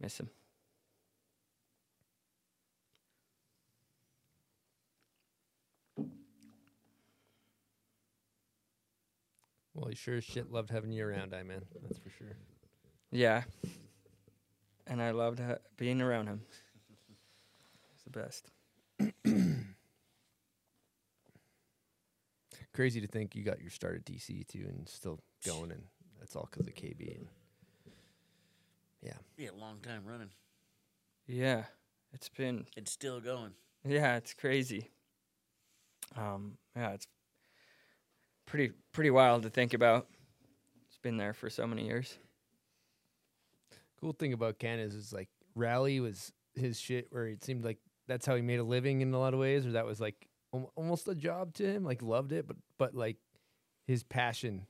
B: Miss him.
A: Well, you sure as shit loved having you around, I man. That's for sure.
B: Yeah. And I loved ha- being around him. It's the best.
A: Crazy to think you got your start at DC too, and still going, and that's all because of KB. And yeah,
E: Yeah, long time running.
B: Yeah. It's been
E: It's still going.
B: Yeah, it's crazy. Um, yeah, it's pretty pretty wild to think about. It's been there for so many years.
A: cool thing about Ken is, is like rally was his shit, where it seemed like that's how he made a living in a lot of ways, or that was like al- almost a job to him. Like loved it, but but like his passion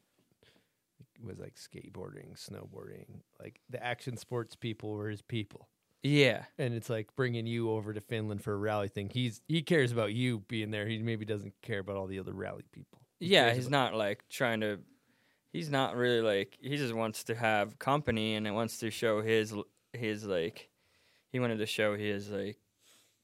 A: was like skateboarding, snowboarding, like the action sports people were his people.
B: Yeah.
A: and it's like bringing you over to Finland for a rally thing. He's he cares about you being there. He maybe doesn't care about all the other rally people. He
B: yeah,
A: cares
B: he's
A: about-
B: not like trying to. He's not really like he just wants to have company and it wants to show his l- his like he wanted to show his like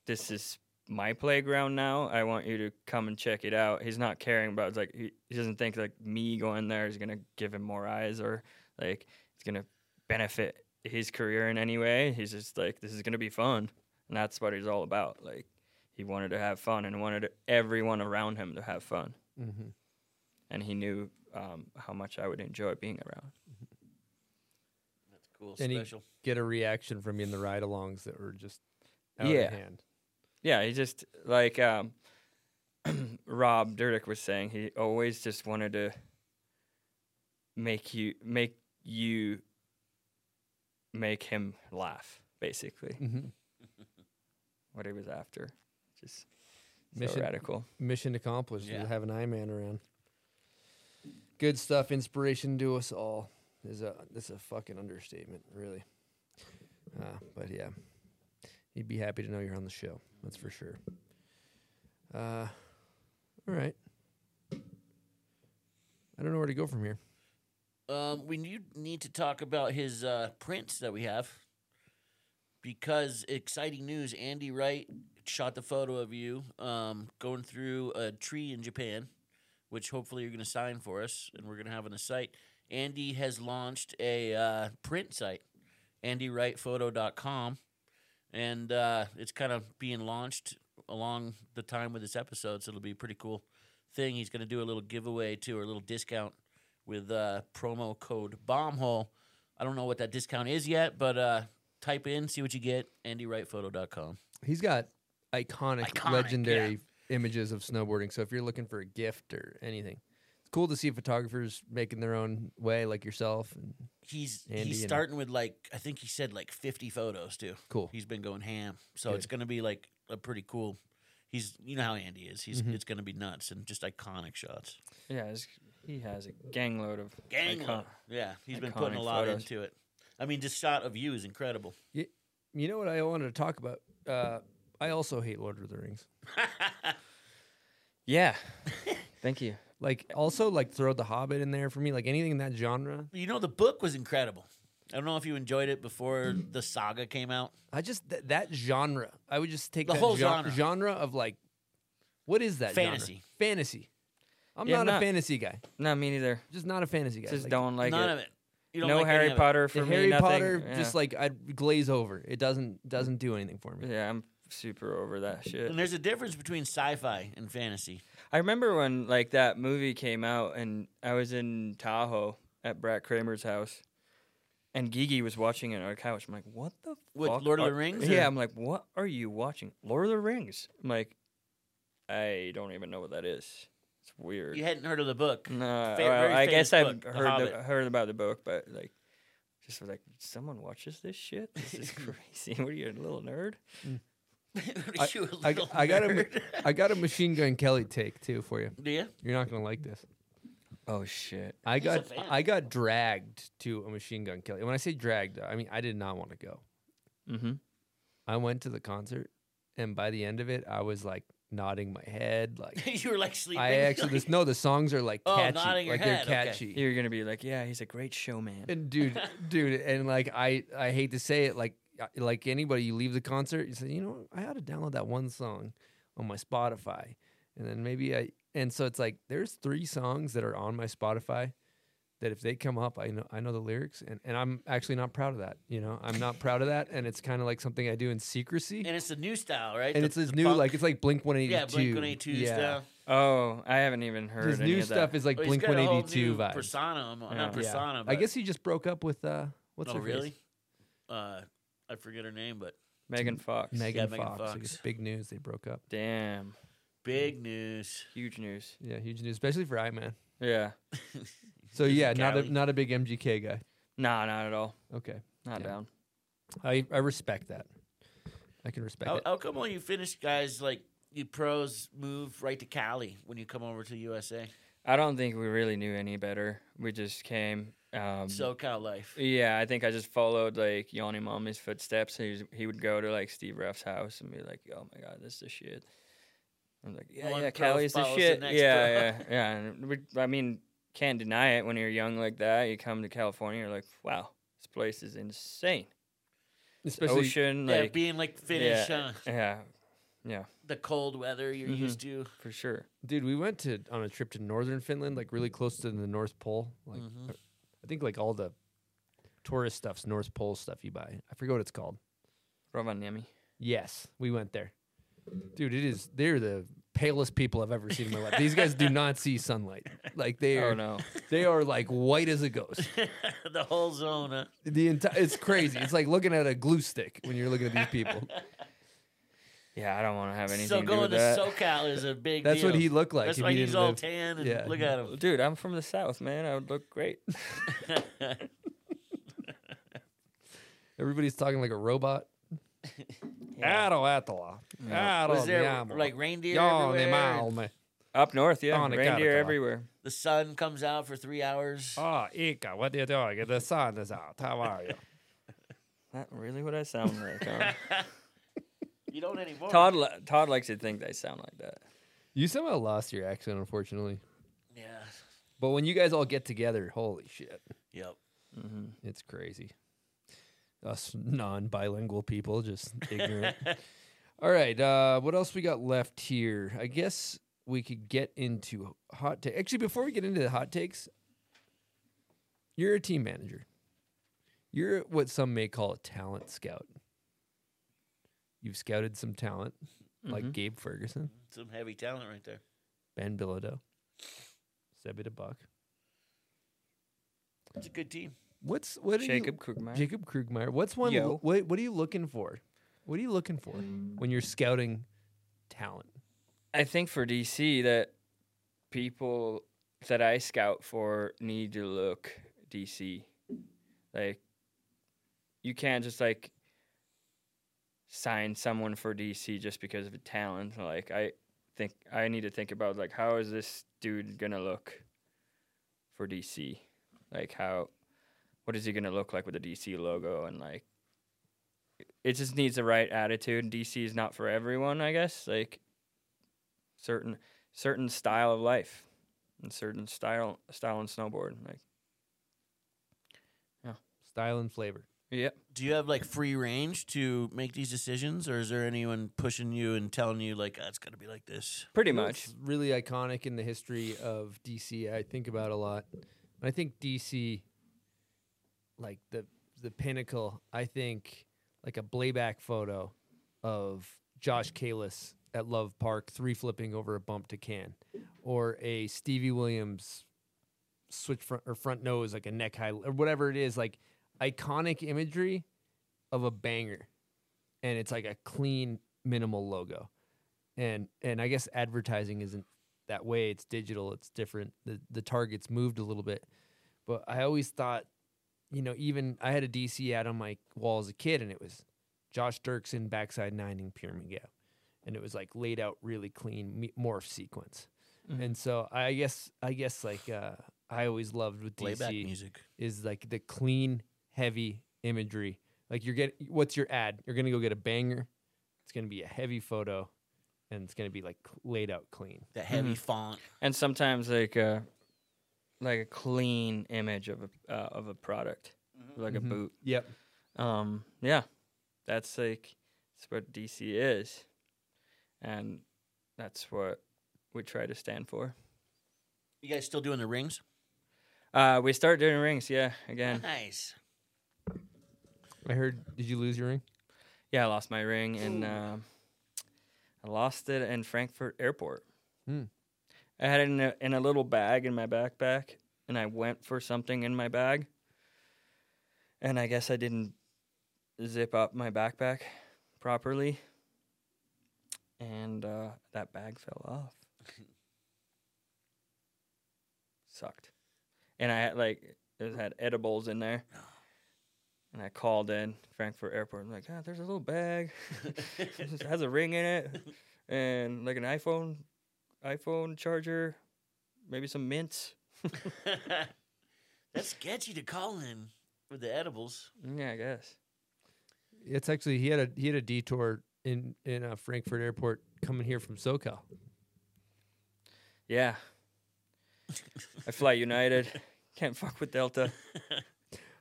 B: this is my playground now. I want you to come and check it out. He's not caring about like he, he doesn't think like me going there is gonna give him more eyes or like it's gonna benefit his career in any way. He's just like this is gonna be fun, and that's what he's all about. Like he wanted to have fun and wanted everyone around him to have fun
A: Mhm.
B: and he knew um, how much I would enjoy being around.
E: That's cool.
A: and
E: special.
A: he get a reaction from you in the ride-alongs that were just out
B: yeah,
A: of hand.
B: yeah. He just like um, Rob Dyrdek was saying, he always just wanted to make you make you make him laugh, basically.
A: Mhm.
B: what he was after, just so
A: Mission-
B: radical.
A: Mission accomplished.
B: Yeah.
A: You have an eye man around. Good stuff. Inspiration to us all. Is a that's a fucking understatement, really. Uh, but yeah, he'd be happy to know you're on the show. That's for sure. Uh, all right. I don't know where to go from here.
E: Um, we need, need to talk about his uh, prints that we have because exciting news Andy Wright shot the photo of you um, going through a tree in Japan, which hopefully you're going to sign for us and we're going to have on the site. Andy has launched a uh, print site, andywrightphoto.com, and uh, it's kind of being launched along the time with this episode, so it'll be a pretty cool thing. He's going to do a little giveaway too, or a little discount with uh, promo code bombhole. I don't know what that discount is yet, but uh, type in, see what you get. AndyWrightPhoto.com.
A: He's got iconic,
E: Iconic,
A: legendary images of snowboarding. So if you're looking for a gift or anything, it's cool to see photographers making their own way, like yourself. And
E: He's
A: Andy
E: he's
A: and-
E: starting with like I think he said like 50 photos too.
A: Cool.
E: He's been going ham, so
A: Good.
E: it's going to be like a pretty cool. He's you know how Andy is. He's
B: Mm-hmm.
A: Mhm.
E: it's going to be nuts and just iconic shots.
B: Yeah, it's- he has a gang load of
E: Gang
B: icon-
E: load. Yeah, he's been putting a
B: iconic
E: lot
B: photos.
E: into it. I mean, this shot of you is incredible.
A: you, you know what I wanted to talk about? Uh, I also hate Lord of the Rings.
B: Yeah, thank you.
A: Like also like throw the Hobbit in there for me. Like anything in that genre.
E: You know the book was incredible. I don't know if you enjoyed it before the saga came out.
A: I just th- that genre. I would just take
E: The
A: that
E: whole
A: gen-
E: genre.
A: genre of like, what is that? genre?
E: Fantasy.
A: Fantasy. I'm
B: Yeah,
A: not,
B: not-
A: a fantasy guy.
B: No, me neither.
A: Just not a fantasy guy.
B: Just
A: Like,
B: don't like
E: None
B: it.
E: of it. You don't
B: no
E: like any
B: Harry
E: of it.
B: Potter for
A: the
B: me.
A: Harry
B: nothing.
A: Potter,
B: yeah.
A: just like I'd glaze over. It doesn't doesn't do anything for me.
B: yeah, I'm super over that shit.
E: And there's a difference between sci-fi and fantasy.
B: I remember when like that movie came out, and I was in Tahoe at Brad Kramer's house, and Gigi was watching it on our couch. I'm like, what the
E: What,
B: fuck?
E: Lord of
B: are-"
E: the Rings,
B: Yeah,
E: or-
B: I'm like, what are you watching? Lord of the Rings. I'm like, I don't even know what that is. It's weird.
E: You hadn't heard of the book.
B: No,
E: Fa-
B: well,
E: very
B: I
E: famous
B: guess I've
E: book, The
B: heard
E: Hobbit.
B: heard about the book, but like, just was like, someone watches this shit. This is crazy. what are you, a little nerd?
E: Are you a
A: I,
E: little
A: I got a ma-
E: nerd?
A: I got a machine gun Kelly take too for you.
E: Do you?
A: You're not gonna like this.
B: Oh shit.
A: I
E: a
A: got
E: fan.
A: I got dragged to a machine gun Kelly. When I say dragged, I mean I did not want to go.
B: Mm-hmm.
A: I went to the concert and by the end of it, I was like nodding my head, like
E: you were like sleeping.
A: I actually
E: like-
A: this, no, the songs are like
E: Oh,
A: catchy,
E: nodding your
A: like
E: head, okay.
A: they're catchy.
B: You're gonna be like, yeah, he's a great showman.
A: And dude, dude, and like I, I hate to say it, like I- like anybody, you leave the concert, you say, you know, what? I ought to download that one song on my Spotify, and then maybe I, and so it's like there's three songs that are on my Spotify that if they come up, I know I know the lyrics, and and I'm actually not proud of that. You know, I'm not proud of that, and it's kind of like something I do in secrecy.
E: and it's the new style, right?
A: and
E: The-
A: it's this
E: the
A: new,
E: punk-
A: like it's like Blink One Eighty Two.
E: yeah, Blink One Eighty Two style.
B: Oh, I haven't even heard.
A: His
B: any
A: new
B: of that.
A: stuff is like
E: Oh, he's
A: Blink
E: got a
A: One
E: whole
A: Eighty Two
E: new
A: vibes.
E: persona, um, not
A: Yeah.
E: persona,
A: I
E: but-
A: guess he just broke up with uh, what's
E: oh,
A: her face?
E: really? Uh, I forget her name, but
B: Megan Fox.
A: Megan
E: Yeah, Megan
A: Fox.
E: Fox.
A: It was big news. They broke up.
B: Damn.
E: big
A: Mm.
E: news.
B: Huge news.
A: Yeah, huge news, especially for Iman.
B: Yeah.
A: So yeah, not a
B: Cali.
A: not a big MGK guy.
B: Nah, not at all.
A: Okay,
B: Not
A: Yeah.
B: down.
A: I I respect that. I can respect
E: How,
A: it.
E: how come all you Finnish guys, like you pros, move right to Cali when you come over to the USA?
B: I don't think we really knew any better. We just came. Um,
E: SoCal life.
B: Yeah, I think I just followed like Yanni Mommy's footsteps. He, was, he would go to like Steve Ruff's house and be like, "Oh my god, this is the shit." I'm like, "Yeah,
E: One
B: yeah,
E: pro
B: Cali's the
E: follows the
B: shit."
E: next
B: yeah, yeah,
E: pro.
B: yeah. And we, I mean, can't deny it when you're young like that. You come to California, you're like, "Wow, this place is insane." It's
A: Especially-
B: ocean,
E: Yeah,
B: like
E: being, like, Finnish, huh?
B: yeah, Yeah, yeah,
E: The cold weather you're
A: Mm-hmm.
B: Mhm.
E: used to.
B: for sure.
A: Dude, we went to on a trip to northern Finland, like really close to the North Pole. Like
E: Mhm.
A: uh, I think like all the tourist stuff's North Pole stuff you buy. I forget what it's called.
B: Rovaniemi.
A: Yes, we went there. Dude, it is they're the palest people I've ever seen in my life. These guys do not see sunlight. Like they
B: Oh,
A: are
B: no.
A: they are like white as a ghost.
E: the whole zone. Huh?
A: The entire it's crazy. It's like looking at a glue stick when you're looking at these people.
B: Yeah, I don't want to have anything
E: So
B: to do
E: going
B: with
E: to
B: that.
E: SoCal is a big.
A: That's what
E: deal.
A: he looked like
E: That's
A: if
E: why
A: he
E: he's
A: didn't
E: all
A: live-
E: tan and
A: Yeah.
E: look at him.
B: Dude, I'm from the South, man. I would look great.
A: Everybody's talking like a robot. Aro atala.
B: Yeah.
A: Aro
E: Was there,
A: niamo.
E: like, reindeer
A: Yo, ne maume.
E: everywhere?
B: Up north, yeah,
A: Down in
B: reindeer
A: Caracal.
B: everywhere.
E: The sun comes out for three hours.
A: Oh, Ika, what are you doing? The sun is out. How are you?
B: Not really what I sound like. huh?
E: You don't anymore.
B: Todd, li- Todd likes to think they sound like that.
A: you somehow lost your accent, unfortunately.
E: Yeah.
A: But when you guys all get together, holy shit.
E: Yep.
A: It's crazy. Us non bilingual people, just ignorant. All right. Uh, what else we got left here? I guess we could get into hot take. Actually, before we get into the hot takes, you're a team manager. You're what some may call a talent scout. You've scouted some talent, like
B: Mm-hmm.
E: Mhm.
A: Gabe Ferguson,
E: Some heavy talent right there.
A: Ben Bilodeau, Sebi DeBuck.
E: It's a good team.
A: What's what are
B: Jacob
A: you,
B: Krugmeier.
A: Jacob Krugmeyer. What's one?
B: Yo.
A: What What are you looking for? What are you looking for when you're scouting talent?
B: I think for DC that people that I scout for need to look DC. Like you can't just like sign someone for DC just because of talent. Like I think I need to think about like how is this dude gonna look for DC? Like how what is he gonna look like with the DC logo and like it just needs the right attitude. DC is not for everyone, I guess. Like certain certain style of life and certain style style and snowboard. Like
A: Style and flavor.
B: yeah.
E: Do you have like free range to make these decisions, or is there anyone pushing you and telling you like "Ah, it's got to be like this?
B: Pretty
A: You know
B: much.
A: what's really iconic in the history of DC. I think about a lot. I think DC, like the the pinnacle. I think like a playback photo of Josh Kalis at Love Park, three flipping over a bump to can, or a Stevie Williams switch front or front nose like a neck high or whatever it is, like iconic imagery of a banger, and it's like a clean minimal logo and and I guess advertising isn't that way. It's digital. It's different. The the targets moved a little bit, but I always thought, you know, even I had a DC ad on my wall as a kid, and it was Josh Dirksen backside nine in Pyramid Gap, and it was like laid out really clean me- morph sequence, and so I guess I guess like uh, I always loved with DC
E: Playback music.
A: is like the clean, heavy imagery. Like you're getting what's your ad? You're gonna go get a banger, It's going to be a heavy photo, and it's going to be like cl- laid out clean.
E: The heavy font.
B: and sometimes like a like a clean image of a uh, of a product, like
A: Mhm.
B: a boot.
A: Yep.
B: Um. Yeah, that's like that's what DC is, and that's what we try to stand for.
E: You guys still doing the rings?
B: Uh, we start doing rings. Yeah, again.
E: Nice.
A: I heard. Did you lose your ring?
B: Yeah, I lost my ring and um I lost it in Frankfurt Airport.
A: Hmm.
B: I had it in a, in a little bag in my backpack, and I went for something in my bag, and I guess I didn't zip up my backpack properly, and uh, that bag fell off. Sucked, and I had like it had edibles in there. And I called in Frankfurt Airport. I'm like, ah, there's a little bag. it has a ring in it, and like an iPhone, iPhone charger, maybe some mints.
E: That's sketchy to call in with the edibles.
B: yeah, I guess.
A: It's actually he had a he had a detour in in uh, Frankfurt Airport coming here from SoCal.
B: Yeah. I fly United. Can't fuck with Delta.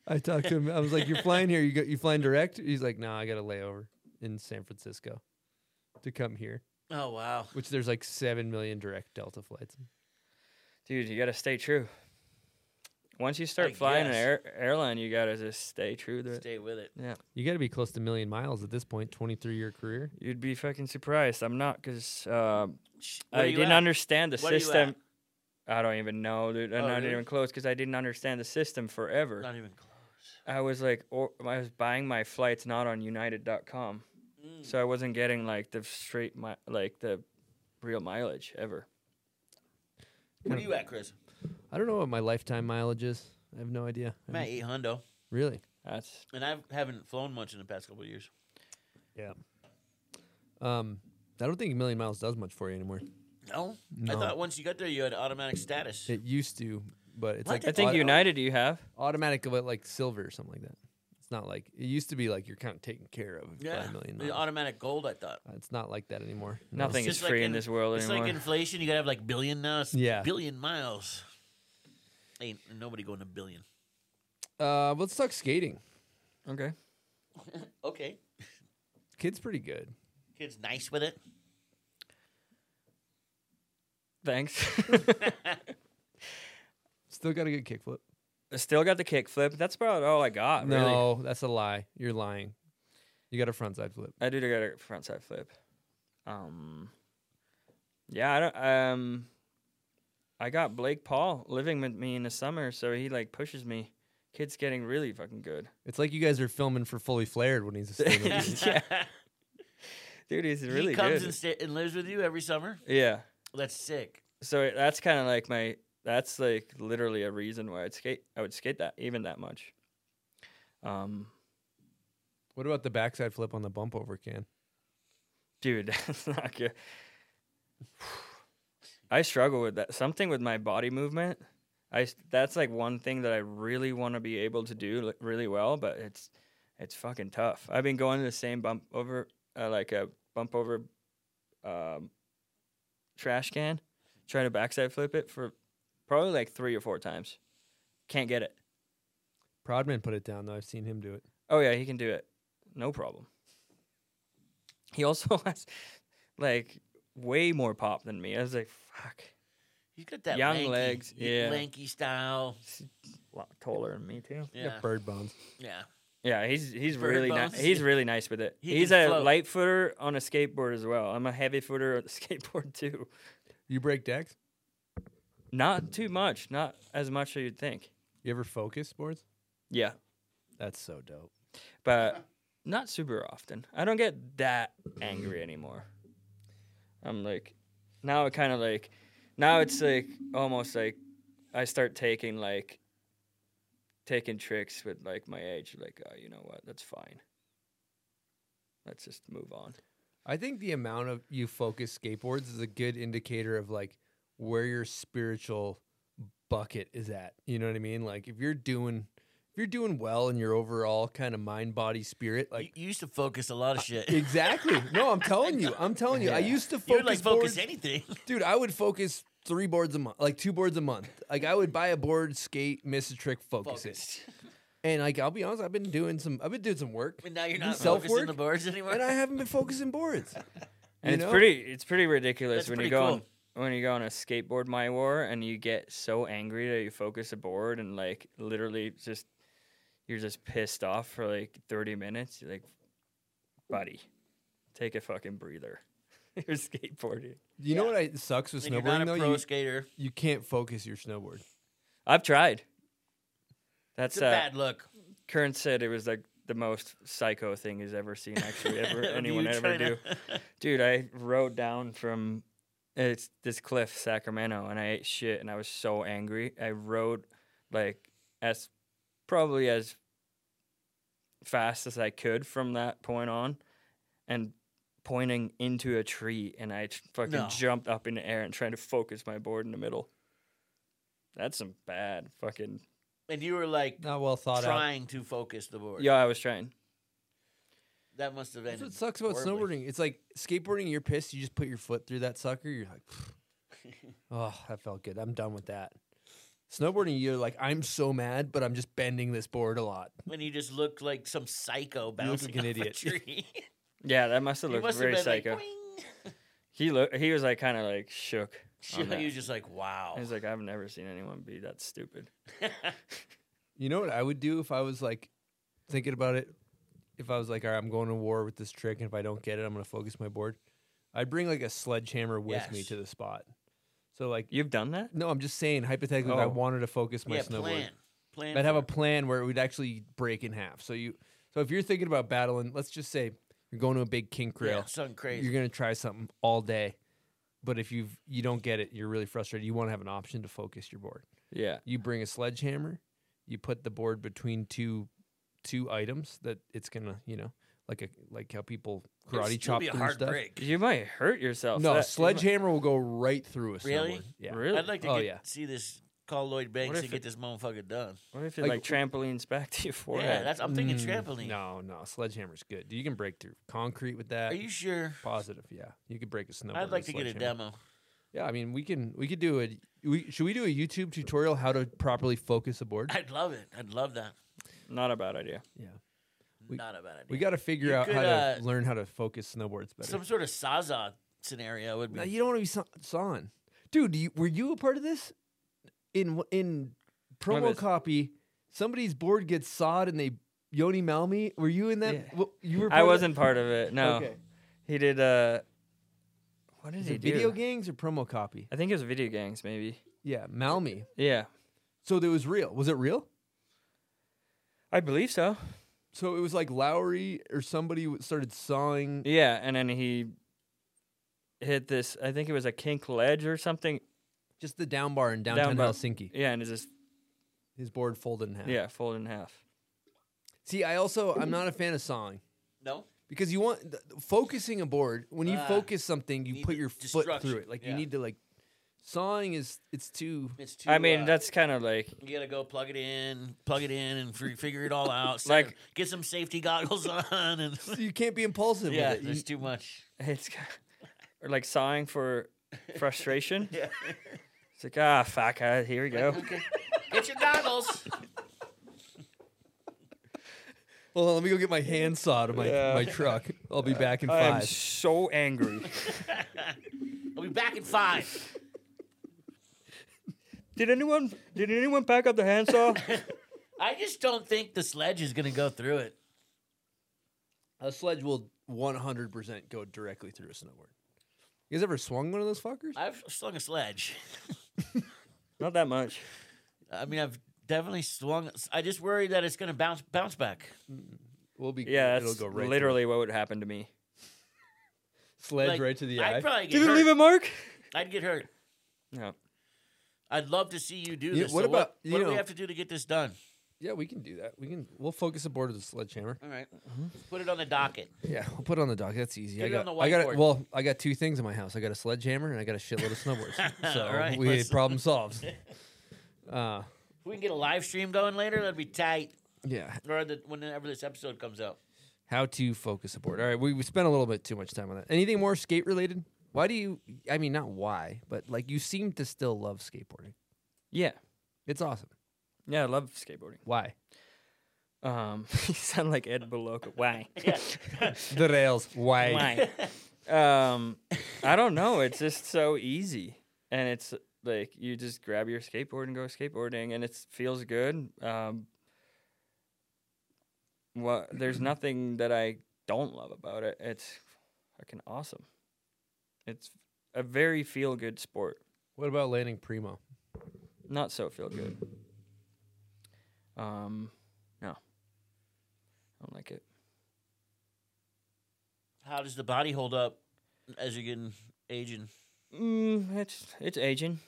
A: I talked to him. I was like, "You're flying here? You go, you flying direct?" He's like, "No, I got a layover in San Francisco to come here."
E: Oh wow.
A: Which there's like seven million direct Delta flights.
B: Dude, you gotta stay true. Once you start flying an
E: guess.
B: air, airline, you gotta just stay true to it.
E: Stay with it.
B: Yeah.
A: You got to be close to a million miles at this point. Twenty three year career.
B: You'd be fucking surprised. I'm not because um,
E: where
B: I
E: you
B: didn't
E: at?
B: understand the
E: What are you
B: system. I don't even know, dude. I'm
E: Oh,
B: not
E: really?
B: even close because I didn't understand the system forever.
E: Not even close.
B: I was like, or, I was buying my flights not on United.com,
E: Mm.
B: so I wasn't getting like the straight mi- like the real mileage ever.
E: Where are you at, Chris?
A: I don't know what my lifetime mileage is. I have no idea. I
E: I'm at
A: haven't-
E: eight hundo,
A: Really?
B: That's
E: and I haven't flown much in the past couple of years.
A: Yeah. Um, I don't think a million miles does much for you anymore.
E: No? I
A: No.
E: thought once you got there, you had automatic status.
A: It used to, but it's
E: What?
A: like
E: I
B: think
A: auto-
B: United you have.
A: automatic, but like silver or something like that. It's not like it used to be. Like you're kind of taken care of. if you fly
E: Yeah,
A: a million
E: the
A: miles. Uh,
E: automatic gold. I thought
A: It's not like that anymore. No.
B: Nothing
E: It's
B: is
E: just like
B: free in,
E: in-
B: this world
E: it's
B: anymore.
E: like inflation. You gotta have like billion now. It's
A: Yeah.
E: billion miles. Ain't nobody going to billion.
A: Uh, let's talk skating.
B: okay,
E: Okay,
A: Kid's pretty good.
E: kids, nice with it.
B: thanks.
A: Still got a good kickflip.
B: I Still got the kickflip. That's about all I got. Really.
A: No, that's a lie. You're lying. You got a frontside flip.
B: I do got a front side flip. Um, yeah, I don't. Um, I got Blake Paul living with me in the summer, so he like pushes me. Kid's getting really fucking good.
A: It's like you guys are filming for fully flared when he's a stand-up.
B: yeah, dude, he's really
E: he comes
B: good.
E: and, sta- and lives with you every summer.
B: yeah,
E: That's sick.
B: so that's kind of like my. That's like literally a reason why I'd skate. I would skate that even that much. Um,
A: what about the backside flip on the bump over can?
B: dude, that's not good. I struggle with that. Something with my body movement. I s- that's like one thing that I really want to be able to do like, really well, but it's it's fucking tough. I've been going to the same bump over, uh, like a bump over, um, trash can, trying to backside flip it for probably like three or four times. Can't get it.
A: Prodman put it down though. I've seen him do it.
B: Oh yeah, he can do it. No problem. He also has like way more pop than me. I was like, fuck.
E: He's got that
B: Young
E: lanky,
B: legs,
E: y-
B: yeah.
E: lanky style.
B: A lot taller than me too.
E: Yeah,
A: Yeah. Bird bones.
E: yeah.
B: Yeah, he's he's
E: Bird
B: really
E: bones.
B: nice. He's really nice with it.
E: He
B: he's
E: can
B: a
E: float.
B: light footer on a skateboard as well. I'm a heavy footer on a skateboard too.
A: You break decks?
B: Not too much, not as much as you'd think.
A: You ever focus boards?
B: Yeah,
A: That's so dope.
B: but not super often. I don't get that angry anymore. I'm like, now it kind of like, now it's like almost like I start taking like, taking tricks with like my age. Like, oh, you know what? That's fine. Let's just move on.
A: I think the amount of you focus skateboards is a good indicator of like where your spiritual bucket is at. You know what I mean? Like if you're doing if you're doing well in your overall kind of mind, body, spirit, like
E: you, used to focus a lot of shit.
A: exactly. No, I'm telling you, I'm telling you, I
E: Yeah.
A: used to
E: You
A: focus
E: would, like, focus
A: boards-
E: anything.
A: dude. I would focus three boards a month, like two boards a month. Like I would buy a board, skate, miss a trick, focus it. And like I'll be honest, I've been doing some, I've been doing some work.
E: And now you're
A: Some
E: not focusing
A: self-work,
E: the boards anymore?
A: And I haven't been focusing boards.
B: And
A: You
B: it's
A: know?
B: pretty it's pretty ridiculous
A: That's
B: when
A: pretty
B: you go
A: cool.
B: on when you go on a skateboard my war and you get so angry that you focus the board and like literally just you're just pissed off for like 30 minutes. You're like, buddy, take a fucking breather. you're skateboarding.
A: You know what I sucks with
B: And you're not
A: snowboarding
B: a
A: though?
B: pro
A: you,
E: skater.
A: You can't focus your snowboard.
B: I've tried. That's
A: It's a
B: uh,
A: bad
E: look.
B: Kern said it was like the most psycho thing he's ever seen. Actually, ever
E: Of
B: anyone
E: you
B: ever
E: trying
B: do.
E: to-
B: Dude, I rode down from it's this cliff, Sacramento, and I ate shit, and I was so angry. I rode like as probably as fast as I could from that point on, and pointing into a tree, and I tr- fucking
E: No.
B: jumped up in the air and tried to focus my board in the middle. That's some bad fucking.
E: And you were like
A: not well thought
B: out.
E: trying to focus the board.
B: Yeah, I was trying.
E: That must have ended.
A: That's what sucks about
E: horribly.
A: snowboarding. It's like skateboarding. You're pissed. You just put your foot through that sucker. You're like, oh, that felt good. I'm done with that. Snowboarding, you're like, I'm so mad, but I'm just bending this board a lot.
E: When you just looked like some psycho
A: You look
E: bouncing
A: like an
E: off
A: idiot.
E: a tree.
B: Yeah, that must have
E: He
B: looked
E: must have
B: very
E: been like,
B: psycho. he looked. He was like kind of like shook. on
E: Shook,
B: that.
E: he was just like, "Wow."
B: He was like, I've never seen anyone be that stupid.
A: You know what I would do if I was like thinking about it? If I was like, all right, I'm going to war with this trick, and if I don't get it, I'm going to focus my board. I'd bring like a sledgehammer with me
B: Yes.
A: to the spot. So like
B: you've done that?
A: No, I'm just saying hypothetically, if I
B: Oh.
A: wanted to focus my
B: Yeah,
A: snowboard.
B: plan. Plan
A: I'd have
B: for
A: a plan where it would actually break in half. So you, so if you're thinking about battling, let's just say you're going to a big kink
E: Yeah,
A: rail,
E: something crazy.
A: You're gonna try something all day, but if you have you don't get it, you're really frustrated. You want to have an option to focus your board.
B: Yeah.
A: You bring a sledgehammer. You put the board between two two items that it's gonna you know like a like how people
E: It'd
A: karate
E: still
A: chop
E: be a
A: through
E: hard
A: stuff.
E: break.
B: You might hurt yourself.
A: No,
B: Oh, That-
A: a sledgehammer will go right through a snowboard.
E: Really?
A: Yeah.
E: I'd like to
A: oh
E: get,
A: yeah.
E: see this. Call Lloyd Banks
B: if
E: and get
B: it-
E: this motherfucker done.
B: What if it like, trampolines back to your forehead?
E: that's- I'm thinking
A: Mm,
E: trampoline.
A: No, no, sledgehammer's good. You can break through concrete with that.
E: Are you sure?
A: Positive, yeah. You could break a snowboard.
E: I'd
A: with
E: like to get a
A: sledgehammer.
E: demo.
A: Yeah, I mean, we can we could do a we should we do a YouTube tutorial how to properly focus a board?
E: I'd love it. I'd love that.
B: Not a bad idea.
A: Yeah.
E: Not a bad idea.
A: We got to figure
E: You
A: out
E: could,
A: how to
E: uh,
A: learn how to focus snowboards better.
E: Some sort of Saza scenario would be.
A: No, you don't want to be sa- sawing, dude. do you, were you a part of this? In wh- in
B: What
A: promo
B: is-
A: copy, somebody's board gets sawed and they Yoni Malmi. Were you in that?
B: Yeah.
A: Wh- You were.
B: I
A: of that?
B: wasn't part of it. No.
A: Okay.
B: He did. uh What did
A: Is
B: he
A: it
B: do?
A: video gangs or promo copy?
B: I think it was video gangs, maybe.
A: Yeah, Malmi.
B: Yeah.
A: So there was real. Was it real?
B: I believe so.
A: So it was like Lowry or somebody w- started sawing.
B: Yeah, and then he hit this. I think it was a kink ledge or something.
A: Just the down bar in downtown
B: bar.
A: Helsinki.
B: Yeah, and it just
A: His board folded in half.
B: yeah folded in half.
A: See, I also I'm not a fan of sawing
E: No.
A: because you want th- focusing a board. When you
E: Ah,
A: focus something, you
E: need
A: put
E: the
A: your foot
E: destruction,
A: through it. Like you
E: yeah.
A: need to like sawing is it's too.
E: It's too,
B: I mean,
E: uh,
B: that's kind of like
E: You gotta go plug it in, plug it in, and fi- figure it all out. So
B: Like-
E: get some safety goggles on, and
A: you can't be impulsive. with
E: Yeah,
A: it. You-
E: there's too much.
B: it's ki- or like sighing for frustration. It's like ah fuck, uh, here we go.
E: Get your goggles.
A: Hold on, let me go get my hand sawed on my
B: Yeah.
A: my truck. I'll be back in
B: I am
A: five.
B: so angry.
E: I'll be back in five.
B: did anyone did anyone pack up the handsaw?
E: I just don't think the sledge is gonna go through it.
A: A sledge will 100% go directly through a snowboard. You guys ever swung one of those fuckers?
E: I've slung a sledge.
B: Not that much.
E: I mean, I've definitely swung. I just worry that it's gonna bounce bounce back.
A: We'll be
B: Yeah,
A: It'll
B: that's
A: go right
B: literally what would happen to me.
A: through. sledge
E: Like,
A: right to the
E: I'd
A: eye.
E: probably get
B: Did it
E: hurt.
B: leave a mark?
E: I'd get hurt.
B: No.
E: I'd love to see you do
A: Yeah,
E: this.
A: what
E: So
A: about-
E: what,
A: you
E: what do we
A: know-
E: have to do to get this done?
A: Yeah, we can do that. We can. We'll focus aboard with a sledgehammer.
E: All right. Let's put it on the docket.
A: Yeah, we'll put it on the dock. That's easy.
E: Get
A: I
E: it
A: got.
E: on the
A: I got.
E: whiteboard.
A: Well, I got two things in my house. I got a sledgehammer and I got a shitload of snowboards. so
E: All right,
A: we
E: let's-
A: problem solved. Uh,
E: If we can get a live stream going later, that'd be tight.
A: Yeah.
E: Or the, whenever this episode comes out.
A: How to focus a board. All right, we, we spent a little bit too much time on that. Anything more skate related? Why do you? I mean, not why, but like you seem to still love skateboarding.
B: Yeah,
A: it's awesome.
B: Yeah, I love skateboarding.
A: Why?
B: Um, you sound like Ed Beloka. Why?
A: the rails. Why?
B: Why? um, I don't know. It's just so easy, and it's like you just grab your skateboard and go skateboarding, and it feels good. Um, well, there's nothing that I don't love about it. It's fucking awesome. It's a very feel good sport.
A: What about landing primo?
B: Not so feel good. Um, no, I don't like it.
E: How does the body hold up as you're getting aging?
B: Mm, it's it's aging.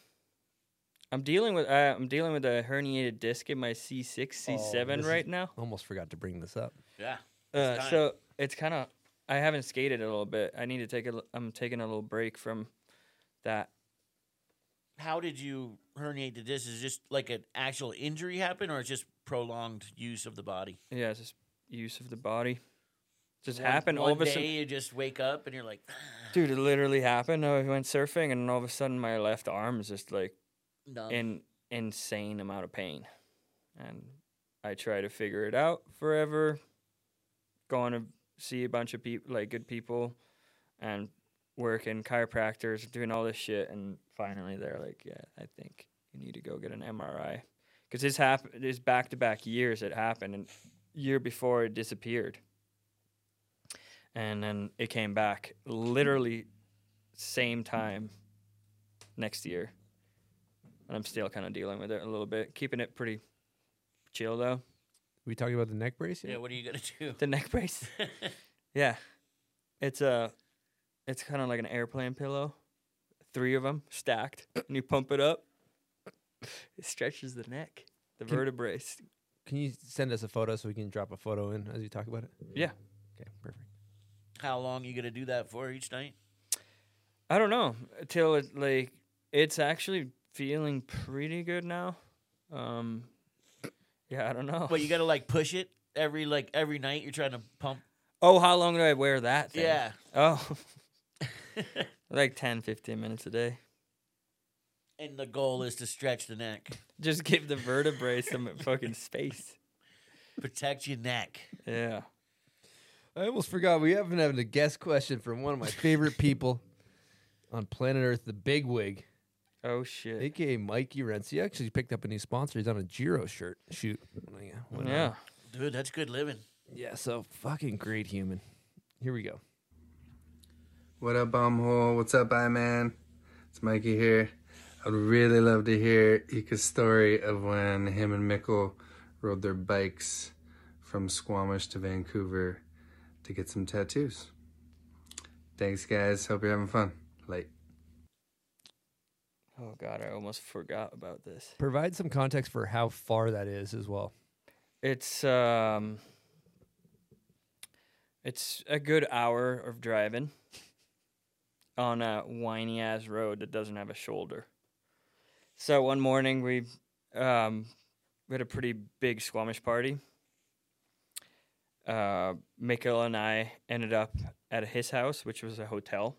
B: I'm dealing with uh, I'm dealing with a herniated disc in my C6 C7
A: this is-
B: right now.
A: Almost forgot to bring this up.
E: Yeah.
B: Uh, so it's kind of I haven't skated a little bit. I need to take a l- I'm taking a little break from that.
E: How did you herniate the disc? Is it just like an actual injury happen, or it's just prolonged use of the body?
B: Yeah, it's just use of the body. Just
E: One-
B: happened all
E: one
B: of a
E: day
B: sudden.
E: You just wake up and you're like,
B: Dude, it literally happened. I went surfing and all of a sudden my left arm is just like
E: Numb.
B: in insane amount of pain. And I try to figure it out forever. Going to see a bunch of people like good people and working chiropractors, doing all this shit and finally they're like, Yeah, I think you need to go get an MRI. Because this happened this back to back years it happened and year before it disappeared and then it came back literally same time next year and i'm still kind of dealing with it a little bit keeping it pretty chill though
A: We talking about the neck brace? yet?
E: yeah, what are you gonna do?
B: the neck brace yeah it's a it's kind of like an airplane pillow three of them stacked and you pump it up it stretches the neck the
A: Can-
B: vertebrae
A: Can you send us a photo so we can drop a photo in as you talk about it?
B: yeah
A: Okay, perfect.
E: How long you gonna do that for each night?
B: I don't know till it like it's actually feeling pretty good now. Um, yeah, I don't know.
E: But you gotta like push it every like every night. You're trying to pump.
B: oh, how long do I wear that? Thing?
E: Yeah.
B: Oh, like 10, 15 minutes a day.
E: And the goal is to stretch the neck,
B: Just give the vertebrae some fucking space.
E: protect your neck.
B: Yeah.
A: I almost forgot we haven't had a guest question from one of my favorite people on planet Earth, the Big Wig,
B: Oh shit.
A: aka Mikey Rents. He actually picked up a new sponsor. He's on a Giro shirt shoot. when I, uh, went on.
B: yeah.
E: Dude, that's good living.
A: Yeah, so fucking great human. Here we go.
M: What up, Bumhole? What's up, I man? It's Mikey here. I'd really love to hear Ika's story of when him and Mickle rode their bikes from Squamish to Vancouver to get some tattoos. Thanks, guys. Hope you're having fun. Late.
B: Oh god, I almost forgot about this.
A: Provide some context for how far that is as well.
B: It's um, it's a good hour of driving on a whiny ass road that doesn't have a shoulder. So one morning we um, we had a pretty big Squamish party. Uh, Mikkel and I ended up at his house, which was a hotel.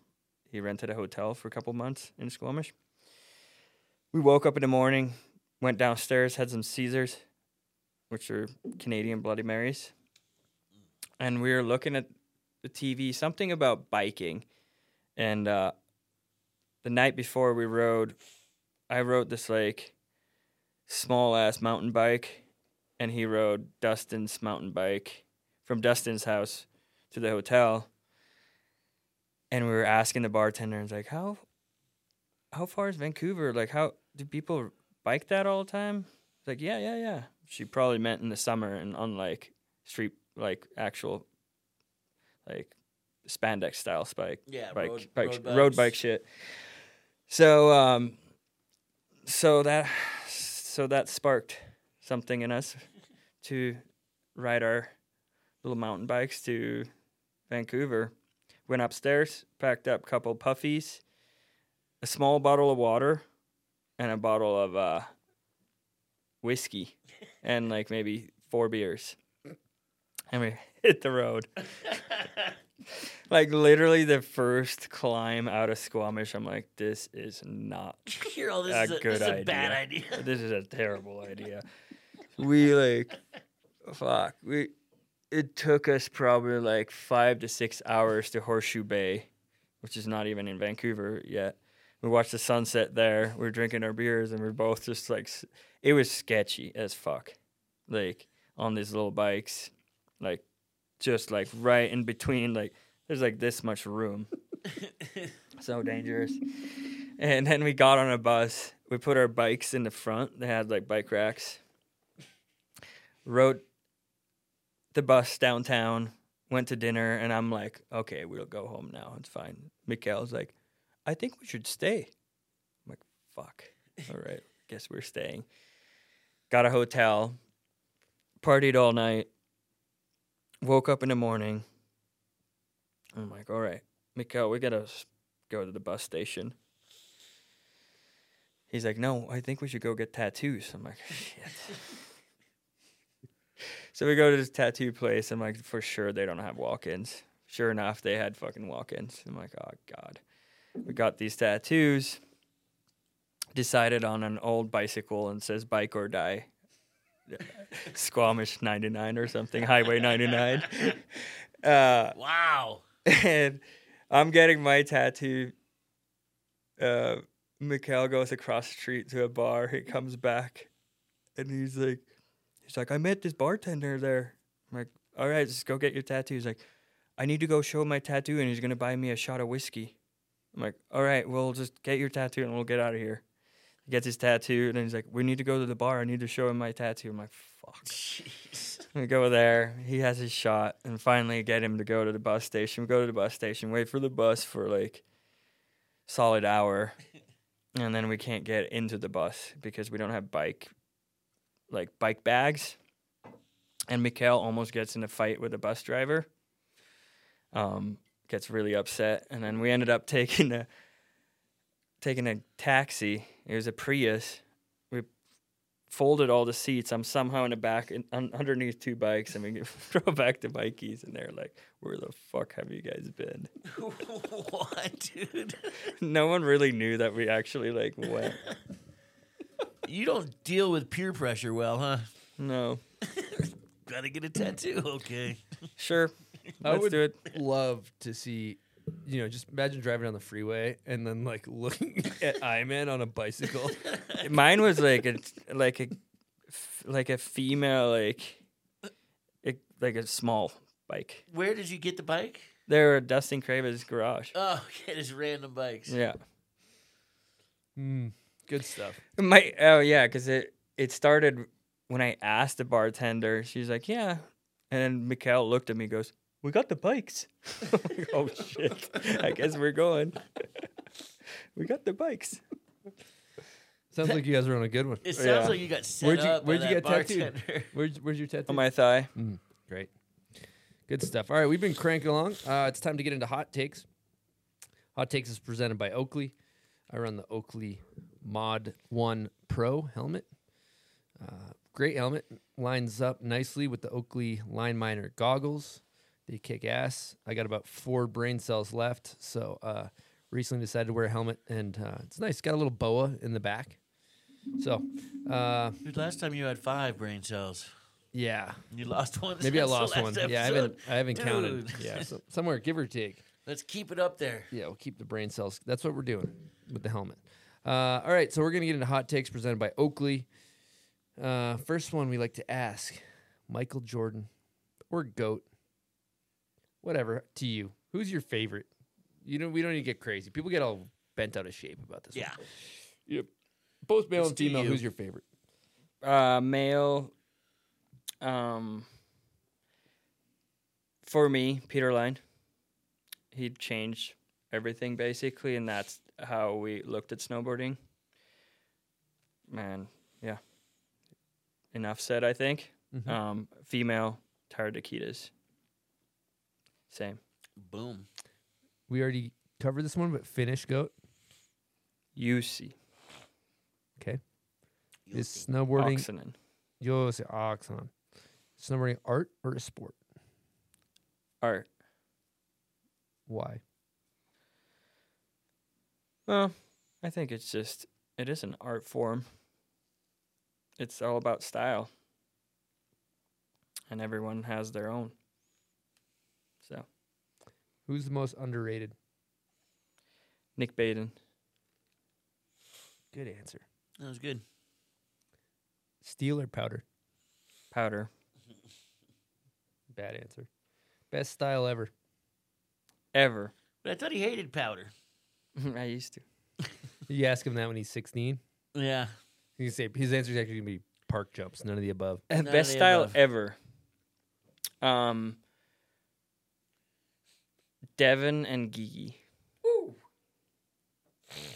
B: He rented a hotel for a couple months in Squamish. We woke up in the morning, went downstairs, had some Caesars, which are Canadian Bloody Marys. And we were looking at the TV, something about biking. And uh, the night before we rode, I rode this like small ass mountain bike, and he rode Dustin's mountain bike from Dustin's house to the hotel. And we were asking the bartender, and it's like, how how far is Vancouver? Like, how do people bike that all the time? It's like, yeah, yeah, yeah. She probably meant in the summer and on like street, like actual, like spandex style spike,
E: Yeah,
B: bike,
E: road-
B: bike,
E: road
B: road, road
E: bikes.
B: bike shit. So, um, so that, so that sparked something in us to ride our little mountain bikes to Vancouver. Went upstairs, packed up a couple puffies, a small bottle of water, and a bottle of uh, whiskey, and like maybe four beers. And we hit the road. like literally the first climb out of Squamish, I'm like, this is not
E: You're all, this
B: a
E: is a- this
B: good
E: is
B: idea.
E: a bad idea.
B: This is a terrible idea. We like, fuck. We it took us probably like five to six hours to Horseshoe Bay, which is not even in Vancouver yet. We watched the sunset there. We were drinking our beers, and we are both just like, s- it was sketchy as fuck. Like on these little bikes, like just like right in between, like there's like this much room. so dangerous. And then we got on a bus. We put our bikes in the front. They had like bike racks. Rode the bus downtown, went to dinner, and I'm like, okay, we'll go home now. It's fine. Mikhail's like, I think we should stay. I'm like, fuck. All right, guess we're staying. Got a hotel, partied all night, woke up in the morning. I'm like, all right, Mikhail, we gotta s- go to the bus station. He's like, no, I think we should go get tattoos. I'm like, shit. so we go to this tattoo place. I'm like, for sure they don't have walk-ins. Sure enough, they had fucking walk-ins. I'm like, oh god. We got these tattoos. Decided on an old bicycle and says bike or die. Squamish 99 or something, Highway 99. Uh,
E: wow.
B: And I'm getting my tattoo. Uh, Mikhail goes across the street to a bar. He comes back and he's like, he's like, I met this bartender there. I'm like, all right, just go get your tattoo. He's like, I need to go show my tattoo and he's going to buy me a shot of whiskey. I'm like, all right, well, just get your tattoo and we'll get out of here. He gets his tattoo and then he's like, we need to go to the bar. I need to show him my tattoo. I'm like, fuck. We go there. He has his shot and finally get him to go to the bus station. We go to the bus station, wait for the bus for like solid hour. And then we can't get into the bus because we don't have bike like bike bags. And Mikhail almost gets in a fight with a bus driver. Um, gets really upset, and then we ended up taking a taking a taxi. It was a Prius. We folded all the seats. I'm somehow in the back, in, un, underneath two bikes, and we throw back the bikies, and they're like, "Where the fuck have you guys been?"
E: what, dude?
B: no one really knew that we actually like went.
E: You don't deal with peer pressure well, huh?
B: No.
E: Gotta get a tattoo. Okay.
B: Sure.
A: I would love to see, you know, just imagine driving down the freeway and then like looking at Iman on a bicycle.
B: Mine was like a like a f- like a female like it, like a small bike.
E: Where did you get the bike?
B: They were at Dustin Craven's garage.
E: Oh, yeah, just random bikes.
B: Yeah.
A: Mm, good stuff.
B: My oh yeah, because it it started when I asked the bartender. She's like, yeah, and then Mikhail looked at me, and goes, "We got the bikes." I'm like, oh shit! I guess we're going. we got the bikes.
A: Sounds like you guys are on a good one.
E: It sounds like you got set
A: where'd you,
E: up by
A: Where'd you get
E: that
A: tattooed?
E: bartender.
A: Where's, where's your tattoo?
B: on my thigh.
A: Great. Good stuff. All right, we've been cranking along. Uh, it's time to get into hot takes. Hot takes is presented by Oakley. I run the Oakley Mod One Pro helmet. Uh, great helmet, lines up nicely with the Oakley Line Miner goggles. They kick ass. I got about four brain cells left, so uh, recently decided to wear a helmet, and uh, it's nice. It's got a little boa in the back. So, uh,
E: Dude, last time you had five brain cells.
A: yeah.
E: You lost one.
A: Maybe I
E: since the
A: lost
E: last
A: one. Yeah, I haven't.
E: episode.
A: I haven't counted.
E: Dude.
A: Yeah, so, somewhere, give or take.
E: Let's keep it up there.
A: Yeah, we'll keep the brain cells. That's what we're doing with the helmet. Uh, all right, so we're gonna get into hot takes presented by Oakley. Uh, first one we like to ask: Michael Jordan or Goat, whatever to you. Who's your favorite? You know, we don't need to get crazy. People get all bent out of shape about this.
E: Yeah.
A: one. Yep. Both male
B: It's
A: and
B: to
A: female.
B: you.
A: Who's your favorite?
B: uh, male. Um, for me, Peter Line. He changed everything basically, and that's how we looked at snowboarding. Man, yeah. Enough said, I think.
A: Mhm.
B: Um, female, Tara Dakitas. Same.
E: Boom.
A: We already covered this one, but finish Goat.
B: UC.
A: Okay. Is snowboarding
B: Oxenden.
A: Yossi Oxon Snowboarding art or a sport?
B: Art.
A: Why?
B: Well, I think it's just it is an art form. It's all about style. And everyone has their own. So
A: Who's the most underrated?
B: Nick Baden.
A: Good answer.
E: That was good.
A: Steel or powder?
B: Powder.
A: Bad answer. Best style ever.
B: Ever.
E: But I thought he hated powder.
B: I used to.
A: You ask him that when he's 16.
E: Yeah.
A: You say his answer is actually gonna be park jumps, none of the above.
B: Uh, Best style ever. Um Devin and Gigi.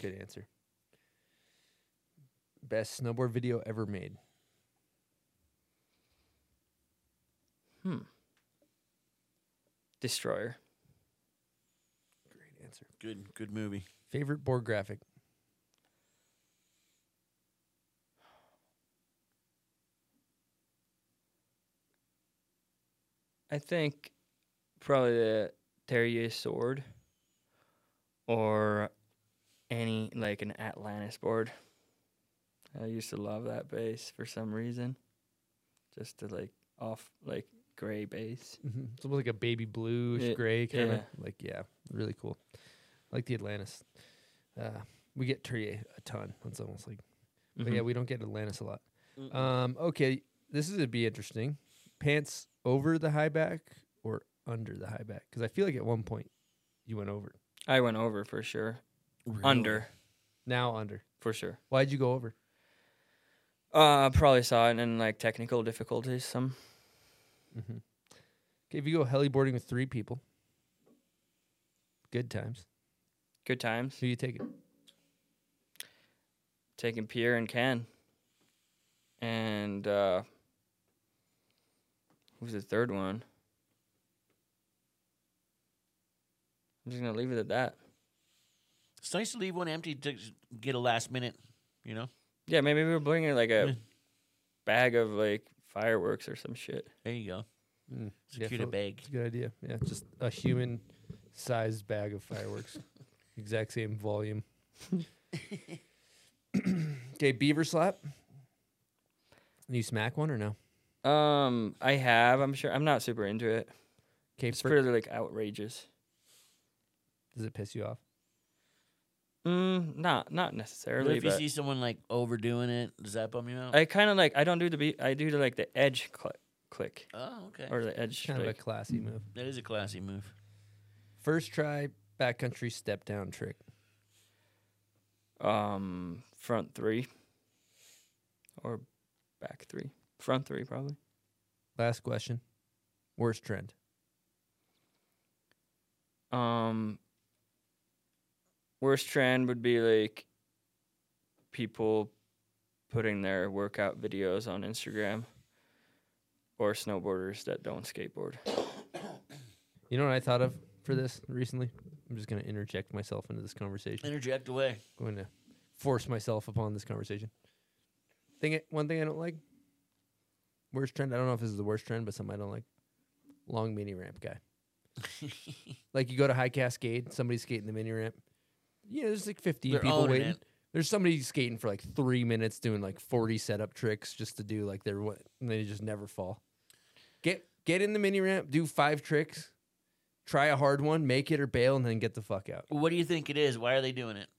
A: Good answer. Best snowboard video ever made.
B: Hmm. Destroyer.
A: Great answer.
E: Good good movie.
A: Favorite board graphic.
B: I think probably the Terrier sword or any like an Atlantis board. I used to love that base for some reason. Just to like off like gray base.
A: Mhm. It's almost like a baby bluish
B: Yeah,
A: gray kind of
B: yeah.
A: like yeah, really cool. Like the Atlantis. Uh, we get Turier a ton. That's almost like, but yeah,
B: Mhm.
A: we don't get Atlantis a lot.
B: Mm-mm.
A: Um, okay, this is gonna be interesting. Pants over the high back or under the high back? Because I feel like at one point you went over.
B: I went over for sure. Under
A: Now under
B: for sure.
A: Why'd you go over?
B: Uh, probably saw it in like technical difficulties. Some
A: Mm-hmm. Okay, if you go heliboarding with three people, good times.
B: good times.
A: Who you taking?
B: Taking Pierre and Ken. And uh, who's the third one? I'm just gonna leave it at that.
E: It's nice to leave one empty to s- get a last minute, you know?
B: Yeah, maybe we're bringing like
E: Yeah.
B: a bag of like fireworks or some shit.
E: There you go.
A: Mm,
E: Secure the
A: definitely.
E: bag.
A: It's a good idea. Yeah, just a human sized bag of fireworks. exact same volume. okay, beaver slap. And you smack one or no?
B: Um, I have. I'm sure. I'm not super into it.
A: Okay,
B: it's
A: fir-
B: pretty like outrageous.
A: Does it piss you off?
B: Mm, not not
E: What
B: necessarily.
E: if you
B: but-
E: see someone like overdoing it, does that bum you out?
B: I kind of like I don't do the beat. I do the, like the edge cl- click.
E: Oh, okay.
B: Or the edge.
A: Kind of a
B: like-
A: classy move.
E: that is a classy move.
A: First try backcountry step down trick.
B: um front three or back three. Front three probably.
A: Last question. Worst trend.
B: Um, worst trend would be like people putting their workout videos on Instagram or snowboarders that don't skateboard.
A: You know what I thought of for this recently? I'm just going to interject myself into this conversation.
E: Interject away.
A: going to force myself upon this conversation. Thing, I- one thing I don't like. Worst trend. I don't know if this is the worst trend, but something I don't like. Long mini ramp guy. like you go to High Cascade, somebody's skating the mini ramp. Yeah, there's like 15
E: They're
A: people
E: owning
A: waiting.
E: it.
A: There's somebody skating for like three minutes, doing like 40 setup tricks just to do like their what, and they just never fall. Get get in the mini ramp, do five tricks, try a hard one, make it or bail, and then get the fuck out.
E: What do you think it is? Why are they doing it?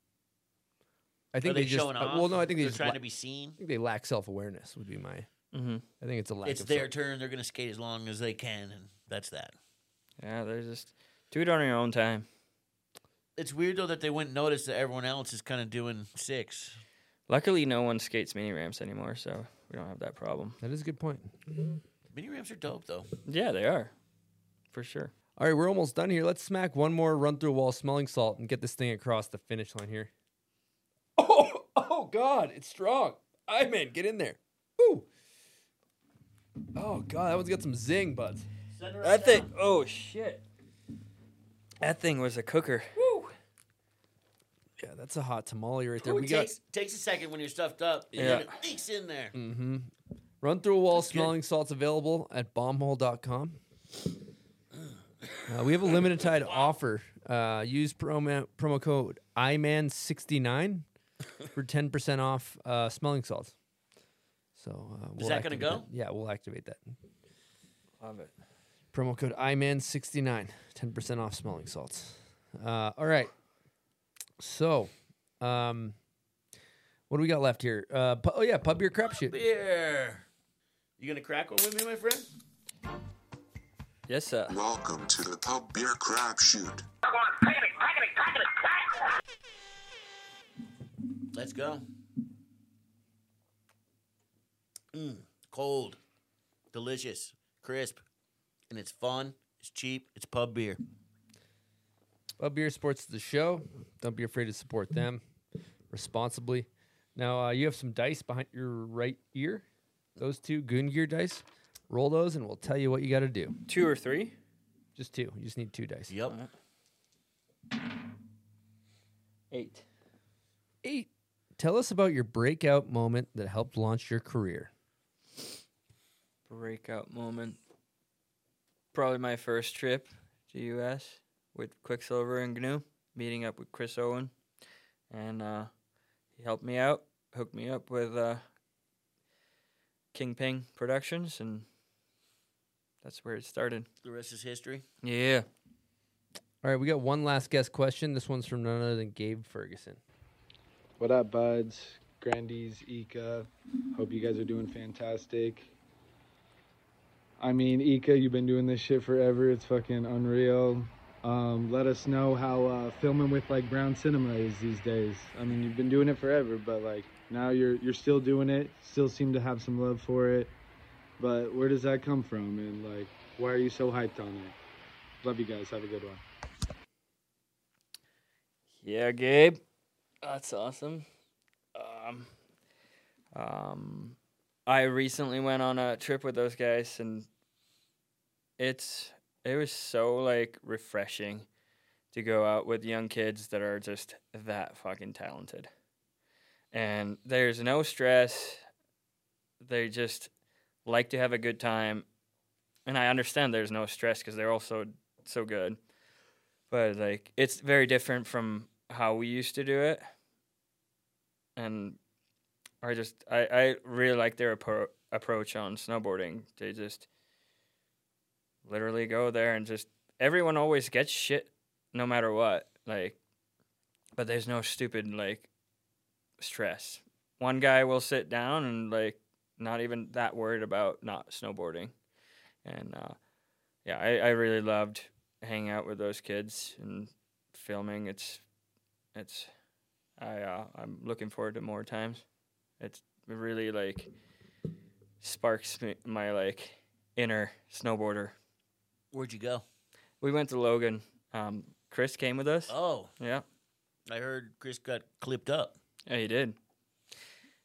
A: I think
E: are they,
A: just
E: showing
A: uh,
E: off?
A: well, no, I think they
E: they're
A: just
E: trying
A: la-
E: to be seen.
A: I think they lack self awareness. Would be my.
B: Mhm.
A: I think it's a lack.
E: It's
A: of
E: their turn. They're going to skate as long as they can, and that's that.
B: Yeah, they're just do it on your own time.
E: It's weird though that they wouldn't notice that everyone else is kind of doing six.
B: Luckily, no one skates mini ramps anymore, so we don't have that problem.
A: That is a good point.
E: Mini ramps are dope though.
B: Yeah, they are for sure.
A: All right, we're almost done here. Let's smack one more run through wall smelling salt and get this thing across the finish line here. Oh, oh God, it's strong. I man, get in there. Ooh. Oh God, that one's got some zing, buds.
B: That thing. Oh shit. That thing was a cooker.
E: Woo!
A: Yeah, that's a hot tamale right there.
E: Ooh,
A: we
E: it takes, takes a second when you're stuffed up. And
B: Yeah. Mm.
E: then it leaks in there.
A: got. Mm-hmm. Run through a wall smelling salts available at bombhole.com. Uh, we have a limited time offer. Uh, use promo, promo code IMAN69 for 10% off uh, smelling salts. So uh,
E: Is that gonna
A: activate
E: go?
A: that. Yeah, we'll activate that.
B: Love it.
A: Promo code IMAN69, 10% off smelling salts. Uh, all right. So, um, what do we got left here? Uh, pu- oh, yeah, pub beer crap shit.
E: Beer. You gonna crack one with me, my friend?
B: Yes, uh, sir.
N: Welcome to the Pub Beer Crap Shoot.
E: Let's go. Mm, cold, delicious, crisp, and it's fun. It's cheap. It's pub beer.
A: Pub Beer supports the show. Don't be afraid to support them responsibly. Now, uh, you have some dice behind your right ear. Those two Goon Gear dice. Roll those, and we'll tell you what you got to do.
B: Two or three?
A: Just two. You just need two dice.
E: Yep.
B: Eight.
A: Eight. Tell us about your breakout moment that helped launch your career.
B: Breakout moment. Probably my first trip to US with Quicksilver and GNU, meeting up with Chris Owen. And uh, he helped me out, hooked me up with uh, King Ping Productions, and that's where it started.
E: The rest is history.
B: Yeah.
A: All right, we got one last guest question. This one's from none other than Gabe Ferguson.
O: What up, buds? Grandies, Ika. Hope you guys are doing fantastic. I mean, Ika, you've been doing this shit forever. It's fucking unreal. Um, let us know how uh, filming with like Brown Cinema is these days. I mean, you've been doing it forever, but like now you're you're still doing it. Still seem to have some love for it. But where does that come from? And like, why are you so hyped on it? Love you guys. Have a good one.
B: Yeah, Gabe. That's awesome. Um, um, I recently went on a trip with those guys, and it's it was so like refreshing to go out with young kids that are just that fucking talented. And there's no stress. They just like to have a good time, and I understand there's no stress because they're all so so good but like it's very different from how we used to do it and i just i, I really like their appro- approach on snowboarding they just literally go there and just everyone always gets shit no matter what like but there's no stupid like stress one guy will sit down and like not even that worried about not snowboarding and uh yeah i, I really loved hanging out with those kids and filming. It's it's I uh, I'm looking forward to more times. It's it really like sparks me, my like inner snowboarder.
E: Where'd you go?
B: We went to Logan. Um, Chris came with us.
E: Oh,
B: yeah,
E: I heard Chris got clipped up.
B: yeah, he did.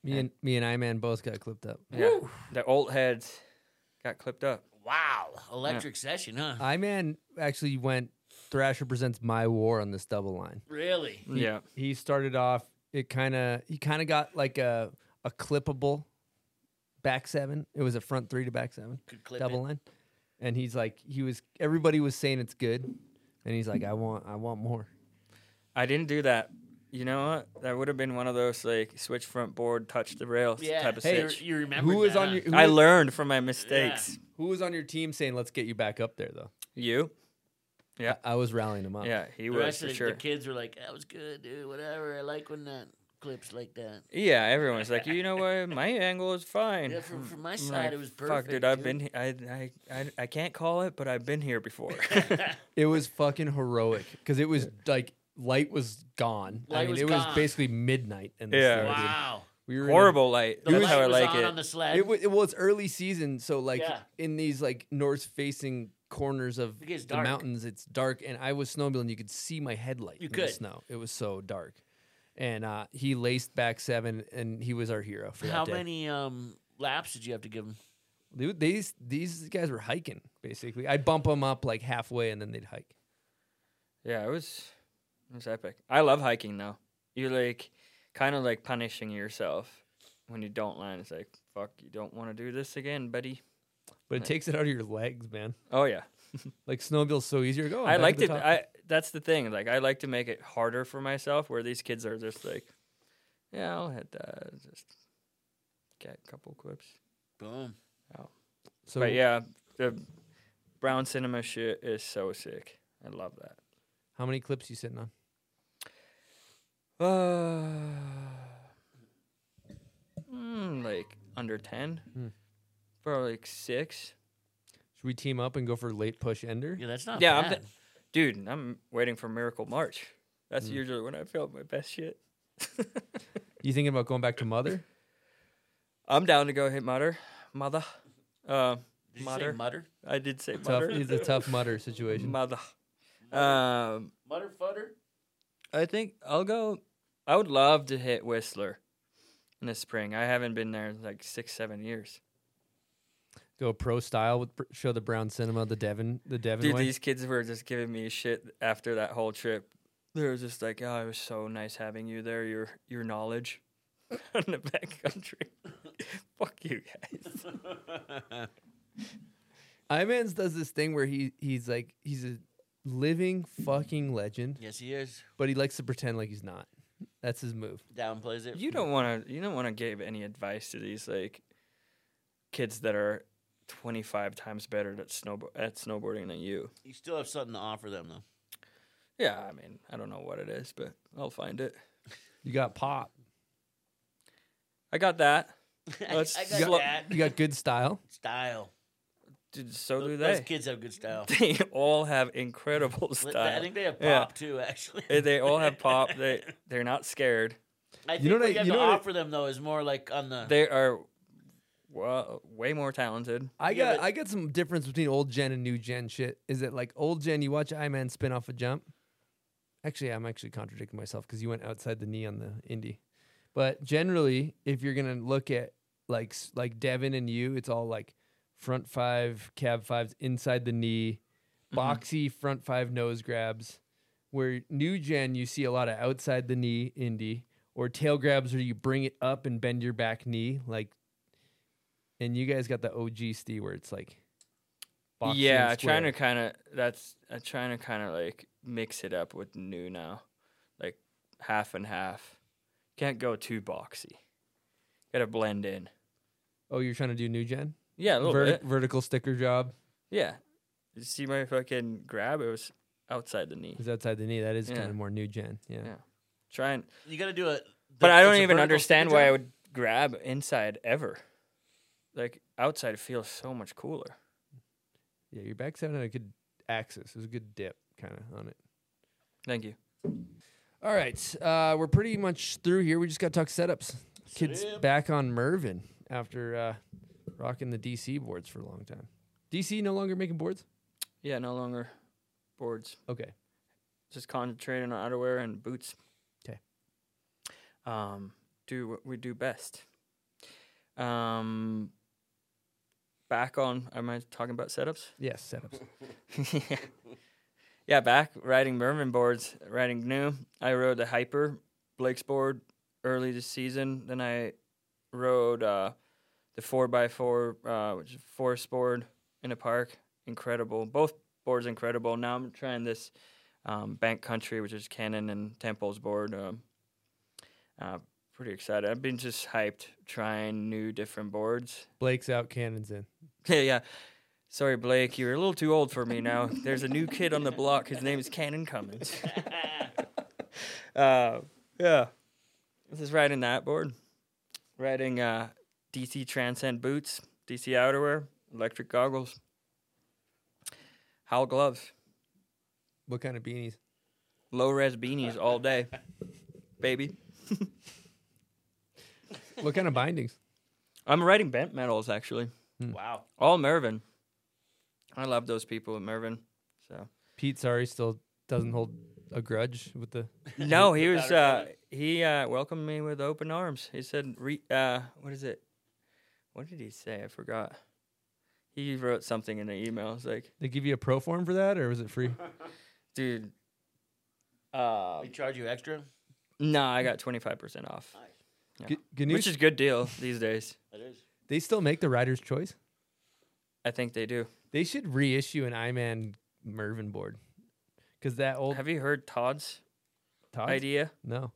A: Me and me and Iman both got clipped up.
B: Yeah, the old heads got clipped up.
E: Wow, electric session, huh?
A: Iman actually went Thrasher presents my war on this double line.
E: Really?
A: He-
B: Yeah.
A: He started off it kind of he kind of got like a a clippable back seven. It was a front 3 to back seven.
E: Could clip
A: double
E: it.
A: line. And he's like he was everybody was saying it's good and he's like I want I want more.
B: I didn't do that. You know what? That would have been one of those like switch front board, touch the rail
E: Yeah.
B: type of
A: Hey,
B: sitch.
E: you remembered
A: Who was
E: that,
A: on
E: huh?
A: your who
B: I
A: was-
B: learned from my mistakes.
A: Who was on your team saying let's get you back up there though?
B: You? Yeah.
A: I, I was rallying him up.
B: Yeah, he
E: The
B: was
E: rest
B: for
E: of the,
B: sure.
E: the kids were like, "That was good, dude. Whatever. I like when that clips like that."
B: Yeah, everyone's like, you know what, my angle is fine.
E: Yeah, from- from my
B: Hmm, I'm
E: side, it was
B: Fuck,
E: perfect,
B: dude, I've
E: dude."
B: been, he- I, I, I, I can't call it, but I've been here before.
A: It was fucking heroic because it was like light was gone. I
E: Light
A: mean,
E: was
A: it
E: gone.
A: was basically midnight. And this
B: Yeah.
A: thing, dude.
E: Wow.
A: we were in a-
B: Horrible light.
E: The
B: That's
E: light
B: how I
E: was
B: like
E: on
B: it.
E: on the sled.
A: It, wa- it was early season, so like
E: Yeah.
A: in these like north facing corners of
E: It gets
A: the
E: dark.
A: mountains, it's dark. And I was snowmobiling; you could see my headlight.
E: You
A: in the
E: could.
A: snow. It was so dark. And uh, he laced back seven, and he was our hero for that
E: How
A: day.
E: many um, laps did you have to give them?
A: Dude, these these guys were hiking basically. I bump them up like halfway, and then they'd hike.
B: Yeah, it was, it was epic. I love hiking though. You're like, kind of like punishing yourself when you don't land. It's like, fuck, you don't want to do this again, buddy.
A: But it takes it out of your legs, man.
B: Oh yeah.
A: like snowmobile's so easy to go.
B: I like
A: it.
B: to. I that's the thing. Like I like to make it harder for myself. Where these kids are just like, yeah, I'll hit that. Just get a couple quips.
E: Boom.
B: Oh.
A: So-
B: but yeah, the brown cinema shit is so sick. I love that.
A: How many clips you sitting on? Uh,
B: Mm, like under ten,
A: Hmm.
B: probably like six.
A: Should we team up and go for late push ender?
E: Yeah, that's not
B: yeah, I'm th- dude, I'm waiting for Miracle March. That's
A: Hmm.
B: usually when I film my best shit.
A: you thinking about going back to mother?
B: I'm down to go hit mutter, mother, uh,
E: Did you say
B: mutter,
E: mutter?
B: I did say
A: Tough,
B: mutter.
A: it's a tough mutter situation.
B: Mother. Um,
E: Mutter futter.
B: I think I'll go. I would love to hit Whistler in the spring. I haven't been there in like six, seven years.
A: Go pro style with show the brown cinema, the Devon, the Devon
B: Dude,
A: way.
B: these kids were just giving me shit after that whole trip. They were just like, "Oh, it was so nice having you there. Your your knowledge in the backcountry. Fuck you guys."
A: Imans does this thing where he he's like he's a living fucking legend.
E: Yes, he is.
A: But he likes to pretend like he's not. That's his move.
E: Downplays it.
B: you don't want to. You don't want to give any advice to these like kids that are twenty five times better at snowbo- at snowboarding than you.
E: You still have something to offer them though.
B: Yeah, I mean, I don't know what it is, but I'll find it.
A: You got pop.
B: I got that.
E: I- I got
B: slow-
E: that.
A: You got good style.
E: Style.
B: Dude, so do
E: Those
B: they.
E: kids have good style.
B: They all have incredible
E: Li-
B: style.
E: I think they have
B: Yeah.
E: pop too, actually.
B: Eh, they all have pop. They they're not scared.
E: I think
B: You know
E: what
B: what I-
E: you have
B: you
E: to
B: know what I-
E: offer them though is more like on the.
B: They are wa- way more talented.
A: I
E: Yeah,
A: got
E: but-
A: I got some difference between old gen and new gen shit. Is it like old gen? You watch I Man spin off a jump. Actually, I'm actually contradicting myself because you went outside the knee on the indie. But generally, if you're gonna look at like s- like Devin and you, it's all like front five, cab fives inside the knee,
B: Mm-hmm.
A: boxy front five nose grabs. Where new gen, you see a lot of outside the knee indie or tail grabs where you bring it up and bend your back knee like and you guys got the OG Steve where it's like boxy
B: yeah,
A: and
B: trying
A: square.
B: to kind of that's I'm trying to kind of like mix it up with new now, like half and half. Can't go too boxy. Got to blend in.
A: Oh, you're trying to do new gen?
B: Yeah, a little
A: Verti-
B: bit.
A: Vertical sticker job
B: Yeah, you see my fucking grab. It was outside the knee.
A: is outside the knee. That is
B: Yeah.
A: kind of more new gen. Yeah.
B: Yeah. Try and
E: You got to do it.
B: But I don't even understand why I would grab inside ever. Like outside feels so much cooler.
A: Yeah, your back's having a good axis. There's a good dip kind of on it.
B: Thank you.
A: All right. Uh, we're pretty much through here. We just got to talk setups. Kids
E: Setup.
A: back on Mervin after uh, rocking the DC boards for a long time. DC no longer making boards?
B: Yeah, no longer boards.
A: Okay.
B: Just concentrating on outerwear and boots.
A: 'Kay.
B: Um, do what we do best. Um, back on. Am I talking about setups?
A: Yes, setups.
B: yeah, back riding Mervin boards, riding new. I rode the Hyper Blake's board early this season. Then I rode uh, the 4x4, uh, which is a forest board in a park. Incredible. Both boards incredible. Now I'm trying this um, Bank Country, which is Cannon and Temple's board. Um, uh, pretty excited. I've been just hyped trying new different boards.
A: Blake's out, Cannon's in.
B: Yeah, yeah. Sorry, Blake, you're a little too old for me now. There's a new kid on the block. His name is Cannon Cummins. uh, yeah. This is riding that board. Riding uh, DC Transcend boots, DC outerwear, electric goggles, Howl gloves,
A: What kind of beanies?
B: low res beanies all day, baby.
A: What kind of bindings?
B: I'm riding bent metals actually.
E: Wow.
B: All Mervin. I love those people at Mervin. So.
A: Pete, sorry, still doesn't hold a grudge with the.
B: No, he
A: Without
B: was.
A: her
B: Uh, he uh, welcomed me with open arms. He said, re- uh, "What is it? What did he say? I forgot." He wrote something in the email. I was like,
A: They give you a pro form for that, or was it free?
B: "Dude, uh,
E: They charge you extra.
B: no, I got twenty five percent off,
A: G-
B: which
A: Ganesh-
B: is good deal these days."
E: That is.
A: They still make the Rider's Choice.
B: I think they do.
A: They should reissue an Iman Mervin board because that old.
B: Have you heard Todd's,
A: Todd's?
B: idea?
A: No.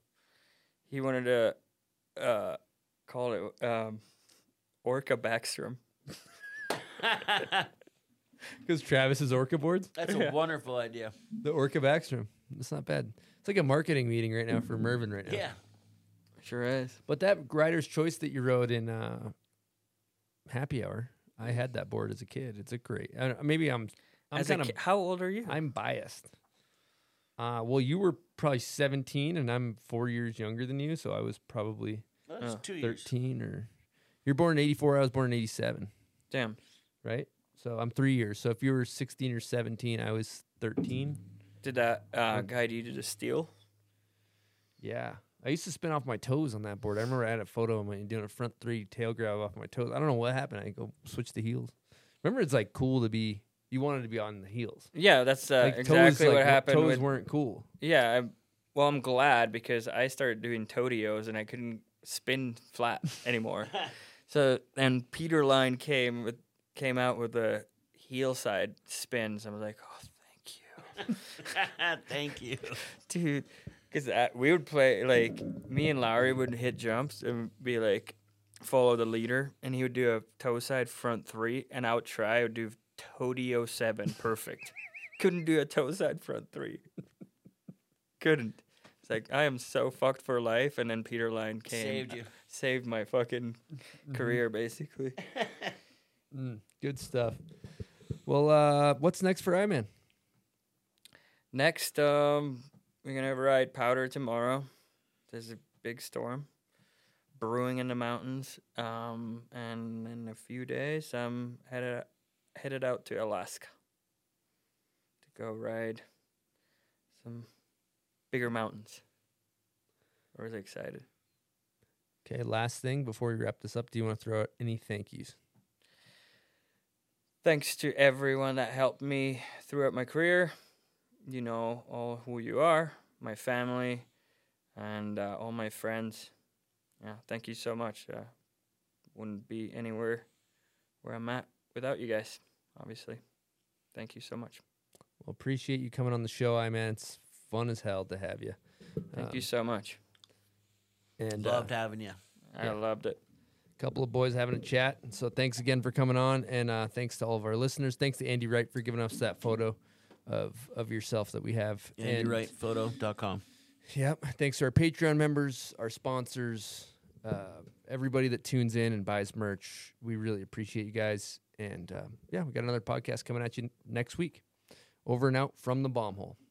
B: He wanted to uh, call it um, Orca Backstrom.
A: Because Travis's Orca boards.
E: That's a wonderful idea.
A: The Orca Backstrom. That's not bad. It's like a marketing meeting right now for
B: Mm-hmm.
A: Mervin right now.
E: Yeah.
B: Sure is.
A: But that Rider's Choice that you rode in uh, Happy Hour, I had that board as a kid. It's a great. I don't- maybe I'm. I'm
B: As a
A: kind of.
B: ki- how old are you?
A: I'm biased. Uh, well, you were probably 17, and I'm four years younger than you, so I was probably
E: Well,
B: Oh,
E: that's Uh. two years.
A: 13 or. You're born in 84. I was born in 87.
B: Damn.
A: Right. So I'm three years. So if you were 16 or 17, I was 13.
B: Did that uh, guide you to the steel?
A: Yeah. I used to spin off my toes on that board. I remember I had a photo of me doing a front three tail grab off my toes. I don't know what happened. I go switch the heels. Remember, it's like cool to be. You wanted to be on the heels.
B: Yeah, that's uh,
A: Like, toes,
B: exactly
A: like,
B: what happened.
A: Toes
B: with-
A: weren't cool.
B: Yeah. I, well, I'm glad because I started doing totios and I couldn't spin flat anymore. so and Peter Line came with came out with the heel side spins. I was like, oh,
E: Thank you.
B: dude, because we would play like me and Lowry would hit jumps and be like follow the leader, and he would do a toe side front three, and I would try. I would do totio seven, perfect. Couldn't do a toe side front three. Couldn't. It's like I am so fucked for life, and then Peter Line came,
E: Saved you.
B: saved my fucking career basically.
A: Mm, good stuff. Well, uh, what's next for Iman?
B: Next, um, we're gonna ride powder tomorrow. There's a big storm brewing in the mountains, um, and in a few days, I'm headed headed out to Alaska to go ride some bigger mountains. I was excited.
A: Okay, last thing before we wrap this up, do you want to throw out any thank yous?
B: Thanks to everyone that helped me throughout my career. You know all who you are, my family, and uh, all my friends. Yeah, thank you so much. Uh, wouldn't be anywhere where I'm at without you guys, obviously. Thank you so much.
A: Well, appreciate you coming on the show, Iman. It's fun as hell to have you.
B: Thank
A: Um,
B: you so much.
A: And uh,
E: Loved having you.
B: I loved it.
A: couple of boys having a chat. So thanks again for coming on, and uh, thanks to all of our listeners. Thanks to Andy Wright for giving us that photo of of yourself that we have. And-
E: AndyWrightPhoto.com.
A: Yep. Thanks to our Patreon members, our sponsors, uh, everybody that tunes in and buys merch. We really appreciate you guys. uh, And um, yeah, we got another podcast coming at you next week. Over and out from the bomb hole.